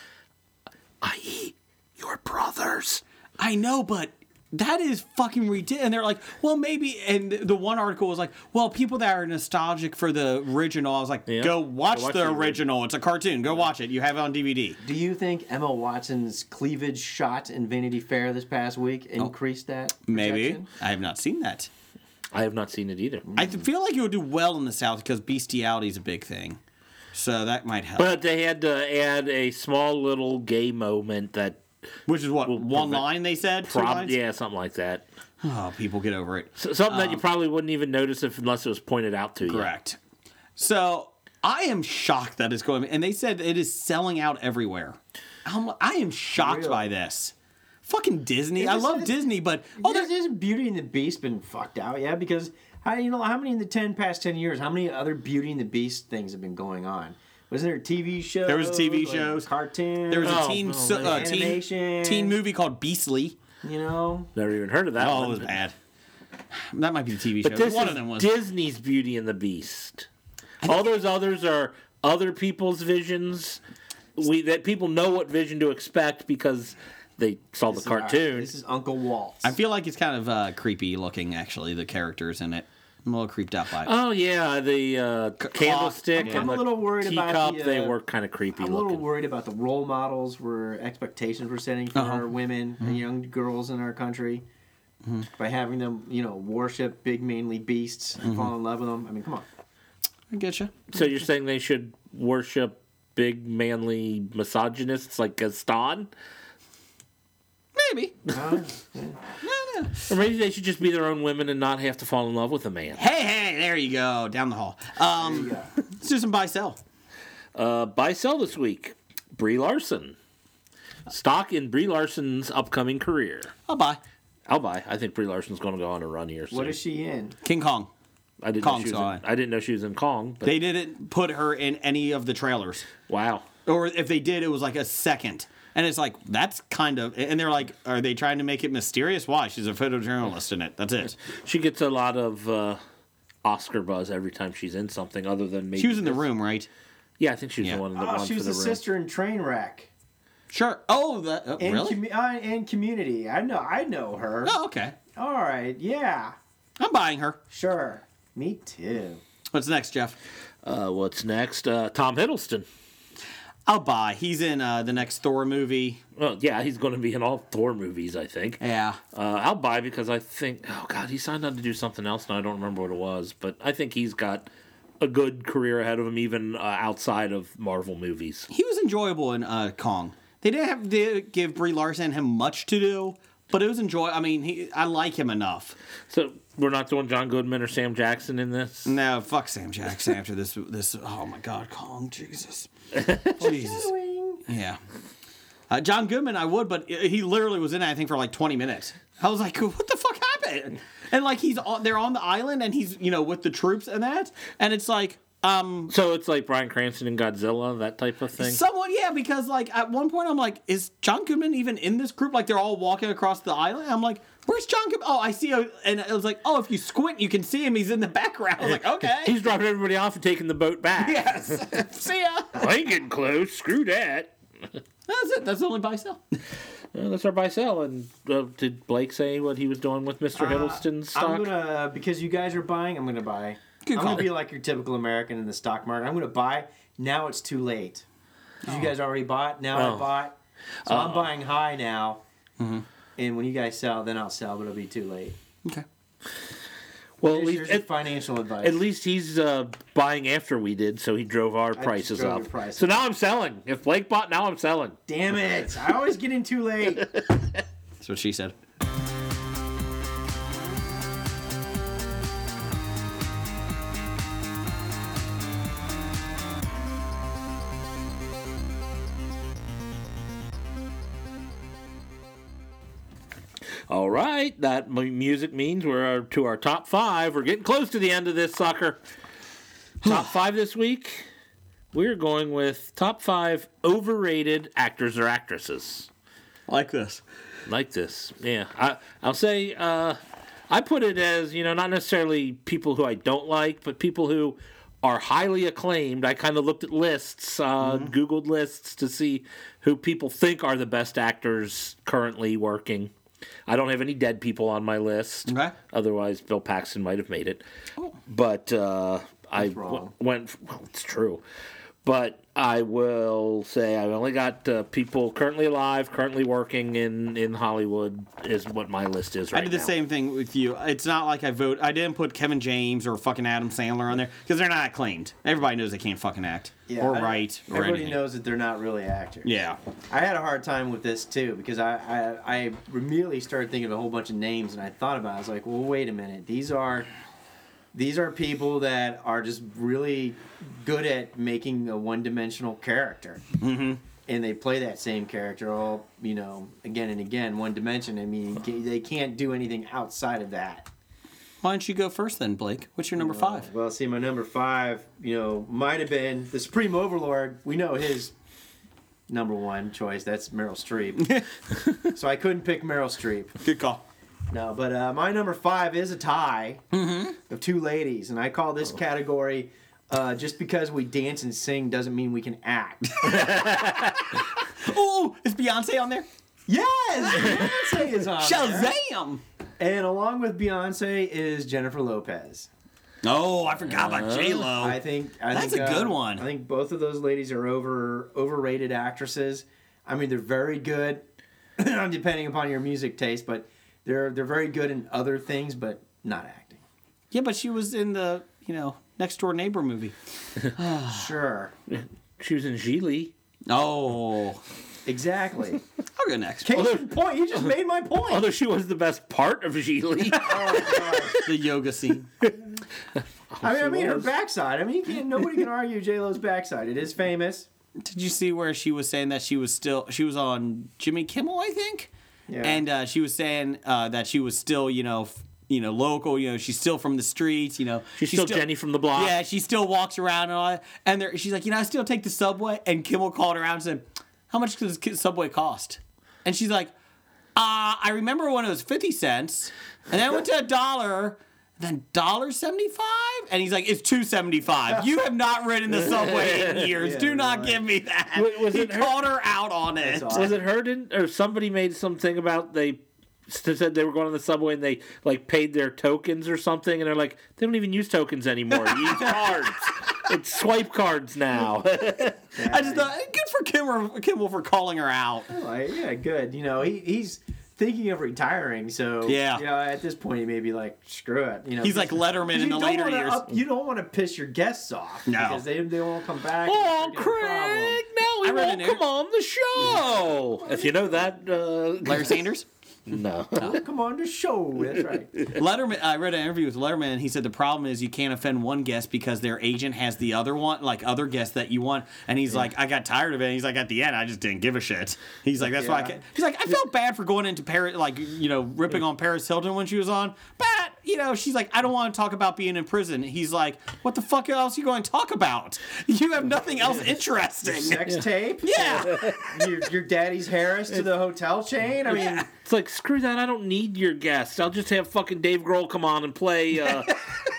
I.e., your brothers. I know, but that is fucking ridiculous. And they're like, well, maybe. And th- the one article was like, well, people that are nostalgic for the original. I was like, go watch, watch the, the original. It's a cartoon. Go watch it. You have it on DVD. Do you think Emma Watson's cleavage shot in Vanity Fair this past week increased that? Maybe. projection? I have not seen that. I have not seen it either. I th- feel like it would do well in the South because bestiality is a big thing. So that might help. But they had to add a small little gay moment that Which is what, one prevent- line they said? Two prob- lines? yeah, something like that. Oh, people get over it. S- something that you probably wouldn't even notice if unless it was pointed out to you. Um, Correct. So I am shocked that it's going, and they said it is selling out everywhere. I'm, I am shocked Really? by this. Fucking Disney. I this- love is- Disney, but Oh, oh, there's there's is Beauty and the Beast been fucked out, yeah? Because I, you know, how many in the ten past ten years? How many other Beauty and the Beast things have been going on? Was there a TV show? There was a TV like, shows. cartoon. There was a Oh, teen, oh, so- man. uh, teen, Animation. teen movie called Beastly. you know. Never even heard of that Oh, one. it was bad. That might be the TV But show. this One is of them was. Disney's Beauty and the Beast. All those others are other people's visions. We that people know what vision to expect because they saw the cartoon. This is Uncle Waltz. I feel like it's kind of uh, creepy looking, actually, the characters in it. I'm a little creeped out by it. Oh yeah, the uh, candlestick I'm and a the little worried about teacup. the, uh, they were kind of creepy I'm a little looking. worried about the role models we're expectations we're setting for our women and young girls in our country by having them, you know, worship big manly beasts and fall in love with them. I mean, come on. I get you. so you're saying they should worship big manly misogynists like Gaston, Maybe. No, no. or maybe they should just be their own women and not have to fall in love with a man. Hey, hey, there you go. Down the hall. Um, [LAUGHS] let's do some buy sell. Uh, buy sell this week. Brie Larson. Stock in Brie Larson's upcoming career. I'll buy. I'll buy. I think Brie Larson's going to go on a run here. Soon. What is she in? King Kong. I didn't know Kong's she was on. in, I didn't know she was in Kong. But They didn't put her in any of the trailers. wow. Or if they did, it was like a second. And it's like, that's kind of. And they're like, are they trying to make it mysterious? Why? She's a photojournalist in it. That's it. She gets a lot of uh, Oscar buzz every time she's in something other than maybe She was in the room, right? Yeah, I think she was Yeah. Ah, the one in the Oh, one she was for the the room. sister in Trainwreck Sure. Oh, that, oh, and, really? commu- uh, and Community. I know, I know her. oh, okay. All right, yeah, I'm buying her. sure. Me too. What's next, Jeff? Uh, what's next? Uh, Tom Hiddleston. I'll buy. He's in uh, the next Thor movie. Well, yeah, he's going to be in all Thor movies, I think. Yeah. Uh, I'll buy because I think, oh God, he signed on to do something else, and I don't remember what it was, but I think he's got a good career ahead of him, even uh, outside of Marvel movies. He was enjoyable in uh, Kong. They didn't have to give Brie Larson him much to do, but it was enjoy. I mean, he, I like him enough. So we're not doing John Goodman or Sam Jackson in this. Mm. No, fuck Sam Jackson after this. This oh my god, Kong, Jesus, Jesus, yeah. Uh, John Goodman, I would, but he literally was in it, I think for like 20 minutes. I was like, what the fuck happened? And like he's on, they're on the island and he's you know with the troops and that, [LAUGHS] and it's like. Um, So it's like Brian Cranston and Godzilla, that type of thing. somewhat, yeah, because like at one point I'm like, is John Goodman even in this group? Like they're all walking across the island. I'm like, where's John Goodman? Oh, I see. him. And I was like, oh, if you squint, you can see him. He's in the background. I was like, [LAUGHS] okay, He's dropping everybody off and taking the boat back. yes, [LAUGHS] see ya. I ain't getting close. Screw that. That's it. That's the only buy sell. Well, that's our buy sell. And uh, did Blake say what he was doing with Mr. Hiddleston's stock? Uh, I'm gonna because you guys are buying. I'm gonna buy. Good I'm call. gonna be like your typical American in the stock market. I'm gonna buy. Now it's too late. 'Cause You guys already bought. Now Oh. I bought. So I'm buying high now. Mm-hmm. And when you guys sell, then I'll sell, but it'll be too late. Okay. Well, at Here's your least, at, financial [LAUGHS] advice. at least he's uh, buying after we did, so he drove our prices drove up. your prices So now I'm selling. If Blake bought, now I'm selling. Damn it! I always get in [LAUGHS] too late. That's what she said. All right, that mu- music means we're uh, to our top five. We're getting close to the end of this sucker. top five this week, we're going with top five overrated actors or actresses. Like this. Like this, yeah. I, I'll say uh, I put it as you know not necessarily people who I don't like, but people who are highly acclaimed. I kind of looked at lists, uh, Mm-hmm. Googled lists to see who people think are the best actors currently working. I don't have any dead people on my list. Okay. Oh. Otherwise, Bill Paxton might have made it. But uh, I w- went. Well, it's true. But I will say I've only got uh, people currently alive, currently working in, in Hollywood is what my list is I right did the now. same thing with you. It's not like I vote. I didn't put Kevin James or fucking Adam Sandler on there because they're not acclaimed. Everybody knows they can't fucking act or I- write or Everybody anything. knows that they're not really actors. Yeah. I had a hard time with this too because I, I I immediately started thinking of a whole bunch of names and I thought about it. I was like, well, wait a minute. These are these are people that are just really good at making a one-dimensional character. Mm-hmm. And they play that same character all, you know, again and again, one dimension. I mean, they can't do anything outside of that. Why don't you go first then, Blake? What's your number five? Well, see, my number five, you know, might have been the Supreme Overlord. We know his number one choice. That's Meryl Streep. so I couldn't pick Meryl Streep. Good call. No, but uh, my number five is a tie of two ladies, and I call this category. Uh, just because we dance and sing doesn't mean we can act. Oh, is Beyonce on there? yes, [LAUGHS] Beyonce is on. there. Shazam! And along with Beyonce is Jennifer Lopez. Oh, I forgot about J Lo. I think I Oh, That's think, uh, a good one. I think both of those ladies are over overrated actresses. I mean, they're very good, [CLEARS THROAT] depending upon your music taste, but they're they're very good in other things, but not acting. Yeah, but she was in the you know next door neighbor movie. Sure, She was in Gigli. Oh, [LAUGHS] exactly. I'll go next. Case in point, you just [LAUGHS] made my point. Although she was the best part of Gigli. the yoga scene. I mean, I mean her backside. I mean, you can't, nobody can argue J Lo's backside. It is famous. Did you see where she was saying that she was still she was on Jimmy Kimmel, I think, Yeah. and uh, she was saying uh, that she was still you know f- you know local, you know she's still from the streets, you know She's still Jenny from the Uh, block. Yeah, she still walks around and all that. And there, she's like, you know, I still take the subway. And Kimmel called around and said, how much does the subway cost? And she's like, uh, I remember when it was 50 cents. And then [LAUGHS] it went to a dollar. Then dollar seventy five, and he's like, "It's two seventy five. You have not ridden the subway in years. [LAUGHS] Yeah, Do not right. give me that." Wa- was he it her- called her out on it. awesome. Was it her didn't, or somebody made something about they s- said they were going on the subway and they like paid their tokens or something, and they're like they don't even use tokens anymore. You [LAUGHS] use cards. It's swipe cards [LAUGHS] now. I just thought good for Kimmel, Kimmel for calling her out. Like, yeah, good. You know, he, he's thinking of retiring, so Yeah. You know, at this point, he may be like, screw it. You know, He's like Letterman [LAUGHS] in the don't later wanna years. up- you don't want to piss your guests off No. because they, they won't come back. Oh, and it's a freaking problem. Craig! No, he I read won't an ar- come on the show. if you know that, uh, Larry Sanders. no. Oh, Come on the show. That's right. Letterman, I read an interview with Letterman, and he said the problem is you can't offend one guest because their agent has the other one, like other guests that you want. And he's like, I got tired of it. And he's like, at the end, I just didn't give a shit. He's like, that's why I Yeah. can't. He's like, I felt bad for going into Paris, like, you know, ripping on Paris Hilton when she was on. But, you know, she's like, I don't want to talk about being in prison. He's like, what the fuck else you going to talk about? You have nothing else interesting. Sex tape. [LAUGHS] Yeah. Your, your daddy's Harris to the hotel chain. I mean, It's like screw that. I don't need your guests. I'll just have fucking Dave Grohl come on and play [LAUGHS] uh,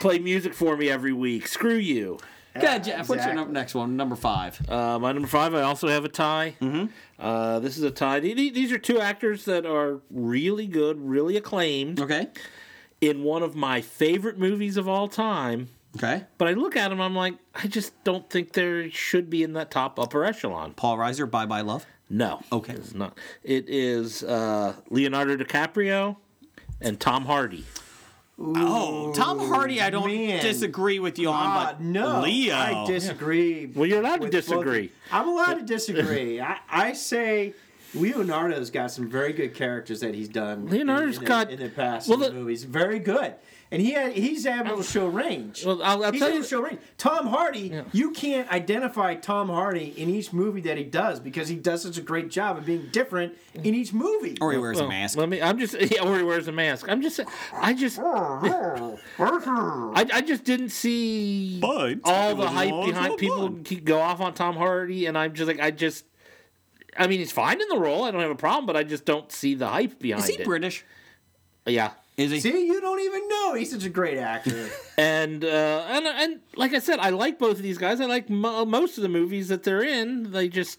play music for me every week. Screw you. Good, Jeff. What's your Exactly. num- next one? Number five. Uh, my number five, I also have a tie. Mm-hmm. Uh, this is a tie. The- the- These are two actors that are really good, really acclaimed okay. in one of my favorite movies of all time. Okay. But I look at them, I'm like, I just don't think they should be in that top upper echelon. Paul Reiser, Bye Bye Love. No. Okay. It's not. It is uh, Leonardo DiCaprio and Tom Hardy. Oh, Tom Hardy, I don't man. disagree with you on, Ah, but no, Leo. I disagree. Well, you're allowed to with both of- disagree. I'm allowed to disagree. I, I say Leonardo's got some very good characters that he's done. Leonardo's in, in the- got- in the past well, the- movies, very good, and he had, he's able to show range. Well, I'll- I'll he's tell able you- to show range. Tom Hardy, you can't identify Tom Hardy in each movie that he does because he does such a great job of being different in each movie. or he wears a Well, mask. Let me. I'm just. [LAUGHS] Yeah, or he wears a mask. I'm just. I just. I, I just didn't see But all it the was hype lots behind of people fun. keep- go off on Tom Hardy, and I'm just like, I just. I mean, he's fine in the role. I don't have a problem, but I just don't see the hype behind Is he it. British? Yeah, Is he? See, you don't even know he's such a great actor. [LAUGHS] and uh, and and like I said, I like both of these guys. I like mo- most of the movies that they're in. They just,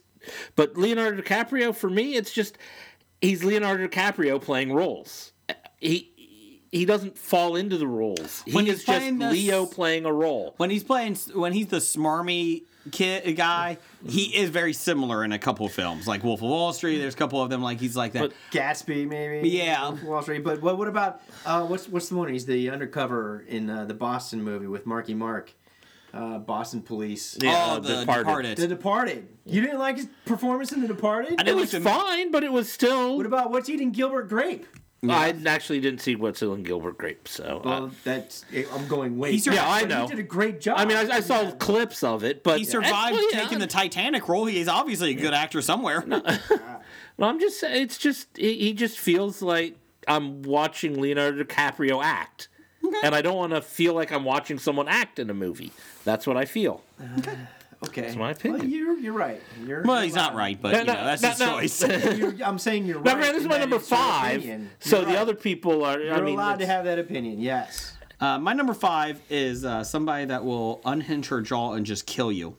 but Leonardo DiCaprio for me, it's just he's Leonardo DiCaprio playing roles. He. He doesn't fall into the roles. He When he's is just playing this- Leo playing a role. When he's playing, when he's the smarmy kid guy, he is very similar in a couple of films, like Wolf of Wall Street. There's a couple of them, like he's like that. Gatsby, maybe. Yeah. Wall Street. But what, what about uh, what's what's the one? He's the undercover in uh, the Boston movie with Marky Mark, uh, Boston Police. Yeah, oh, uh, the Departed. Departed. The Departed. You didn't like his performance in The Departed. I It didn't like was the- fine, but it was still. What about what's eating Gilbert Grape? Uh, I actually didn't see what's in Gilbert Grape, so. uh, Well, that's I'm going way. He's your- back, Yeah, I but know. He did a great job. I mean, I, I saw clips of it, but he survived Well, yeah, taking the Titanic role. He is obviously a good actor somewhere. Well, I'm just saying, it's just he, he just feels like I'm watching Leonardo DiCaprio act. and I don't want to feel like I'm watching someone act in a movie. That's what I feel. Okay. That's my opinion. Well, you're, you're right. You're, Well, he's not right, but No, you no, know that's no, his no. [LAUGHS] choice. [LAUGHS] You're- I'm saying you're Now, right. granted, this is in my that number it's your five, opinion. so You're the right. other people are. You're I mean, allowed to it's- have that opinion, yes. Uh, my number five is uh, somebody that will unhinge her jaw and just kill you.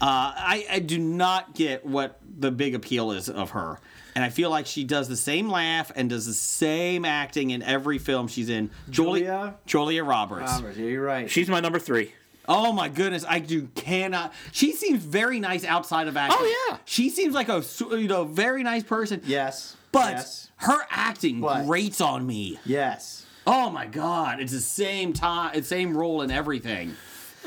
Uh, I, I do not get what the big appeal is of her. And I feel like she does the same laugh and does the same acting in every film she's in. Joli- Julia? Julia Roberts. Robert, you're right. she's my number three. Oh my goodness, I do cannot. She seems very nice outside of acting. Oh, yeah. she seems like a su- you know very nice person. yes. but yes. her acting But- grates on me. Yes. Oh my god, it's the same time, it's same role in everything.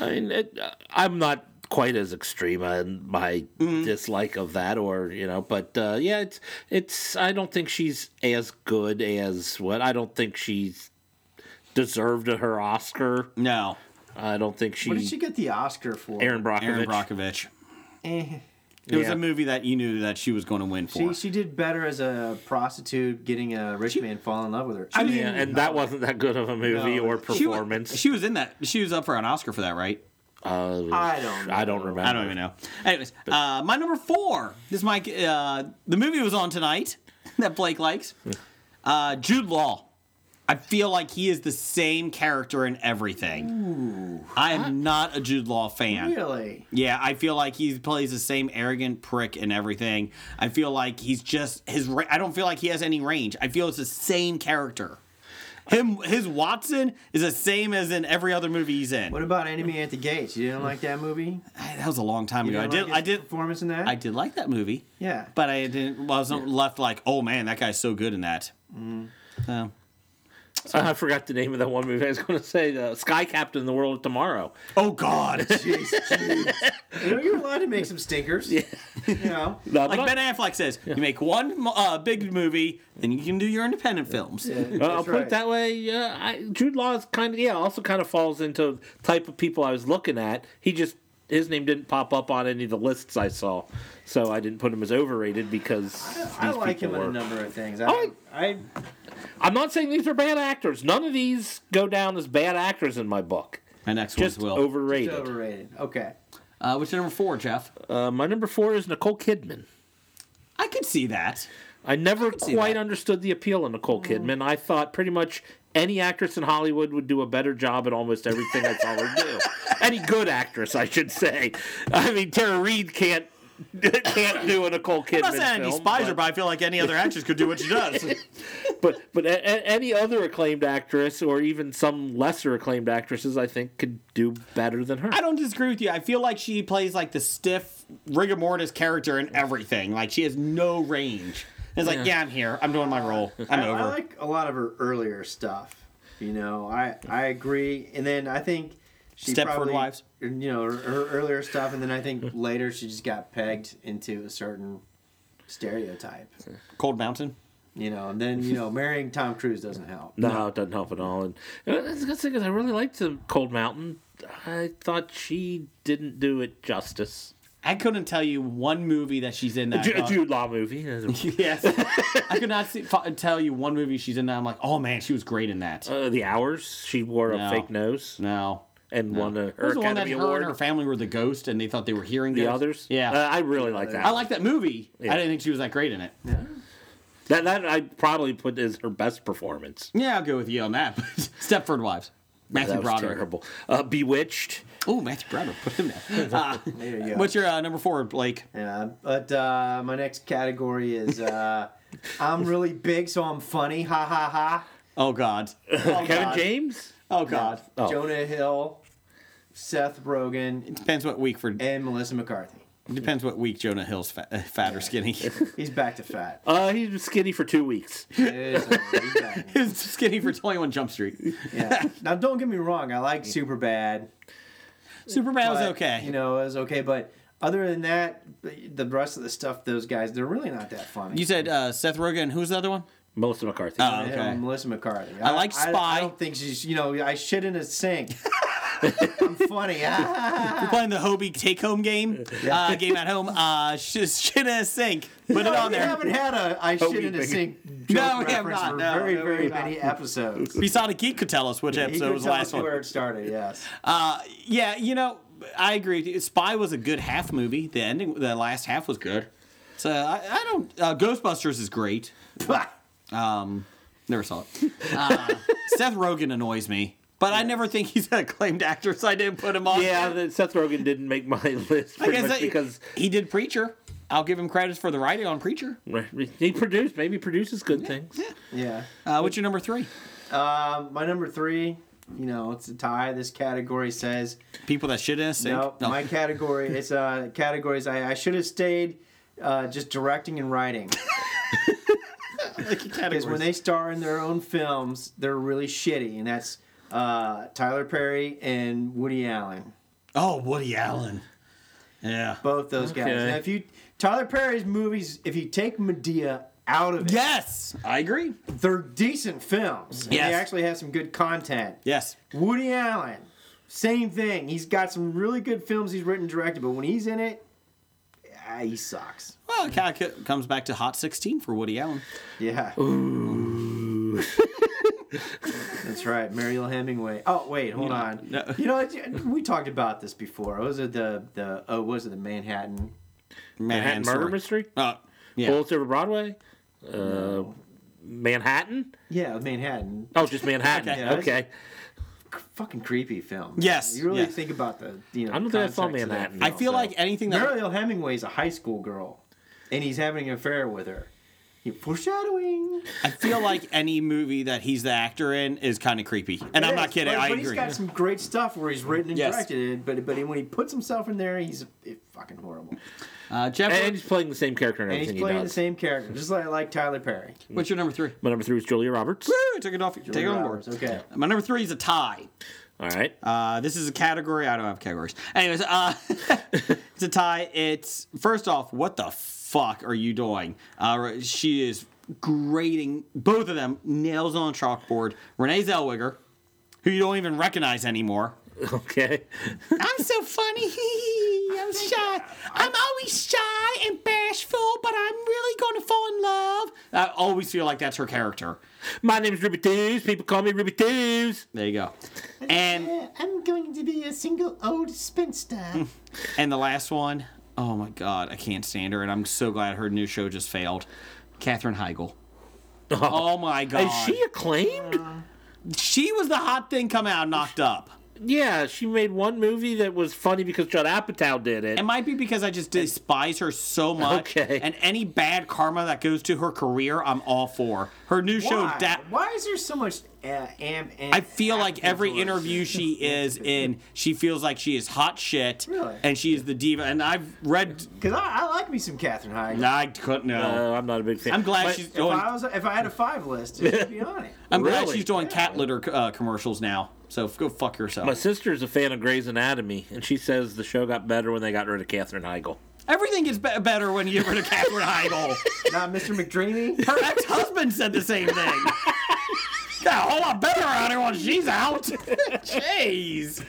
I mean, it, I'm not quite as extreme in my dislike of that, or you know, but uh, yeah, it's it's. I don't think she's as good as what I don't think she's deserved her Oscar. No, I don't think she. What did she get the Oscar for? Aaron Brockovich. Aaron Brockovich. Eh. It was Yeah. a movie that you knew that she was going to win for. She, she did better as a prostitute getting a rich man fall in love with her. I mean, Yeah, and that wasn't that good of a movie No. or she wa- performance. She, was in that. She was up for an Oscar for that, right? I don't know. I don't remember. I don't even know. Anyways, uh, my number four. This is my uh, the movie was on tonight [LAUGHS] that Blake likes. Uh, Jude Law. I feel like he is the same character in everything. I am not a Jude Law fan. Really? Yeah, I feel like he plays the same arrogant prick and everything. I feel like he's just his. ra- I don't feel like he has any range. I feel it's the same character. Him, his Watson is the same as in every other movie he's in. What about Enemy at the Gates? You didn't like that movie? I- that was a long time You ago. I didn't did. like I his did. performance in that. I did like that movie. Yeah. But I didn't wasn't left like, oh man, that guy's so good in that. Um, Uh, [LAUGHS] I forgot the name of that one movie. I was going to say uh, Sky Captain: The World of Tomorrow. oh [LAUGHS] God! Jeez, jeez. you know, you're allowed to make some stinkers. Yeah. You know. No, but like I- Ben Affleck says, you make one uh, big movie, then you can do your independent films. Uh, I'll That's put right. it that way. Uh, I, Jude Law is kind of yeah, also kind of falls into type of people I was looking at. He just his name didn't pop up on any of the lists I saw, so I didn't put him as overrated because I these like him people in a were- number of things. I, Oh, I I'm not saying these are bad actors. None of these go down as bad actors in my book. My next Just one's Will. overrated. it's overrated. Okay. Uh, which number four, Jeff? Uh, my number four is Nicole Kidman. I could see that. I never see quite that. Mm. understood the appeal of Nicole Kidman. I thought pretty much any actress in Hollywood would do a better job at almost everything I saw her [LAUGHS] do. Any good actress, I should say. I mean, Tara Reid can't [LAUGHS] can't do a Nicole Kidman. I'm not saying I film, despise her, but, but I feel like any other actress could do what she does. [LAUGHS] but but a, a- any other acclaimed actress or even some lesser acclaimed actresses, I think, could do better than her. I don't disagree with you. I feel like she plays like the stiff rigor mortis character in everything. Like she has no range. And it's like, yeah, I'm here. I'm doing my role. I'm I, over. I like a lot of her earlier stuff. You know, I I agree, and then I think she Stepford probably, Wives. You know, her, her earlier stuff, and then [LAUGHS] I think later she just got pegged into a certain stereotype. Cold Mountain. You know, and [LAUGHS] then you know, marrying Tom Cruise doesn't help. No, it doesn't help at all. And and that's the good thing is I really liked the Cold Mountain. I thought she didn't do it justice. I couldn't tell you one movie that she's in that. I [LAUGHS] Ju- thought- Jude Law movie. [LAUGHS] Yes. I could not see, f- tell you one movie she's in that I'm like, oh man, she was great in that. Uh, the Hours. She wore No. a fake nose no. and won a, her There's the one that Academy her Award. and her family were the ghost and they thought they were hearing the ghosts. others. Yeah. Uh, I really like that. I like that movie. I Yeah. didn't think she was that great in it. that. That I probably put as her best performance. Yeah, I'll go with you on that. [LAUGHS] Stepford Wives. Matthew That was Broderick. terrible. Uh, Bewitched. Oh, Matthew Broderick. Put him down. Uh, There you go. what's your uh, number four, Blake? Yeah, but uh, my next category is uh, I'm really big, so I'm funny. Ha ha [LAUGHS] ha. Oh God. Oh, Kevin God. James. Oh God. Oh. Jonah Hill, Seth Rogen, Depends what week for. and Melissa McCarthy. Depends what week Jonah Hill's fat, uh, fat or skinny. [LAUGHS] He's back to fat. Uh, he was skinny for two weeks. It is, uh, he's [LAUGHS] back. He's skinny for Twenty One Jump Street. Yeah. Now, don't get me wrong. I like Super Bad. Superman was okay. You know, it was okay. But other than that, the the rest of the stuff, those guys, they're really not that funny. you said uh, Seth Rogen. Who's the other one? Melissa McCarthy. Oh, You know, okay. Melissa McCarthy. like I, Spy. [LAUGHS] I don't think she's. You know, I shit in a sink. I'm funny. [LAUGHS] Ah. We're playing the Hobie take home game, uh, game at home. Uh, sh- shit in a sink. [LAUGHS] [LAUGHS] Put it on We there. haven't had a I shit in a sink joke No, we have reference not. for No, very, no, we very have not. many episodes. We saw the geek could tell us which [LAUGHS] You episode can was the tell last us one. where it started. [LAUGHS] Yes. Uh, yeah, you know, I agree. with you. Spy was a good half movie. The ending, the last half was good. So I, I don't. Uh, Ghostbusters is great. Um, never saw [LAUGHS] it. Uh, Seth Rogen annoys me, but I never think he's an acclaimed actor, so I didn't put him on. Yeah, there. that Seth Rogen didn't make my [LAUGHS] list I pretty guess much that, because because he did Preacher. I'll give him credits for the writing on Preacher. he produced. Maybe produces good things. Yeah. Uh, what's your number three? Um, my number three. You know, it's a tie. This category says People that shit in a sink. no. No. My category. It's uh categories. I, I should have stayed. Uh, just directing and writing because when they star in their own films, they're really shitty, and that's uh, Tyler Perry and Woody Allen. oh, Woody Allen. Yeah. Both those guys. Okay. Now, if you Tyler Perry's movies, if you take Medea out of it, Yes, I agree. they're decent films. and Yes. They actually have some good content. Yes. Woody Allen, same thing. He's got some really good films he's written and directed, but when he's in it, ah, he sucks. Well, it kind of comes back to Hot 16 for Woody Allen. Yeah. That's right, Mariel Hemingway. Oh wait, hold on. no. You know, it's- we talked about this before. Was it the the oh was it the Manhattan? Manhattan Manhattan Murder Story. Mystery, Uh, yeah. Bullets Over Broadway, uh, Manhattan. Yeah, Manhattan. Oh, just Manhattan. Okay. Yeah, that's- okay. Fucking creepy film. Yes, You really yes. think about the you know. I don't think I saw context of that. Manhattan. I feel so. like anything that Mariel Hemingway's a high school girl, and he's having an affair with her. You foreshadowing. I feel like any movie that he's the actor in is kind of creepy, and I'm Yes, not kidding. But, I but agree. he's got some great stuff where he's written and Yes. directed it. But but when he puts himself in there, he's eh, fucking horrible. uh, Jeff, And he's playing the same character in And everything he's he playing the does. same character, just like like [LAUGHS] Tyler Perry. what's your number three? My number three was Julia Roberts. Woo! I took it off. Take it on board. Roberts, okay. My number three is a tie. All right. Uh, this is a category. I don't have categories. Anyways, uh, [LAUGHS] it's a tie. It's first off, what the fuck are you doing? Uh, she is grading both of them nails on a chalkboard. Renee Zellweger, who you don't even recognize anymore. okay. I'm so funny. [LAUGHS] I'm shy. I'm always shy and bashful, but I'm really going to fall in love. I always feel like that's her character. My name is Ruby Tews. People call me Ruby Tews. There you go. And I'm going to be a single [LAUGHS] old spinster. and the last one, oh my god, I can't stand her, and I'm so glad her new show just failed. Katherine [LAUGHS] Heigl. Oh my god. Is she acclaimed? she was the hot thing come out knocked up. yeah, she made one movie that was funny because Judd Apatow did it. It might be because I just despise her so much. Okay. And any bad karma that goes to her career, I'm all for. Her new show, Why? Da- Why is there so much uh, am, am I feel like every influence? interview she is in, she feels like she is hot shit, Really? and she is the diva. And I've read, Cause I, I like me some Catherine Hyde. I couldn't know. Uh, I'm not a big fan. I'm glad But- she's if doing. I was if I had a five list, it would be on it. [LAUGHS] I'm glad Really? she's doing cat litter uh, commercials now. So f- go fuck yourself. My sister's a fan of Grey's Anatomy, and she says the show got better when they got rid of Katherine Heigl. Everything gets be- better when you get rid of Catherine Heigl. Not Mr. McDreamy. Her ex-husband said the same thing. Got a whole lot better out here when she's out. Jeez.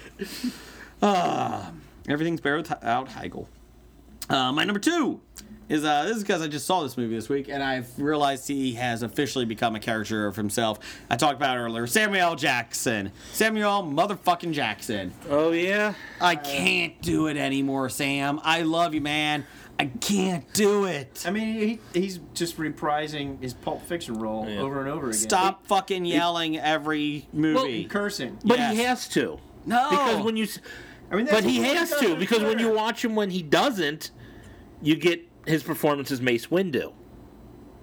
Ah, everything's better without Heigl. Uh, my number two is uh, this is because I just saw this movie this week and I've realized he has officially become a character of himself. I talked about it earlier. Samuel L. Jackson. Samuel motherfucking Jackson. Oh yeah, I can't do it anymore, Sam. I love you, man. I can't do it. I mean, he, he's just reprising his Pulp Fiction role over and over again. Stop fucking yelling every movie. cursing. but he Yes. has to. No. because when you, s- I mean, that's but he what has does to on because when you Twitter. watch him when he doesn't, you get his performance as Mace Windu.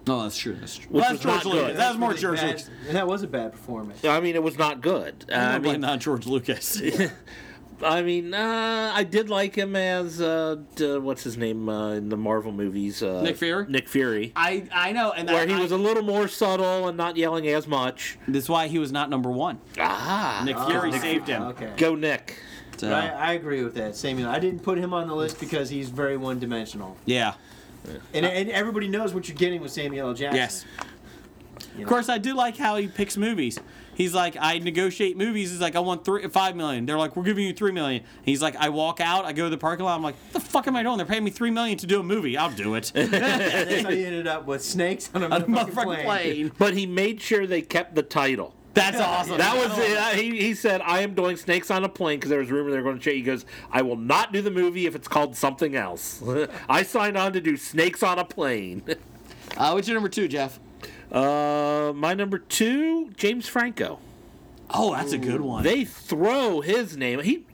No, that's true. That's true. Which Well, was that's George not good. Lucas. That was more Really George bad- Lucas. And that was a bad performance. I mean, it was not good. Uh, I I blame mean, that on George Lucas. [LAUGHS] I mean, uh, I did like him as uh, d- what's his name uh, in the Marvel movies. Uh, Nick Fury? Nick Fury, I I know, and where I, he I- was a little more subtle and not yelling as much. That's why he was not number one. Ah, Nick Fury saved him. Okay. go Nick. So, I, I agree with that, Samuel. I didn't put him on the list because he's very one-dimensional, yeah. and, and everybody knows what you're getting with Samuel L. Jackson. Yes. Of course, I do like how he picks movies. He He's like, I negotiate movies. He's like, I want three, five million. They're like, we're giving you three million. And he's like, I walk out. I go to the parking lot. I'm like, what the fuck am I doing? They're paying me three million to do a movie. I'll do it. And that's how you ended up with snakes on a A motherfucking, motherfucking plane. plane. But he made sure they kept the title. That's awesome. That was it. I- He, he said, I am doing Snakes on a Plane because there was rumor they were going to change. He goes, I will not do the movie if it's called something else. [LAUGHS] I signed on to do Snakes on a Plane. [LAUGHS] Uh, what's your number two, Jeff? Uh, my number two, James Franco. Oh, that's a good one. They throw his name. He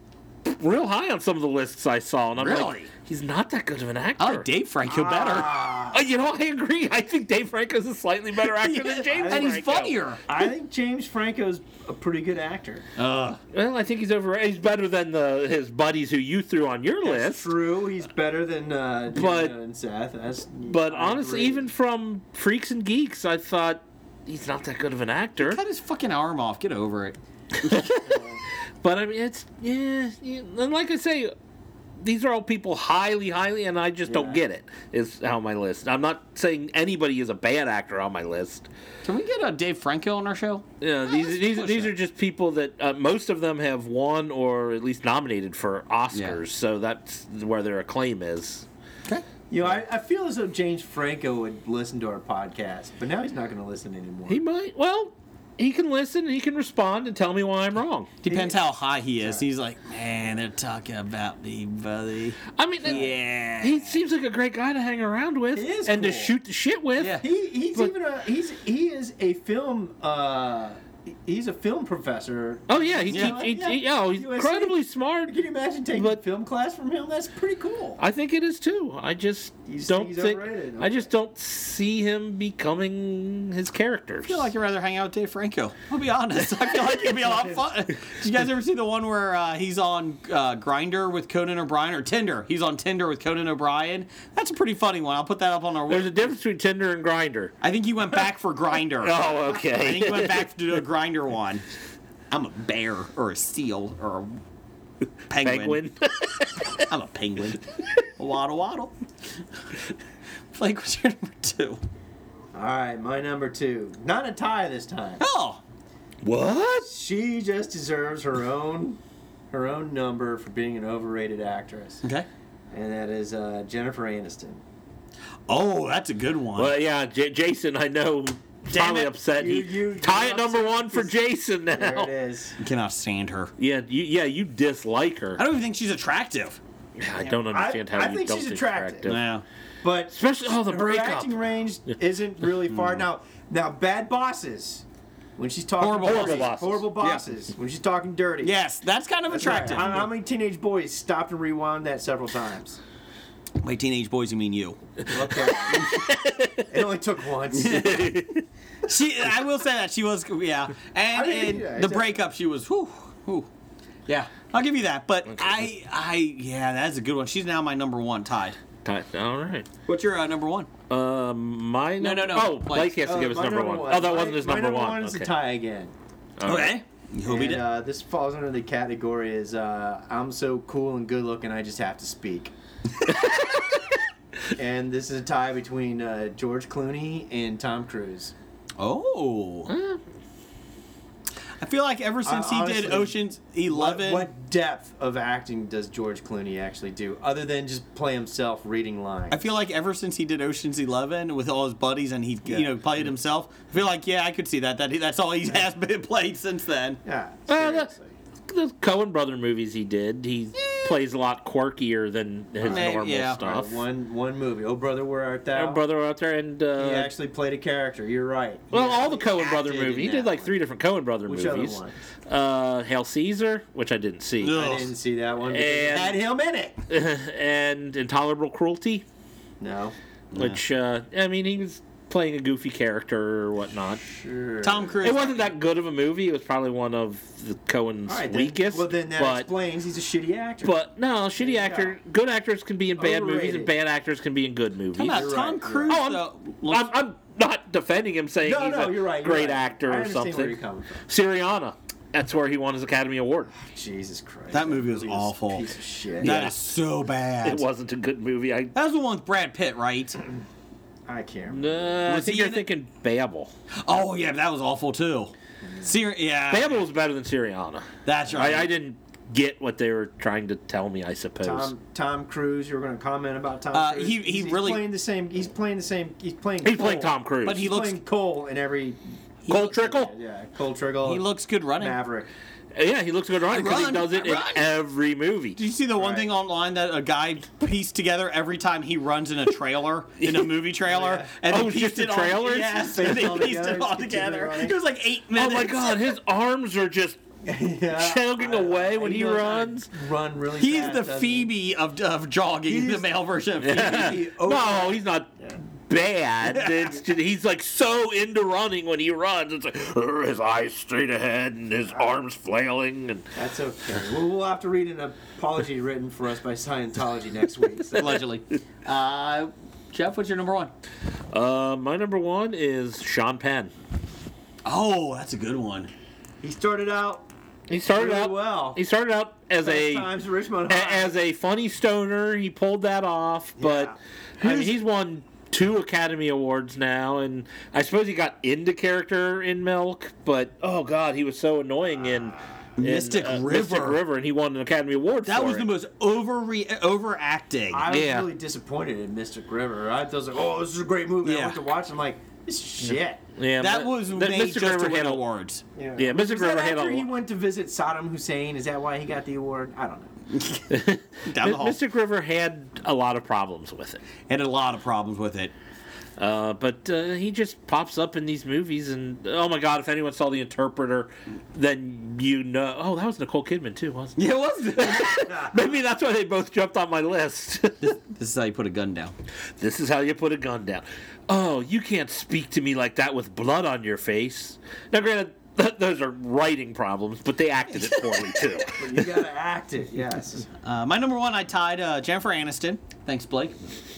real high on some of the lists I saw, and I'm like, Really? Oh, he's not that good of an actor. I like Dave Franco better. Uh, you know, I agree. I think Dave Franco's a slightly better actor [LAUGHS] than James. And he's Franco. funnier. I think James Franco's a pretty good actor. Well, I think he's over. He's better than the his buddies who you threw on your That's list. true. He's better than uh, But- Dana and Seth. That's, But I honestly, agree. even from Freaks and Geeks, I thought he's not that good of an actor. Cut his fucking arm off. Get over it. But I mean, it's yeah, yeah. And like I say, these are all people highly, highly, and I just don't get it. Is how my list. I'm not saying anybody is a bad actor on my list. Can we get a Dave Franco on our show? Yeah, these these, these it. are just people that uh, most of them have won or at least nominated for Oscars. Yeah. So that's where their acclaim is. you know, I, I feel as though James Franco would listen to our podcast, but now he's not going to listen anymore. He might. Well, he can listen. and He can respond and tell me why I'm wrong. Depends how high he is. He's like, man, they're talking about me, [LAUGHS] buddy. I mean, Yeah. he seems like a great guy to hang around with He is and to cool. shoot the shit with. Yeah. He he's But- even a he's he is a film uh he's a film professor. Oh yeah, he's Yeah. He, he, Yeah. he- oh, he's USA. incredibly smart. Can you imagine taking But- film class from him? That's pretty cool. I think it is too. I just You just don't think he's think. overrated, I just don't see him becoming his characters. I feel like I'd rather hang out with Dave Franco. I'll be honest. I feel like it'd be a [LAUGHS] lot of fun. Did you guys ever see the one where uh, he's on uh, Grinder with Conan O'Brien or Tinder? He's on Tinder with Conan O'Brien. That's a pretty funny one. I'll put that up on our. There's a website. difference between Tinder and Grinder. I think he went back for [LAUGHS] Grinder. I Oh, [LAUGHS] think he okay. went back to do a Grinder one. I'm a bear or a seal or a penguin. [LAUGHS] Penguin. I'm a [LAUGHS] penguin. waddle [LAUGHS] waddle. Blake, what's your number two? All right, my number two. Not a tie this time. Oh, what? She just deserves her own her own number for being an overrated actress, okay. and that is uh, [LAUGHS] Jennifer Aniston. Oh, that's a good one. Well, yeah, J- Jason. I know. probably it. upset. You- He- you- tie you're at number upset. one for Jason There now. it is. I cannot stand her. Yeah, you, yeah, you dislike her. I don't even think she's attractive. I don't understand how I you think don't she's think attractive. attractive. Yeah. But Especially oh the her breakup. Mm. acting range isn't really far now. Now, bad bosses. When she's talking Horrible dirty, bosses. horrible bosses. When she's talking dirty. Yes, that's kind of attractive. How, how many teenage boys stopped and rewound that several times? My teenage boys, you mean you? [LAUGHS] Okay. it only took [LAUGHS] once. She, I will say that she was, yeah. And, I mean, and yeah, the exactly. breakup, she was, whew, whew. Yeah, I'll give you that. But I, I, yeah, that's a good one. She's now my number one tied. Tie- All right. Um, What's your uh, number one? My No, num- no, no, Oh, Blake. Blake has to Uh, give us my number, one. Oh, that My- wasn't his my number, one. is okay. a tie again. okay. Who we And, did? uh, this falls under the category is uh, I'm so cool and good looking, I just have [LAUGHS] to speak. and this is a tie between uh, George Clooney and Tom Cruise. Oh. I feel like ever since he did Hmm. honestly, Ocean's What, Eleven, what depth of acting does George Clooney actually do, other than just play himself reading lines? I feel like ever since he did Ocean's Eleven with all his buddies and he you know played himself, I feel like yeah I could see that that that's all he has [LAUGHS] been played since then. yeah, Uh, the, seriously. the Cohen brother movies he did, he plays a lot quirkier than his Maybe, normal yeah. Uh, stuff. one one movie. Oh brother, where art thou? Our brother out there and uh, He actually played a character. You're right. He well, all the actually Cohen brother acted in movies. He that did like one. three different Cohen brother Which other movies. ones? Uh, Hail Caesar, which I didn't see, Ugh. I didn't see that one. because it And- had him in [LAUGHS] it. and Intolerable Cruelty, No. which uh, I mean, he was playing a goofy character or whatnot. Sure. Tom Cruise. It wasn't that good of a movie. It was probably one of the Cohen's All right, then- weakest. well, then that but explains he's a shitty actor. But no, shitty Yeah. actor. Good actors can be in bad movies, and Overrated. bad actors can be in good movies. Come on, You're Tom right, Cruise. you're right. though, looks- I'm, I'm not defending him, saying no, he's no, a you're right. you're great right. actor or I understand Where something. you're coming from. Syriana. That's where he won his Academy Award. Jesus Christ. That movie was a awful. Piece of shit. That is so bad. It wasn't a good movie. [LAUGHS] I, That was the one with Brad Pitt, right? I can't. remember. uh, I Was think he you're in it? thinking Babel. Oh yeah, that was awful too. Sir- yeah. Fable was better than Syriana. That's right. I, I didn't get what they were trying to tell me. I suppose. Tom Tom Cruise. You were going to comment about Tom. Uh, Cruise. he- he he's, really- he's playing the same. He's playing the same. He's playing. He's playing Tom Cruise. But he He's looks- playing Cole in every. Cole Trickle. Yeah, Cole Trickle. He looks good running. Maverick. Yeah, he looks good running because he Run, does it in run. every movie. Did you see the one [LAUGHS] thing online that a guy pieced together every time he runs in a trailer, in [LAUGHS] a movie trailer? And Oh, they it's pieced just it the all- [LAUGHS] trailers? Yes, They and pieced they it all pieced it together, all continue together. running. It [LAUGHS] was like eight Oh minutes. my God, his arms are just chugging away when he runs. Run really. He's fast, the doesn't he? [LAUGHS] Phoebe of, of jogging, the male version of Phoebe. [LAUGHS] Oh. no, he's not bad. It's just- he's like so into running when he runs. It's like "Urgh," his eyes straight ahead and his arms flailing and That's okay. We'll, we'll have to read an apology written for us by Scientology next week. [LAUGHS] so- Allegedly. Uh, Jeff, what's your number one? Uh, my number one is Sean Penn. Oh, that's a good one. He started out. He started really out well. He started out as Best a times at Richmond a- High. as a funny stoner. He pulled that off, but I mean, he's won two Academy Awards now, and I suppose he got into character in Milk, but oh god, he was so annoying in. in, uh, Mystic Mystic River. River, and he won an Academy Award. That for was it. the most overre- overacting. I was Yeah. really disappointed in Mystic River. I was like, oh, this is a great movie. I Yeah. went to watch. it. I'm like, this is shit. Yeah, that but- was that made Mystic just River to win had a- awards. Yeah, Yeah, Mystic Was that River had a after he lo- went to visit Saddam Hussein. Is that why he got the award? I don't know. Down the hall. Mystic River had a lot of problems with it. Had a lot of problems with it. Uh, but uh, he just pops up in these movies, and oh my god, if anyone saw The Interpreter, then you know. Oh, that was Nicole Kidman too, wasn't it? Yeah, it was. Maybe that's why they both jumped on my list. [LAUGHS] This is how you put a gun down. this is how you put a gun down. Oh, you can't speak to me like that with blood on your face. Now, granted, th- those are writing problems, but they acted it [LAUGHS] poorly too. But you gotta act it. Yes. [LAUGHS] Uh, my number one, I tied uh, Jennifer Aniston. Thanks, Blake.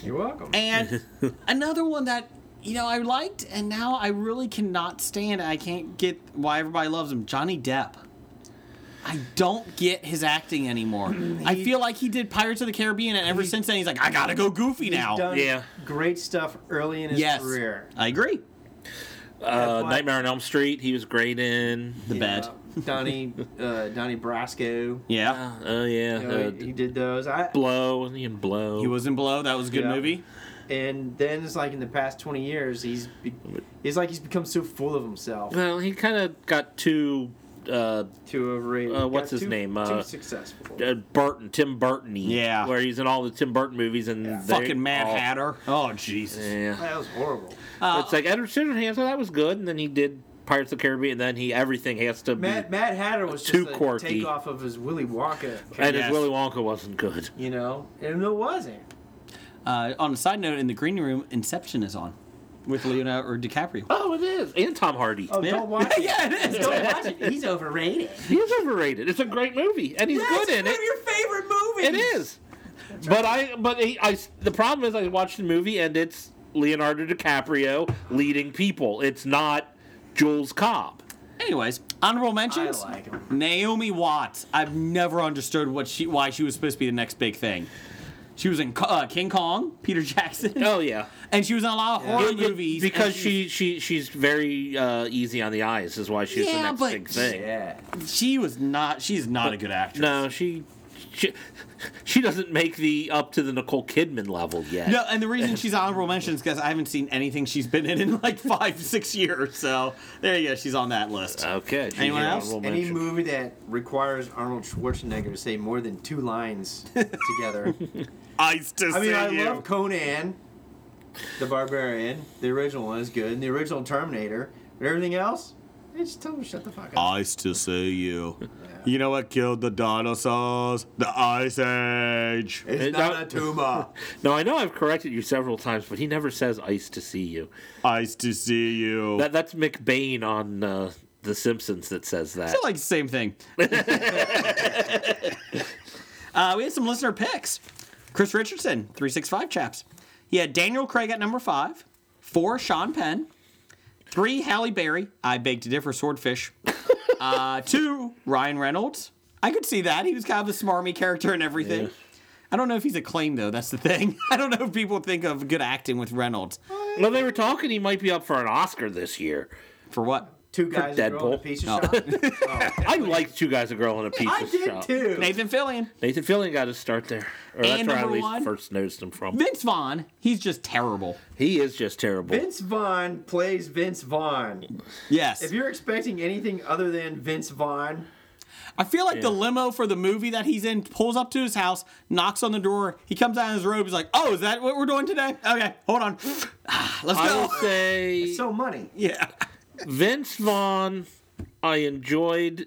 You're welcome. And another one that you know I liked, and now I really cannot stand. I can't get why everybody loves him. Johnny Depp. I don't get his acting [CLEARS THROAT] anymore. I feel like he did Pirates of the Caribbean, and ever since then, he's like, I gotta go goofy now. He's done Great stuff early in his Yes, career. I agree. Uh, Nightmare on Elm Street, he was great in. The bed. [LAUGHS] Donnie, uh, Donnie Brasco. Yeah. Oh yeah, You know, uh, he, he did those. I, Blow wasn't he in Blow? He was in Blow. That was a good Yeah. movie. and then it's like in the past 20 years, he's be, it's like he's become so full of himself. Uh, Well, he kind of got too. Uh, Too overrated. Uh, what's Got his too- name? too Uh, successful. uh, Burton, Tim Burton. Yeah. Where he's in all the Tim Burton movies and they Fucking Mad all- Hatter. Oh Jesus. Yeah. That was horrible. it's like Edward Scissorhands. Well, that was good, and then he did Pirates of the Caribbean, and then he everything has to Mad, be. Mad Hatter was Too just a quirky. takeoff of his Willy Wonka. And Yes. his Willy Wonka wasn't [LAUGHS] good. You know, and it wasn't. Uh, on a side note, in the green room, Inception is on with Leonardo or DiCaprio. Oh, it is, and Tom Hardy. Oh, Yeah. don't watch [LAUGHS] it. Yeah, it is. Don't watch it. He's overrated. He is overrated. It's a great movie, and he's That's good in one it. of your favorite movies. It is. But I, but he, I, the problem is I watched the movie and it's Leonardo DiCaprio leading people. It's not Jules Cobb. Anyways, honorable mentions. I like 'em. Naomi Watts. I've never understood what she, why she was supposed to be the next big thing. She was in Co- uh, King Kong, Peter Jackson, Oh yeah, and she was in a lot of horror It- it- movies and because she, she she's very uh, easy on the eyes is why she's Yeah, the next but- big thing. Yeah. she was not. She's not a good actress. No, she, she she doesn't make the up to the Nicole Kidman level yet. No, and the reason she's honorable mentions because I haven't seen anything she's been in in like five, six years. So there you go. She's on that list. Okay. she's Anyone an else? honorable Any mention. movie that requires Arnold Schwarzenegger to say more than two lines [LAUGHS] together. I to I mean, see I you. love Conan, the Barbarian. The original one is good, and the original Terminator. But everything else, they just tell them to shut the fuck up. Ice to see you. You know what killed the dinosaurs? The Ice Age. It's it- not that- [LAUGHS] a tumor. No, I know I've corrected you several times, but he never says "ice to see you." Ice to see you. That that's McBain on uh, The Simpsons that says that. Still like the same thing. uh, we had some listener picks. Chris Richardson, 365 chaps. He had Daniel Craig at number five, four Sean Penn, three Halle Berry, I beg to differ, [LAUGHS] Swordfish, uh, two Ryan Reynolds. I could see that. He was kind of a smarmy character and everything. I don't know if he's acclaimed, though. That's the thing. [LAUGHS] I don't know if people think of good acting with Reynolds. Well, they were talking he might be up for an Oscar this year For what? Two guys, a girl, and a Deadpool. piece of No. shot. [LAUGHS] I liked two guys, a girl, and a piece I of did shot. too. Nathan Fillion. Nathan Fillion got his start there. Or that's And where I at number least one- first noticed him from. Vince Vaughn, he's just terrible. He is just terrible. Vince Vaughn plays Vince Vaughn. Yes. If you're expecting anything other than Vince Vaughn, I feel like the Yeah. limo for the movie that he's in pulls up to his house, knocks on the door. He comes out in his robe. He's like, "Oh, is that what we're doing today? Okay, hold on. Ah, Let's I go." will say so money. yeah. Vince Vaughn, I enjoyed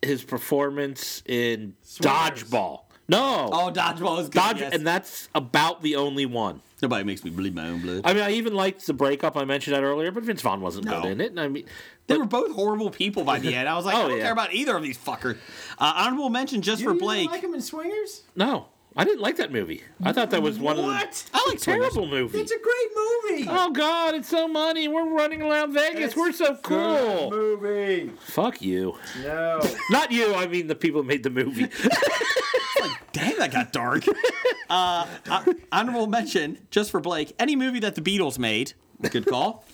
his performance in Dodgeball. No. Oh, dodgeball is good. Dodge, yes. and that's about the only one. Nobody makes me bleed my own blood. I mean, I even liked the breakup I mentioned that earlier, but Vince Vaughn wasn't No. good in it. And I mean, they were both horrible people by the end. I was [LAUGHS] like, Oh, I don't yeah. care about either of these fuckers. Uh, honorable mention just You for didn't Blake. like him in Swingers? no, I didn't like that movie. I thought that was one Mm. of What? the I like terrible movie. It's a great Ah. movie. Oh God, it's so money. We're running around Vegas. It's We're so Good cool. movie. Fuck you. No. Not you. I mean the people who made the movie. Damn, [LAUGHS] that got dark. uh, hon- honorable mention just for Blake. Any movie that the Beatles made. Good [LAUGHS] call.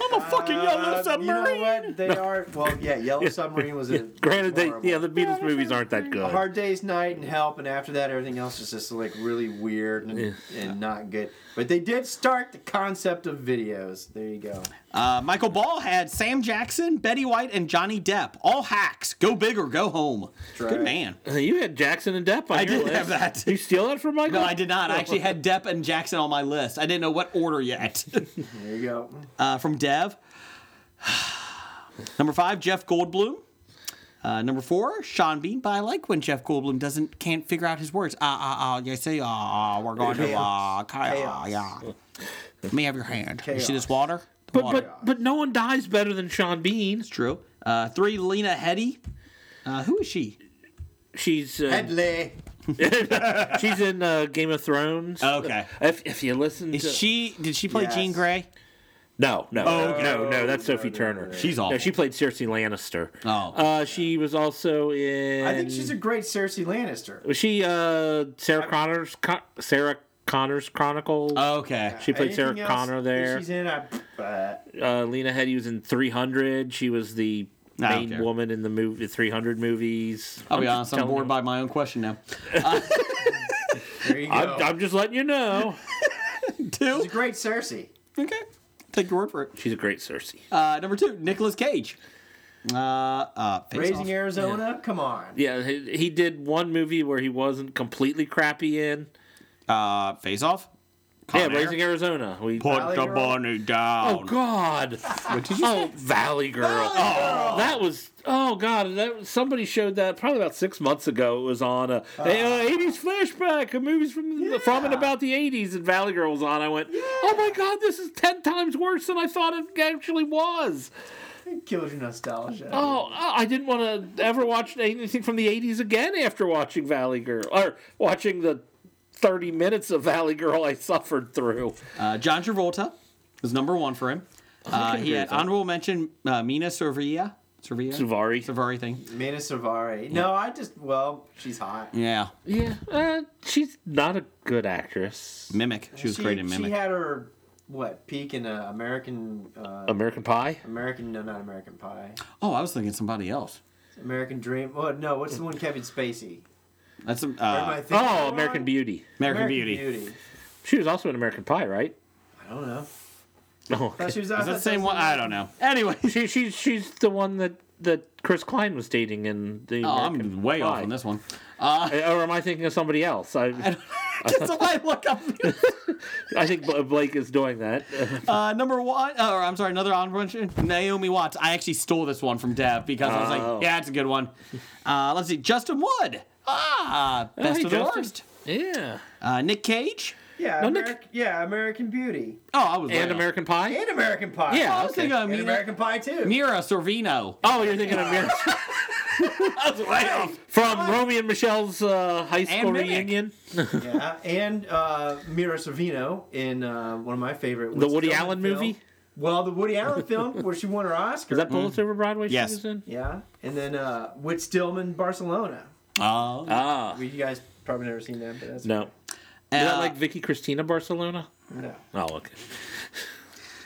I'm a fucking yellow Uh, you submarine. know what? They are. Well, yeah. Yellow Submarine was a. [LAUGHS] Granted, they, horrible. yeah, the Beatles movies aren't that good. A Hard Day's Night and Help, and after that, everything else is just like really weird and, and not good. But they did start the concept of videos. There you go. Uh, Michael Ball had Sam Jackson, Betty White, and Johnny Depp. All hacks. Go big or go home. Good right. man. [LAUGHS] You had Jackson and Depp. On I your did list. have that. you steal that from Michael? No, I did not. I actually had Depp and Jackson on my list. I didn't know what order yet. [LAUGHS] There you go. uh, from Dev. [SIGHS] number five, Jeff Goldblum. Uh, number four, Sean Bean. But I like when Jeff Goldblum doesn't can't figure out his words. Ah ah ah. You say ah. We're going to ah. Ah Chaos. yeah. Let me have your hand. You see this Chaos. water? The But water. but but no one dies better than Sean Bean. True. Uh, three, Lena Headey. Uh, who is she? She's uh, Headley. she's in uh, Game of Thrones. [LAUGHS] Okay. If, if you listen, to, Is she? Did she play Yes. Jean Grey? No, no, okay. no, no. That's Sophie Turner. She's No, awful. she played Cersei Lannister. Oh. Uh, she was also in. I think she's a great Cersei Lannister. Was she uh, Sarah Connor's Con- Sarah Connor's Chronicle? Okay. she played Sarah Anything else Connor that there. She's in. I, uh, Uh, Lena Headey was in 300. She was the I don't main care. woman in the movie 300 movies. I'll be I'm honest. just I'm telling bored you. by my own question now. there you go. I'm, I'm just letting you know. Two. she's a great Cersei. Okay. Take your word for it. [LAUGHS] She's a great Cersei. Uh, number two, Nicolas Cage. Uh, uh, Face Raising Off. Arizona. Come on. Yeah, he, he did one movie where he wasn't completely crappy in. Uh, face off. Con yeah, Air. Raising Arizona. We, Put the Girl. bunny down. Oh [LAUGHS] God! oh, Valley Girl. oh, that was. Oh God! That was- somebody showed that probably about six months ago. It was on a uh, eighties flashback, a movies from from and about the eighties, and Valley Girl was on. I went, oh my God! This is ten times worse than I thought it actually was. Killed your nostalgia. Oh, I I didn't want to ever watch anything from the eighties again after watching Valley Girl or watching the. 30 minutes of Valley Girl I suffered through. Uh, John Travolta was number one for him. Uh, he Oh, had agree with that. honorable mention uh, Mina Servia. Servia. Suvari. Savari thing. Mina Savari. No, I just. Well, she's hot. Yeah. Yeah, uh, she's not a good actress. Mimic. She was great in She Mimic. had her what peak in uh, American uh, American Pie. American no not American Pie oh, I was thinking somebody else. American Dream. Oh no, what's the one Kevin Spacey? That's um, Or am I uh, thinking of the Oh, wrong- American Beauty. American, Beauty. She was also in American Pie, right? I don't know. Oh, Thought she Is was that the same one? I don't know. Uh, Anyway. she, she's she's the one that that Chris Klein was dating in the. Oh, American I'm way off Pie. on this one. Uh, Or am I thinking of somebody [LAUGHS] else? I Did somebody look up? [LAUGHS] I think Bla- Blake is doing that. Uh, number one, or I'm sorry, another honorable mention, Naomi Watts. I actually stole this one from Deb because I was Oh. like, yeah, it's a good one. Uh, let's see, Justin Wood. Ah, best hey, of the Justin. worst. [LAUGHS] Yeah. Uh, Nick Cage. Yeah, No, Nick- Ameri- yeah, American Beauty Oh, I was. way And off. American Pie. and American Pie. Oh, Yeah. I was okay. thinking of and Mira, American Pie too. Mira Sorvino. Oh, you're thinking of [LAUGHS] Mary from Romeo and Michelle's uh, high school Mimic. reunion, yeah, and uh, Mira Sorvino in uh, one of my favorite the Woody film- Allen film- movie. Well, the Woody Allen film where she won her Oscar. Is that Bullets Over Broadway? Yes. She was in? yeah, and then uh, Whit Stillman Barcelona. Oh, Ah, You guys probably never seen that, but that's Uh, no. Is that like Vicky Cristina Barcelona? no. Oh, okay.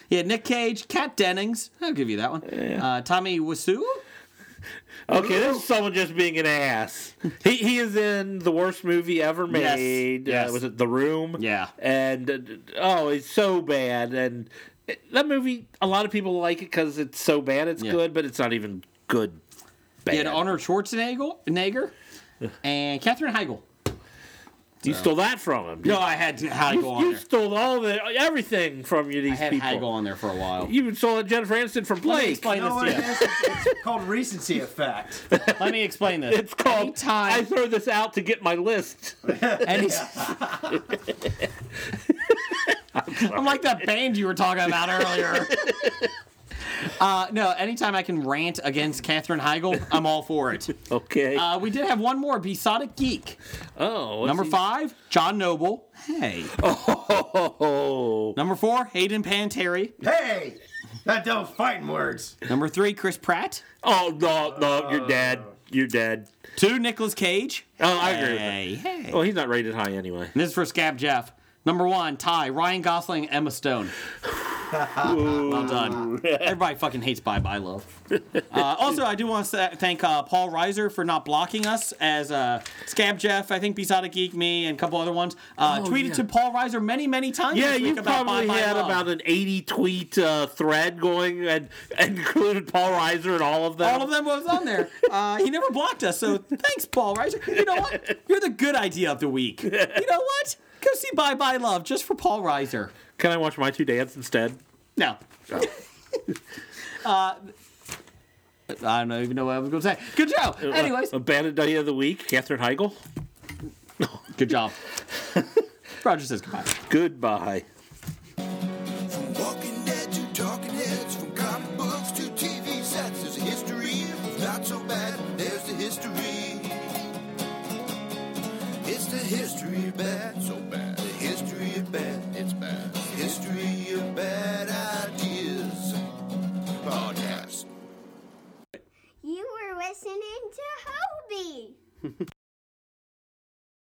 Yeah, Nick Cage, Kat Dennings. I'll give you that one. Uh, Tommy Wiseau. Okay, this is someone just being an ass. He, he is in the worst movie ever Yes, made. Uh, yes. was it The Room? Yeah. And uh, d- oh, it's so bad. And it- that movie, a lot of people like it because it's so bad. It's Yeah. good, but it's not even good. Bad. You had Arnold Schwarzenegger Nager, and Katherine Heigl. You stole that from him. No, Oh, I had Heigl you, on you there. stole all the everything from you. These I had people. Heigl on there for a while. You even stole Jennifer Aniston from Let me Blake. explain [LAUGHS] this to you. Oh, It's called recency [LAUGHS] effect. Let me explain this. It's called. I throw this out to get my list. [LAUGHS] Any, I'm like that band you were talking about [LAUGHS] earlier. Uh, no, anytime I can rant against Katherine Heigl, I'm all for it. Okay. Uh, we did have one more, Besodic Geek. oh, what's Number he- five, John Noble. Hey. [LAUGHS] Oh, Number four, Hayden Panettiere. hey, that don't fighting words. Number three, Chris Pratt. oh no, no, you're dead. You're dead. Two, Nicolas Cage. Oh, I agree. With that. Hey, hey. Well, he's not rated high anyway. This is for Scab Jeff. Number one, tie Ryan Gosling, Emma Stone. well done. Everybody fucking hates Bye Bye Love. Uh, also, I do want to sa- thank uh, Paul Reiser for not blocking us as uh, Scab Jeff, I think Besotted Geek, me, and a couple other ones. Uh, tweeted Oh, yeah. to Paul Reiser many, many times. Yeah, this week you about probably Bye Bye had Love. about an 80 tweet uh, thread going and, and [LAUGHS] included Paul Reiser and all of them. All of them was on there. Uh, he never blocked us, so thanks, Paul Reiser. You know what? You're the good idea of the week. You know what? Go see Bye Bye Love just for Paul Reiser. Can I watch my two dance instead? No. uh, I don't even know what I was going to say. Good job. Anyways, a bad idea Uh, of the week, Catherine Heigl. good job. Roger says goodbye. Goodbye. From Walking Dead to Talking Heads, from comic books to TV sets, there's a history. If not so bad, there's the history. It's the history of bad, so bad. The history of bad, it's bad. History of bad ideas. Podcast. You were listening to Hobie.